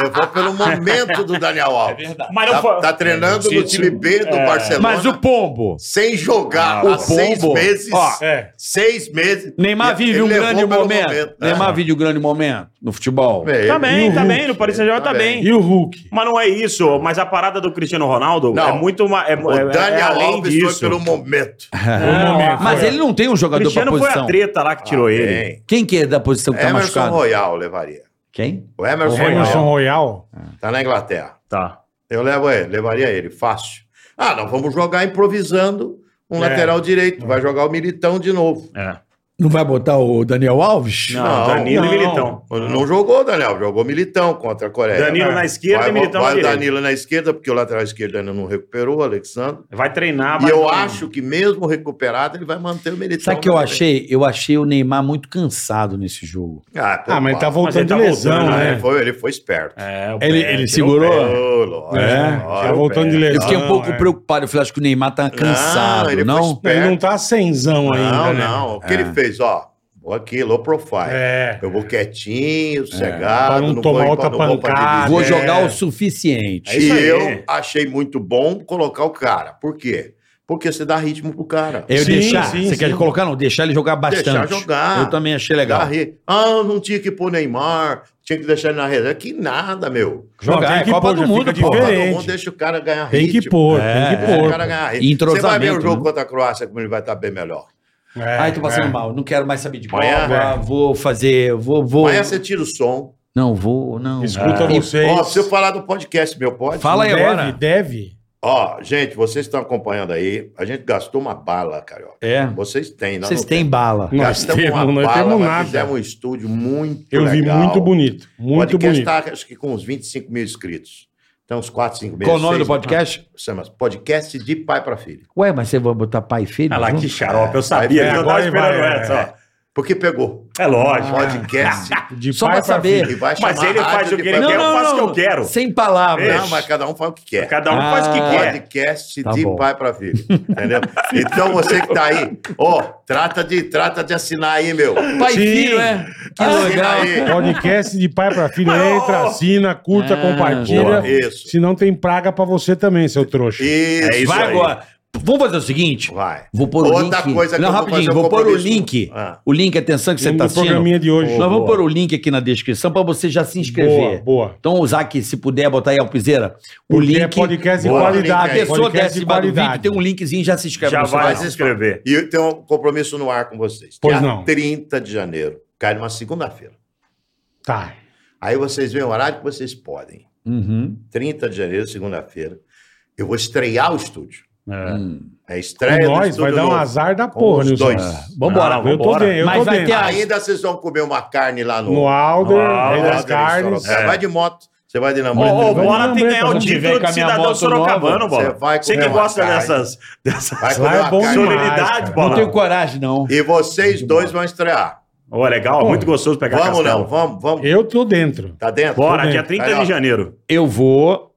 Levou pelo momento do Daniel Alves.
mas não
Tá,
foi.
tá treinando no time B do Barcelona.
mas o Pombo.
Sem jogar
O
há seis
Pombo.
meses.
Ó,
É.
Seis meses.
Neymar
E- é-
vive
ele
um
levou
grande
pelo
momento.
né?
Neymar vive um grande momento no futebol.
É,
Tá
ele-
bem,
E
tá
o
bem. No Paris Saint-Germain tá
Tá
bem.
E o Hulk?
Mas não é isso. Mas a parada do Cristiano Ronaldo
Não.
é muito mais. É,
O
é- é
Daniel
além
Alves
disso.
foi pelo momento.
Um momento,
Mas
é.
ele não tem um
O
jogador pra
Cristiano foi a
posição.
treta lá que tirou ele.
Bem,
Quem que é da posição que tá
Emerson
machucado?
Royal levaria.
Quem?
O Emerson,
É, Emerson
Royal
Royal?
tá na Inglaterra.
Tá.
Eu levo ele, levaria ele, fácil. Ah, não, vamos jogar improvisando um
É.
lateral direito. Vai jogar o Militão de novo.
É.
Não vai botar o Daniel Alves? Ah.
Não,
Não,
Danilo
não.
e Militão.
Não, Não jogou o Daniel, jogou Militão contra a Coreia.
Danilo na esquerda
vai,
e Militão
vai
na direita.
Danilo na esquerda, porque o lateral esquerdo ainda não recuperou, o Alexandre.
Vai treinar.
E
vai-
eu acho que mesmo recuperado, ele vai manter o Militão.
Sabe o que eu
na
achei? Eu achei o Neymar muito cansado nesse jogo.
direita. Ah, pô,
Ah, mas ele tá
pá.
voltando
ele tá
de lesão,
voltando,
Ah,
né?
ele, foi, ele foi esperto.
É, o
Ele,
pé,
ele
tirou
segurou?
Ô, lógico,
É,
lógico.
tá voltando de lesão.
Eu fiquei um pouco
é.
preocupado. Eu falei, acho que o Neymar tá cansado, não?
ele foi-
Ele não tá senzão ainda.
Não,
né?
não. O que ele fez, ó, vou aqui, low profile.
É.
Eu vou quietinho, sossegado.
Pra não tomar
vou-
outra
não vou pra
pancada.
divisão.
Vou
É.
jogar o suficiente.
É isso
e
aí.
eu achei muito bom colocar o cara. Por quê? Porque você dá ritmo pro cara.
Eu
Sim,
deixar.
sim,
Você
sim.
quer colocar? Não, deixar ele jogar bastante.
Deixar jogar.
Eu também achei legal.
Dá ri- Ah, não tinha que pôr Neymar, tinha que deixar ele na reserva. Que nada, meu.
Jogar,
Não,
é Copa do
já
Mundo,
fica
porra.
Todo mundo
diferente.
deixa o cara ganhar
Tem
ritmo.
que pôr, tem que
Deixa
pôr.
o É. cara ganhar ritmo. Você vai ver o
Entrosamento,
jogo
né?
contra a Croácia, como ele vai estar bem melhor.
É,
Ai, tô passando
é.
mal. Não quero mais saber de bola.
Amanhã?
Vou fazer. Vou. vou...
Amanhã você tira o som.
Não, vou. Não. É.
Escuta vocês.
Ó, se eu falar do podcast, meu, pode?
Fala aí
deve,
agora.
deve.
Ó, gente, vocês estão acompanhando aí. A gente gastou uma bala, carioca.
É.
Vocês têm, não?
Vocês têm bala.
Nós temos, nós temos
mas
nada.
Fizemos um estúdio muito
Eu vi
legal.
muito bonito.
O
Muito
podcast
bonito.
está, acho que com uns 25 mil inscritos. Então, uns 4, 5 meses.
Qual o nome do
seis-
podcast?
Chama Podcast de Pai para Filho.
Ué, mas você vai botar pai e filho?
Olha lá,
junto?
que xarope. Eu sabia
Aí
que eu
agora
tava
ele
esperando
vai-
essa. ó.
Porque pegou.
É lógico.
Podcast.
De
Só
pai
pra saber.
filho.
e vai
Ah. Mas
chamar
ele
a rádio
faz o que
de
ele
pai pra
quer,
filho.
eu faço o que eu quero.
Sem palavras.
Não, mas cada um faz o que quer.
Cada um faz o que
Ah.
quer.
Podcast
Tá
de
bom.
pai para filho. Entendeu? então, você que tá aí, ó, trata, de, trata de assinar aí, meu.
Pai e
Sim.
filho, é? Que
Assina
legal.
aí.
Podcast de pai pra filho. Entra, assina, curta,
Ah,
compartilha.
boa. Isso.
Se não tem praga pra você também, seu trouxa.
Isso.
É isso
Vai
aí.
agora. Vamos fazer o seguinte?
Vai.
Vou pôr o
Outra
link.
coisa que
não,
eu vou
rapidinho,
fazer um
vou pôr o
compromisso.
link.
Ah.
O link, atenção, que você
Nome
tá
do programinha
assistindo.
de hoje.
Nós vamos
Boa.
pôr o link aqui na descrição pra você já se
Boa,
inscrever.
boa.
Então, Zac, se puder botar aí aí, Alpizeira, o
Porque é
link.
podcast de
Boa.
qualidade.
A pessoa
podcast
desce embaixo do vídeo, tem um linkzinho, já se inscreve.
Já
no seu
vai
canal.
se inscrever.
E eu tenho um compromisso no ar com vocês.
Pois
Dia
não.
30 de janeiro. Cai numa segunda-feira.
Tá.
Aí vocês veem o horário que vocês podem.
Uhum.
30 de janeiro, segunda-feira, eu vou estrear o estúdio.
Hum.
É a estreia
Com
do
nós,
estúdio
vai dar um
novo.
azar da
Com
porra,
os
Nilson.
dois. Tá,
É.
Vambora.
Eu tô
Vambora.
dentro, eu tô
Mas vai ter
dentro.
a...
Ainda vocês vão comer uma carne lá no...
No Alder,
No
Rei
Alder,
das
em
Carnes.
Sorocaba. Vai de moto, você vai de
Ô,
lambreta.
ô,
Vai
Bola
na
tem que
Lambreta,
ganhar o
né?
título
Vem com
de
a minha
cidadão
moto
sorocabano,
nova,
Bola.
você vai
Você que
comer uma
gosta
carne.
dessas... dessas...
Vai
Lá
comer
é
uma
bom
carne.
demais.
Solenidade,
cara.
Não
Bola.
tenho coragem, não.
E vocês dois vão estrear.
Ô, legal, muito gostoso pegar
vamos,
castelo.
Léo, vamos, vamos.
Eu tô dentro.
Tá dentro?
Bora,
Tudo
dia
bem.
30
Aí, ó.
de janeiro.
Eu vou...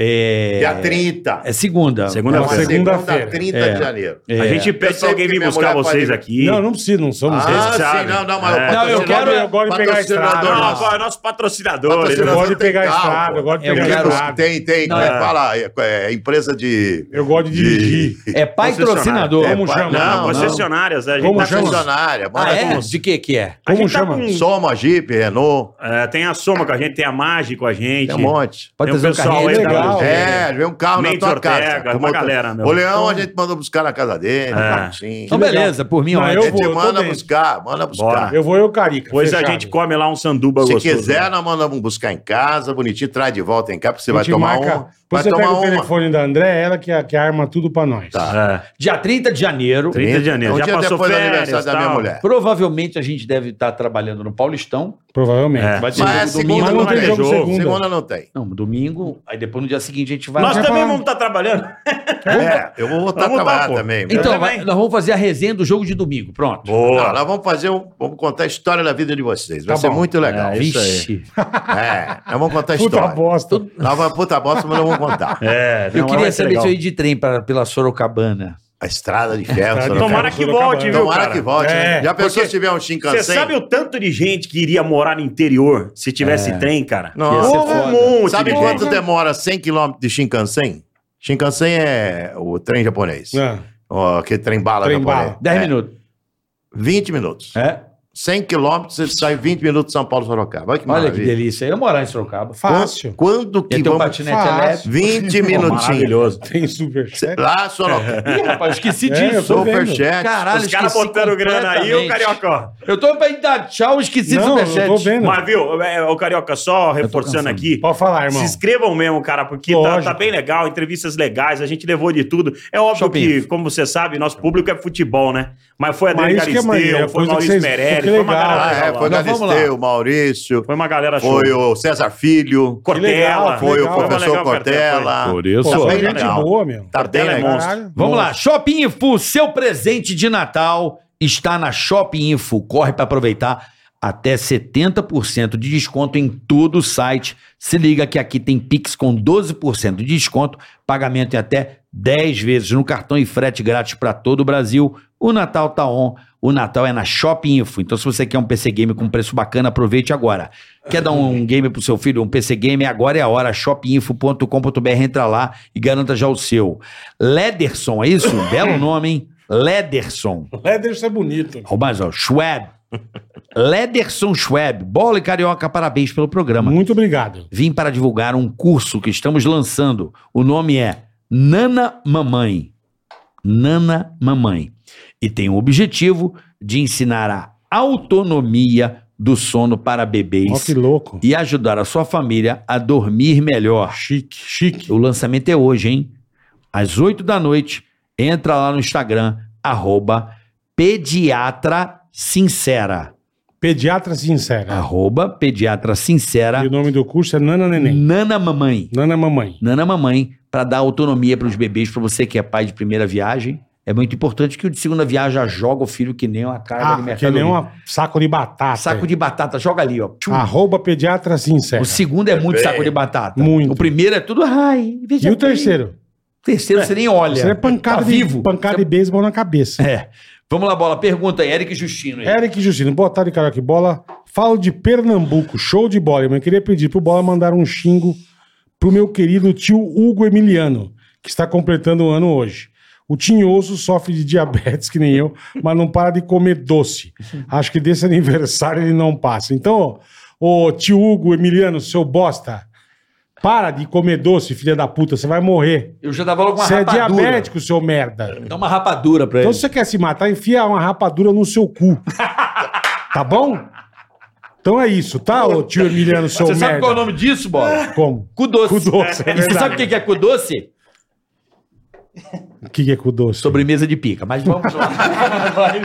É...
Dia 30.
É segunda.
Segunda-
É uma
segunda-feira.
segunda, 30 de janeiro.
É.
A gente
Eu
pensa
sei
alguém
que
vir
minha
buscar
mulher
vocês
pode-
aqui.
Não, não preciso, não somos.
Vocês
Ah, sim,
sabem.
não, não, mas
É.
o
Não, eu
patrocinador-
quero-
eu gosto de pegar a
patrocinador
estrada.
nosso.
Não, nossos patrocinadores.
Eu
Patrocinador.
gosto de pegar
Tem carro,
estrada, eu gosto de
Eu
pegar
quero-
estrada.
Tem, tem,
Não,
como é
é.
que fala? É, é empresa de.
Eu gosto de dirigir.
É patrocinador.
É,
Como
pa-
chama?
Não,
Não,
não.
concessionárias. né? A gente
Como
tá com-
chama?
Concessionária.
Ah,
manda
é?
com-
De que que é?
A gente
Como
tá
chama?
com-
Soma, Jeep, Renault,
É, tem a Soma com a gente, tem a Magi com a gente.
tem um monte.
Pode
Tem um
trazer um
pessoal
carrinho
aí
aí,
da-
legal.
É, vem um carro na
Mendes
tua
Ortega,
casa. Tu
uma
monta-
galera, meu.
O Leão a gente manda buscar na casa dele.
É.
bonitinho.
Então beleza, por mim,
Não,
A
eu
ótimo.
gente
vou, eu tô
manda
dentro.
buscar, manda buscar.
Eu vou eu, Carica.
Pois
fechado.
É a gente come lá um sanduba
Se
gostoso. né?
quiser, nós mandamos buscar em casa, bonitinho, traz de volta em casa, porque você
A
vai
gente
tomar
marca-
uma.
Depois
Vai
você pega
tomar
o
uma.
telefone da André, ela que, que arma tudo pra nós.
Tá.
É,
Dia 30 de janeiro.
30 de janeiro.
Um
Já
dia
passou
depois do
férias,
aniversário da minha
tal.
mulher.
Provavelmente a gente deve estar trabalhando no Paulistão.
Provavelmente.
É.
Vai ter
Mas é
jogo domingo.
segunda,
Mas
não
não
tem
tem jogo segunda.
Segunda não tem.
Não, domingo. Aí depois no dia seguinte a gente vai.
Nós
Já
também
falaram.
vamos estar trabalhando.
É, eu vou voltar a
Vamos voltar,
trabalhar
pô.
também.
Então,
Eu
vai-
também.
nós vamos fazer a resenha do jogo de domingo. Pronto.
Não, nós vamos fazer um. Vamos contar a história da vida de vocês. Vai
Tá
ser
bom.
muito legal.
É, isso aí.
Vixe.
É, nós vamos contar
Puta
a história.
bosta.
Nós vamos puta bosta, mas nós vamos contar.
É, não,
Eu
mas
queria
vai ser
saber
legal.
se eu ir de trem pra, pela Sorocabana.
A estrada de ferro.
Estrada de
Sorocaba.
Tomara
Cara,
que
Sorocabana.
volte, viu,
Tomara
cara?
que
É,
volte. né? Já pensou
porque
se tiver um
Você
Shinkansen?
sabe o tanto de gente que iria morar no interior se tivesse
É.
trem, cara?
Nossa.
Ia ser
Ia ser
um
foda.
monte
Sabe
de
quanto
gente.
demora 100 km de Shinkansen? Shinkansen é o trem japonês.
É.
Ó, aquele trem bala
Trem
japonês.
bala.
10
É,
minutos.
20 minutos.
É?
100 km, você sai 20 minutos de São Paulo Sorocaba. Olha que
Olha que
maravilha.
delícia. Eu ia morar em Sorocaba.
Fácil.
Quando
Ia
que
ter um
vamos...
patinete elétrico.
Fácil.
20 minutinhos.
Maravilhoso.
Tem superchat.
Lá, Sorocaba.
Ih, rapaz, esqueci
né? É, eu
disso.
tô vendo.
Superchat.
Caralho,
É, Os caras
esqueci
botando grana aí, o
completamente.
Carioca, ó.
Eu tô pra ir dar tchau, esqueci do
Não, eu
superchat.
tô vendo.
Mas viu, é, o Carioca, só reforçando
cansando.
aqui.
Pode falar, Ah, irmão.
Se inscrevam mesmo, cara, porque tá,
Lógico.
tá bem legal, entrevistas legais, a gente levou de tudo. É óbvio
Shopping.
que, como você sabe, nosso público é futebol, né? Mas foi Adriano
Mas isso que é
Galisteu,
maneiro,
foi
coisa que
Maurício
vocês-
Meirelles,
que
foi uma
legal.
galera
Ah, é,
legal lá.
foi o
Mas vamos lá.
Galisteu, o Maurício,
Foi uma galera show.
foi o César Filho,
Cortella,
legal,
foi
legal.
o professor
Legal,
Cortella.
Por isso,
Pô,
Tá
só
bem
gente
legal.
boa, meu.
Tá bem
Cortella é
legal.
monstro.
Vamos lá, Shopping Info, seu presente de Natal está na Shopping Info. Corre para aproveitar até 70% de desconto em todo o site. Se liga que aqui tem Pix com 12% de desconto, pagamento em até 10 vezes no cartão e frete grátis para todo o Brasil. O Natal tá on, o Natal é na Shopping Info. Então se você quer um PC game com preço bacana, aproveite agora. Quer dar um game pro seu filho, um PC game, agora é a hora. shopinfo.com.br, entra lá e garanta já o seu. Lederson, é isso? Belo nome, hein? Lederson.
Lederson é bonito.
Ou mais, ó, Schweb. Lederson Schweb. Bola e Carioca, parabéns pelo programa.
Muito obrigado.
Vim para divulgar um curso que estamos lançando. O nome é Nana Mamãe. Nana Mamãe. E tem o objetivo de ensinar a autonomia do sono para
Ó, que
bebês
louco.
e ajudar a sua família a dormir melhor.
Chique, chique.
O lançamento é hoje, hein? Às 8 da noite. Entra lá no Instagram, arroba pediatra sincera.
Pediatra
Ah,
sincera.
Arroba pediatra sincera.
E o nome do curso é Nana Neném.
Nana Mamãe.
Nana Mamãe.
Nana Mamãe, para dar autonomia para os bebês, para você que é pai de primeira viagem. É muito importante que o de segunda viagem já joga o filho que nem uma carga de
Ah, que
mercado.
nem É. um saco de batata.
Saco de batata, joga ali, ó. Tchum.
Arroba pediatra assim, sincera.
O segundo é muito
bem.
saco de batata.
Muito.
O primeiro é tudo. Ai, veja
E o
bem."
terceiro?
O terceiro você nem olha.
Isso é
tá
pancada, de,
vivo.
pancada de É. beisebol na cabeça.
É. Vamos lá, bola. Pergunta aí, Eric Justino. Aí.
Eric Justino, boa tarde, Carioca e Bola. Falo de Pernambuco, show de bola. Mas queria pedir pro Bola mandar um xingo pro meu querido tio Hugo Emiliano, que está completando o ano hoje. O tinhoso sofre de diabetes, que nem eu, mas não para de comer doce. Acho que desse aniversário ele não passa. Então, ô ô, tio Hugo Emiliano, seu bosta, para de comer doce, filha da puta, você vai morrer.
Eu já dava logo uma
Você é
rapadura.
diabético, seu merda.
Dá uma rapadura pra
Então,
ele.
se você quer se matar, enfia uma rapadura no seu cu. tá bom? Então é isso, tá, ô tio Emiliano, seu
Você sabe
merda?
qual é o nome disso, Bola?
Como?
Cu doce.
Cu doce, é
e você
verdade.
sabe o que que é cu doce?
O que que é com o doce?
Sobremesa de pica. Mas vamos lá. Vai.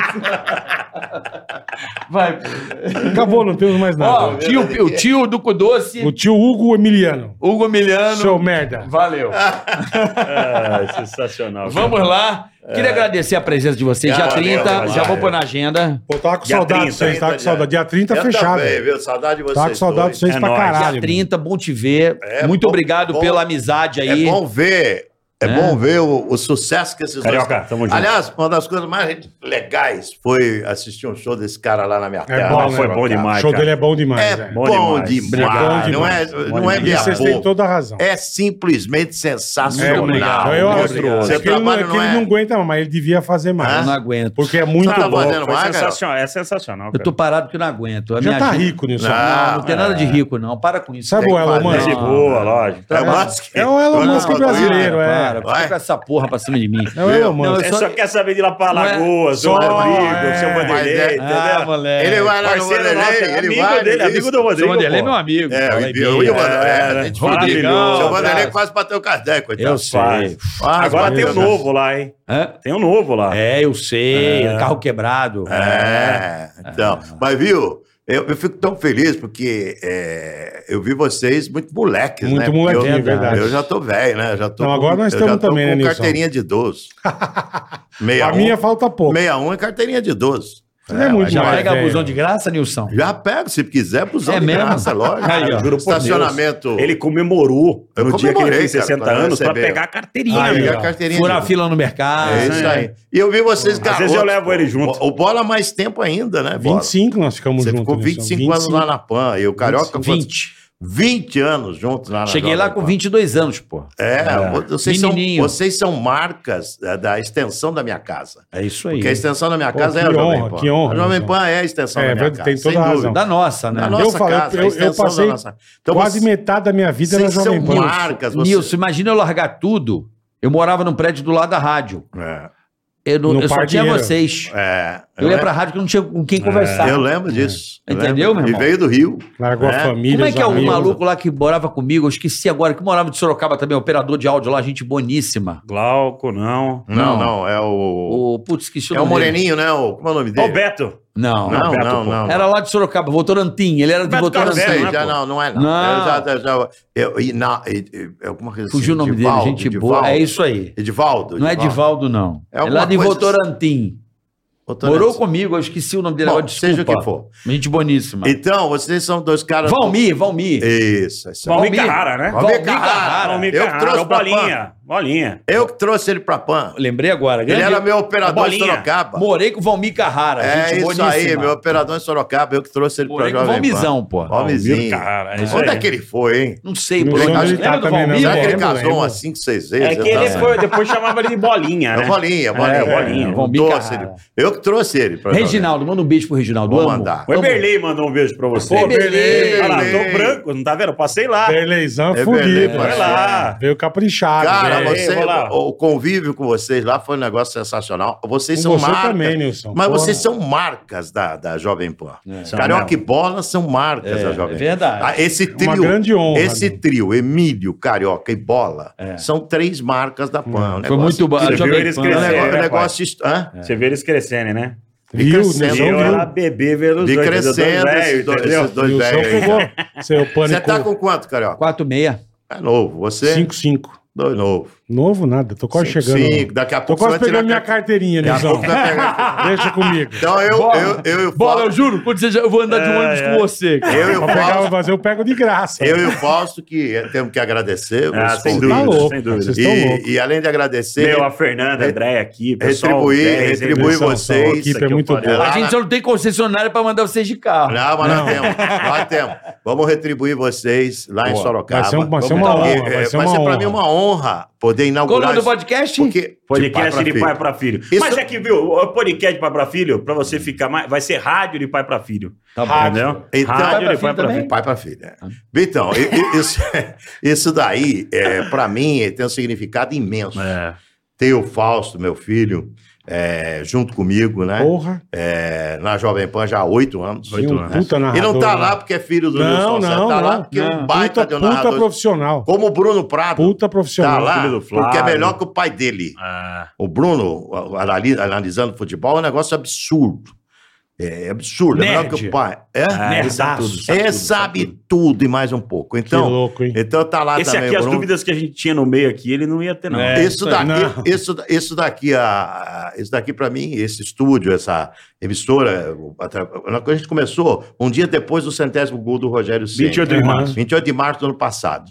Vai.
Acabou, não temos mais
Ó,
nada.
o tio, o tio do cu doce,
o tio Hugo Emiliano,
Hugo Miliano.
seu merda.
Valeu.
Ah, sensacional. cara.
Vamos lá. Queria agradecer a presença de vocês.
Ah,
Dia
valeu,
30, já
valeu.
vou pôr na agenda.
Pô, tava com
Dia
saudade
30,
de vocês, tava com saudade. Dia 30
Eu
fechado.
também, viu? Saudade de vocês.
Tava Tá com saudade de
dois.
vocês
É
pra
nóis.
caralho.
Dia 30, bom te ver.
É,
Muito
bom-
obrigado
bom-
pela amizade aí.
É bom ver. É,
É.
bom ver o, o sucesso que esses
Carioca,
dois...
tamo junto.
Aliás, uma das coisas mais legais foi assistir um show desse cara lá na minha
É
terra.
bom,
Ah, foi
né,
bom
cara?
demais,
O show
cara.
dele é bom demais.
É
é.
bom,
Bom
demais.
demais.
Não é,
Bom
não
demais.
é
E
meia
vocês têm
boca.
toda a razão. É
É simplesmente sensacional.
Muito obrigado. Então, Eu acho que
Seu
ele, não,
trabalho
é que
não
ele
é...
não aguenta, mais, mas ele devia fazer mais.
Eu não aguento.
Porque é muito
Tá
bom.
fazendo
Foi
mais, cara?
sensacional, é sensacional.
Eu
Cara.
tô parado porque eu não aguento. A
Já
minha
tá
agenda-
rico nisso.
Não, não tem
Ah,
nada de rico, não. Para com isso.
Sabe é
tem
o
que
Elon
fazer.
Mas É de
Musk?
boa, lógico.
É o Musk.
É o Elon
Olha
Musk
lá,
brasileiro,
Para,
é.
para.
Vai.
Fica com essa porra pra cima de mim.
É o Elon
Não,
Musk.
Ele só
Só-
quer saber de ir lá pra
Não é-
Lagoas, seu
Só-
Rodrigo,
é.
seu
Mas
Vanderlei,
é-
entendeu?
Ah, moleque.
Ele vai lá no
Parceiro nosso,
Vanderlei,
é
ele
amigo
vai.
dele,
nisso.
amigo do
Seu
Rodrigo.
Vanderlei é
pô.
meu amigo.
É,
Fala aí, né?
o Ibi- o Ibi-
Bia.
é,
É,
a gente
maravilhoso.
O seu Vanderlei
abraço.
quase bateu o Kardec, coitado.
Eu sei.
Quase
Ah,
Agora tem
bateu
um
o Kardec.
novo lá, hein?
Hã?
Tem um novo lá.
É, eu sei. Carro quebrado.
É, então. Mas viu, eu, eu fico tão feliz porque é, eu vi vocês muito moleques,
Muito
né?
molequinho,
Porque eu,
é verdade.
Eu já tô velho, né? Já tô
Não, agora nós
eu já
estamos
tô
também, né,
com
Nilson?
carteirinha de idoso. Meia
A minha falta pouco.
61 é carteirinha de idoso.
Você não é muito
mas já
Já
mais
pega
velho.
abusão de graça, Nilson?
Já pego, se quiser, pro Zão
É
de
mesmo?
Graça, lógico.
Aí, ó.
Juro por
Estacionamento.
Ele comemorou
Eu
no dia que ele
comemorei,
fez
cara,
60
quando
anos pra
recebeu.
pegar a carteirinha.
Aí,
meu.
Pega a carteirinha
Furar
de
fila no mercado.
É isso aí. E eu vi
vezes
vocês garotos.
eu levo ele junto.
O, o Bola mais tempo ainda, né, Bola?
25 nós ficamos
Você
juntos. né,
ficou 25, anos lá na PAN. E o Carioca, 20.
20.
20 anos juntos lá na
Cheguei
Jovem
lá com
Pan.
22 anos, pô.
É, Vocês, são,
Menininho.
vocês são marcas é, da extensão da minha casa.
É isso aí.
Porque a extensão da minha
Pô,
casa é
que
a Jovem
honra,
Pan.
que honra,
a Jovem
Nilson.
Pan é a extensão
É,
da minha
tem
casa.
toda
sem
a razão.
dúvida.
Da nossa, né?
Da nossa
falei,
casa,
eu-
a
eu
extensão
passei
da nossa. Então,
Quase
vocês,
metade da minha vida era
vocês são
Jovem Pan.
marcas. vocês-
Nilson, imagina eu largar tudo. Eu morava num prédio do lado da rádio.
É,
Eu, não-
No
eu só
Parque
tinha
Pinheiro.
vocês.
é.
Eu ia
lembro-
pra rádio que não tinha com quem conversar.
Eu lembro disso. Eu
Entendeu,
lembro.
meu irmão?
E veio do Rio.
Largou a
É.
família.
Como é
os
que é o
amigos.
maluco lá que morava comigo? Eu esqueci agora, que morava de Sorocaba também, operador de áudio lá, gente boníssima.
Glauco, não.
Não,
Não.
não, é o.
O putz, esqueci o
é o
nome dele.
Moreninho, né? O, como é o nome
Ó,
dele?
o Beto.
Não.
Não,
Beto,
não,
pô.
não.
Era lá de Sorocaba, Votorantim. Ele era de
Beto
Eu não
Carlos
Votorantim.
Beto,
sei,
né,
já
pô?
não, não é não.
Não.
Eu já, já, já- eu, e, na- e- e- é alguma coisa assim,
Fugiu o nome
Edivaldo,
dele, gente
Edivaldo.
boa. É isso aí.
Edivaldo.
Não é Divaldo, não.
É
É
alguma
lá de
coisa-
Votorantim.
Outra
Morou
vez.
comigo, eu esqueci o nome dele
Bom,
agora, desculpa.
seja o que for.
Gente boníssima.
Então, vocês são dois caras.
Valmir, Valmir.
Isso, isso. aí.
Valmir Carrara, né?
Valmir
Valmir
Carrara.
Carrara.
Valmir
eu que
Carrara, é
trouxe
o
pra
Bolinha. Bolinha.
Eu que trouxe ele pra PAN.
Lembrei agora.
Ele
é grande-
era meu operador em
Bolinha.
Sorocaba.
Morei com o Valmir Carrara.
é
gente
isso
boníssima.
aí, meu operador em Sorocaba. Eu que trouxe ele pra
Morei com o
Jovem Pan.
Valmizão, pô.
Valmizinho.
Valmir Carrara, é isso
Onde
aí.
é que ele foi, hein?
Não sei,
Não
pô.
sei
Lembra
onde ele
tá
do
também,
Valmir?
não.
Será que ele
lembro,
casou
lembro.
umas 5, 6 vezes?
É que
Eu
ele
tava-
foi, depois chamava ele de Bolinha, né?
É bolinha, bolinha.
É, bolinha.
Eu
Vombi
trouxe
Carrara.
ele. Eu que trouxe ele. pra
Reginaldo, manda um beijo pro Reginaldo.
Vou
amo.
mandar.
O
Amo.
Eberlei mandou um beijo pra você.
Ô, Eberlei.
Olha lá,
Eberlei.
tô branco, não tá vendo? Eu passei lá.
Berleizão
É
é fudido.
Berlei,
Vai
é.
lá.
Veio caprichado. né?
Cara,
velho.
Ei,
você,
vou lá.
o convívio com vocês lá foi um negócio sensacional. Vocês
Com
são
você
marcas.
também, Nilson.
Mas
Porra.
vocês são marcas da, da Jovem Pan.
São
Carioca
mesmo.
e Bola são marcas
É,
da Jovem
é
Pan.
verdade.
Ah, esse trio,
Uma grande honra,
Esse
né?
trio, Emílio, Carioca e Bola,
É.
são três marcas da
Hum.
Pan. Um
Foi muito bom.
bom.
A
Você
Jovem
viu eles
Pan-
É um
crescer,
negócio,
né,
negócio hist- hã?
Você vê eles crescerem, né?
Viu,
crescendo,
Nilson
Então,
eu
viu.
era bebê vendo os dois.
Decrescendo esses
velho,
dois-
entendeu?
esses dois
Nilson
velhos. aí,
pegou.
cara.
Seu
é, Você
pânico
tá com quanto, Carioca?
4,6.
É novo. Você?
5-5.
Dois novo.
Novo nada, tô quase
Cinco,
chegando.
cinco. Daqui a
Tô
pouco
quase
você vai
pegando
tirar
minha carteirinha,
carteira. Daqui a
Nilson.
pouco vai pegar
Deixa comigo.
Então eu,
Bola.
eu, eu, e o
Bola, eu
Fausto,
juro, quando você já, eu vou andar de ônibus com você. cara.
eu, e
Pra
o
pegar o
Fausto,
vazio, eu pego de graça.
eu e o Fausto que eh, temos que agradecer. os
Ah, sem
convites.
dúvida,
Tá louco,
sem dúvida.
vocês estão loucos.
E, e além de agradecer, eh,
Meu, a Fernanda, a André aqui, pessoal.
Retribuir,
dez,
retribuir
hein, meu?
vocês.
A equipe
Isso
é
que
muito
eu falei.
boa.
A gente só não tem concessionária pra mandar vocês de carro.
não, mas
Não.
nós temos, nós temos. Vamos retribuir vocês lá em
Boa.
Sorocaba.
Vai ser um- vai ser
Vamos
uma
dar-
honra,
é,
vai
é,
ser
vai
uma
ser pra
honra.
mim uma honra poder
Qual o
inaugurar.
nome do
esse-
podcast?
Porque
Podcast de
pra
pai
filho.
para filho.
Isso-
Mas é que, viu, o podcast de pai para filho, pra você ficar mais. Vai ser rádio de pai para filho.
Tá bom.
Entendeu?
Então-
rádio
Pai pra
de pai
filho
para
também?
filho.
Pai para filha. Então, i- i- isso, isso daí, é, para mim, tem um significado imenso.
É.
Ter o Fausto, meu filho, é, junto comigo, né?
Porra.
É, na Jovem Pan já há oito anos.
E um puta
E
narrador.
não tá
né?
lá porque é filho do
Não,
Wilson Sérgio,
não,
tá lá
não.
porque é
Não.
um baita
puta,
de um
puta
narrador.
profissional.
Como o Bruno Prado.
Puta
Tá
profissional.
lá,
filho do Flávio.
porque é melhor que o pai dele.
É.
O Bruno, a- anali- analisando futebol, é um negócio absurdo. É absurdo, é melhor
Nerd.
que o pai. É,
ele sabe
Nerdaço.
tudo, sabe
É,
tudo,
sabe
sabe
tudo, e mais um pouco. Então,
que louco, hein?
então tá lá
Esse
também
aqui, é
o
as
Bruno.
dúvidas que a gente tinha no meio aqui, ele não ia ter, não.
É.
isso,
isso aí,
daqui,
não.
isso, isso daqui, a, a- isso daqui para mim, esse estúdio, essa emissora, o- atra- a gente começou um dia depois do centésimo gol do Rogério Ceni.
28 de
Sim.
março.
28 de março do ano passado.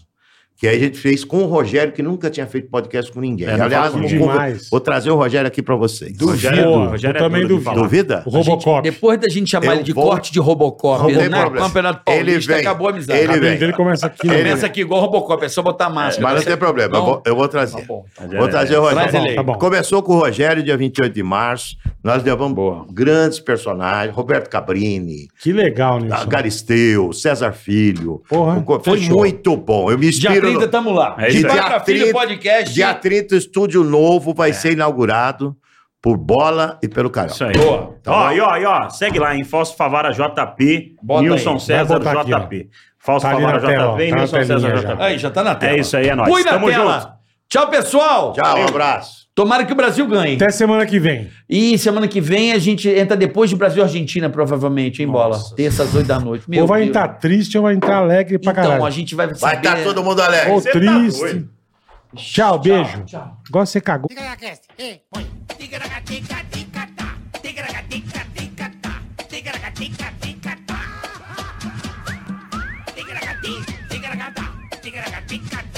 Que aí a gente fez com o Rogério, que nunca tinha feito podcast com ninguém.
É, não
Aliás,
fala
vou,
com
ninguém.
vou-
Demais.
vou trazer o Rogério aqui para vocês.
Rogério é
Boa,
duro, Rogério
eu
é
também
duro de
duvido.
falar.
Duvida?
O Robocop.
Depois da gente chamar
Eu
ele de
vou-
corte de Robocop,
Não tem
né?
problema.
Campeonato
Ele
Paulista,
vem.
acabou a amizade.
Ele
O
vem.
cabelo dele começa aqui. né?
Começa aqui igual Robocop, é só botar máscara. é-
Mas não tem problema, eu vou, eu vou trazer.
Tá bom.
Vou trazer o
Tá
Rogério.
bom, tá bom.
Começou com o Rogério, dia 28 de março. Nós levamos
Boa.
grandes personagens: Roberto Cabrini,
Que legal,
a-
Nilson.
Ah, Galisteu, César Filho.
Porra,
O co- foi
fechou.
muito bom. Eu me
Dia
inspiro. no-
30, tamo lá.
É isso aí.
Quarta Filho Podcast. É.
dia 30, estúdio novo vai ser inaugurado por Bola e pelo Carol.
Isso aí.
Boa.
Tá
ó,
bom?
e ó, e ó, segue lá, em Fausto Favara JP,
Bota
Nilson
aí.
César
Vai botar aqui,
JP. Fausto
Tá ali
Favara
na tela, ó,
JP,
tá na
Nilson
telinha
César
já.
JP.
Aí, já tá na tela.
É isso aí, é nóis.
Põe na
Tamo
tela.
junto.
Tchau, pessoal.
Tchau, um abraço.
Tomara que o Brasil ganhe.
Até semana que vem.
E semana que vem a gente entra depois de Brasil e Argentina, provavelmente, hein, bola? Terça às 8 da noite. Meu
ou vai
Deus.
entrar triste ou vai entrar alegre pra
Então,
caralho.
a gente vai
Vai
saber...
estar todo mundo alegre.
Ou
Você tá
triste.
doido.
tchau, beijo.
tchau.
Agora você cagou.
Ticaracast, eh, põe. Ticaracatica, ticatá. Ticaracatica, ticatá. Ticaracatica, ticatá. Ticaracati, ticaracatá. Ticaracatica, ticatá.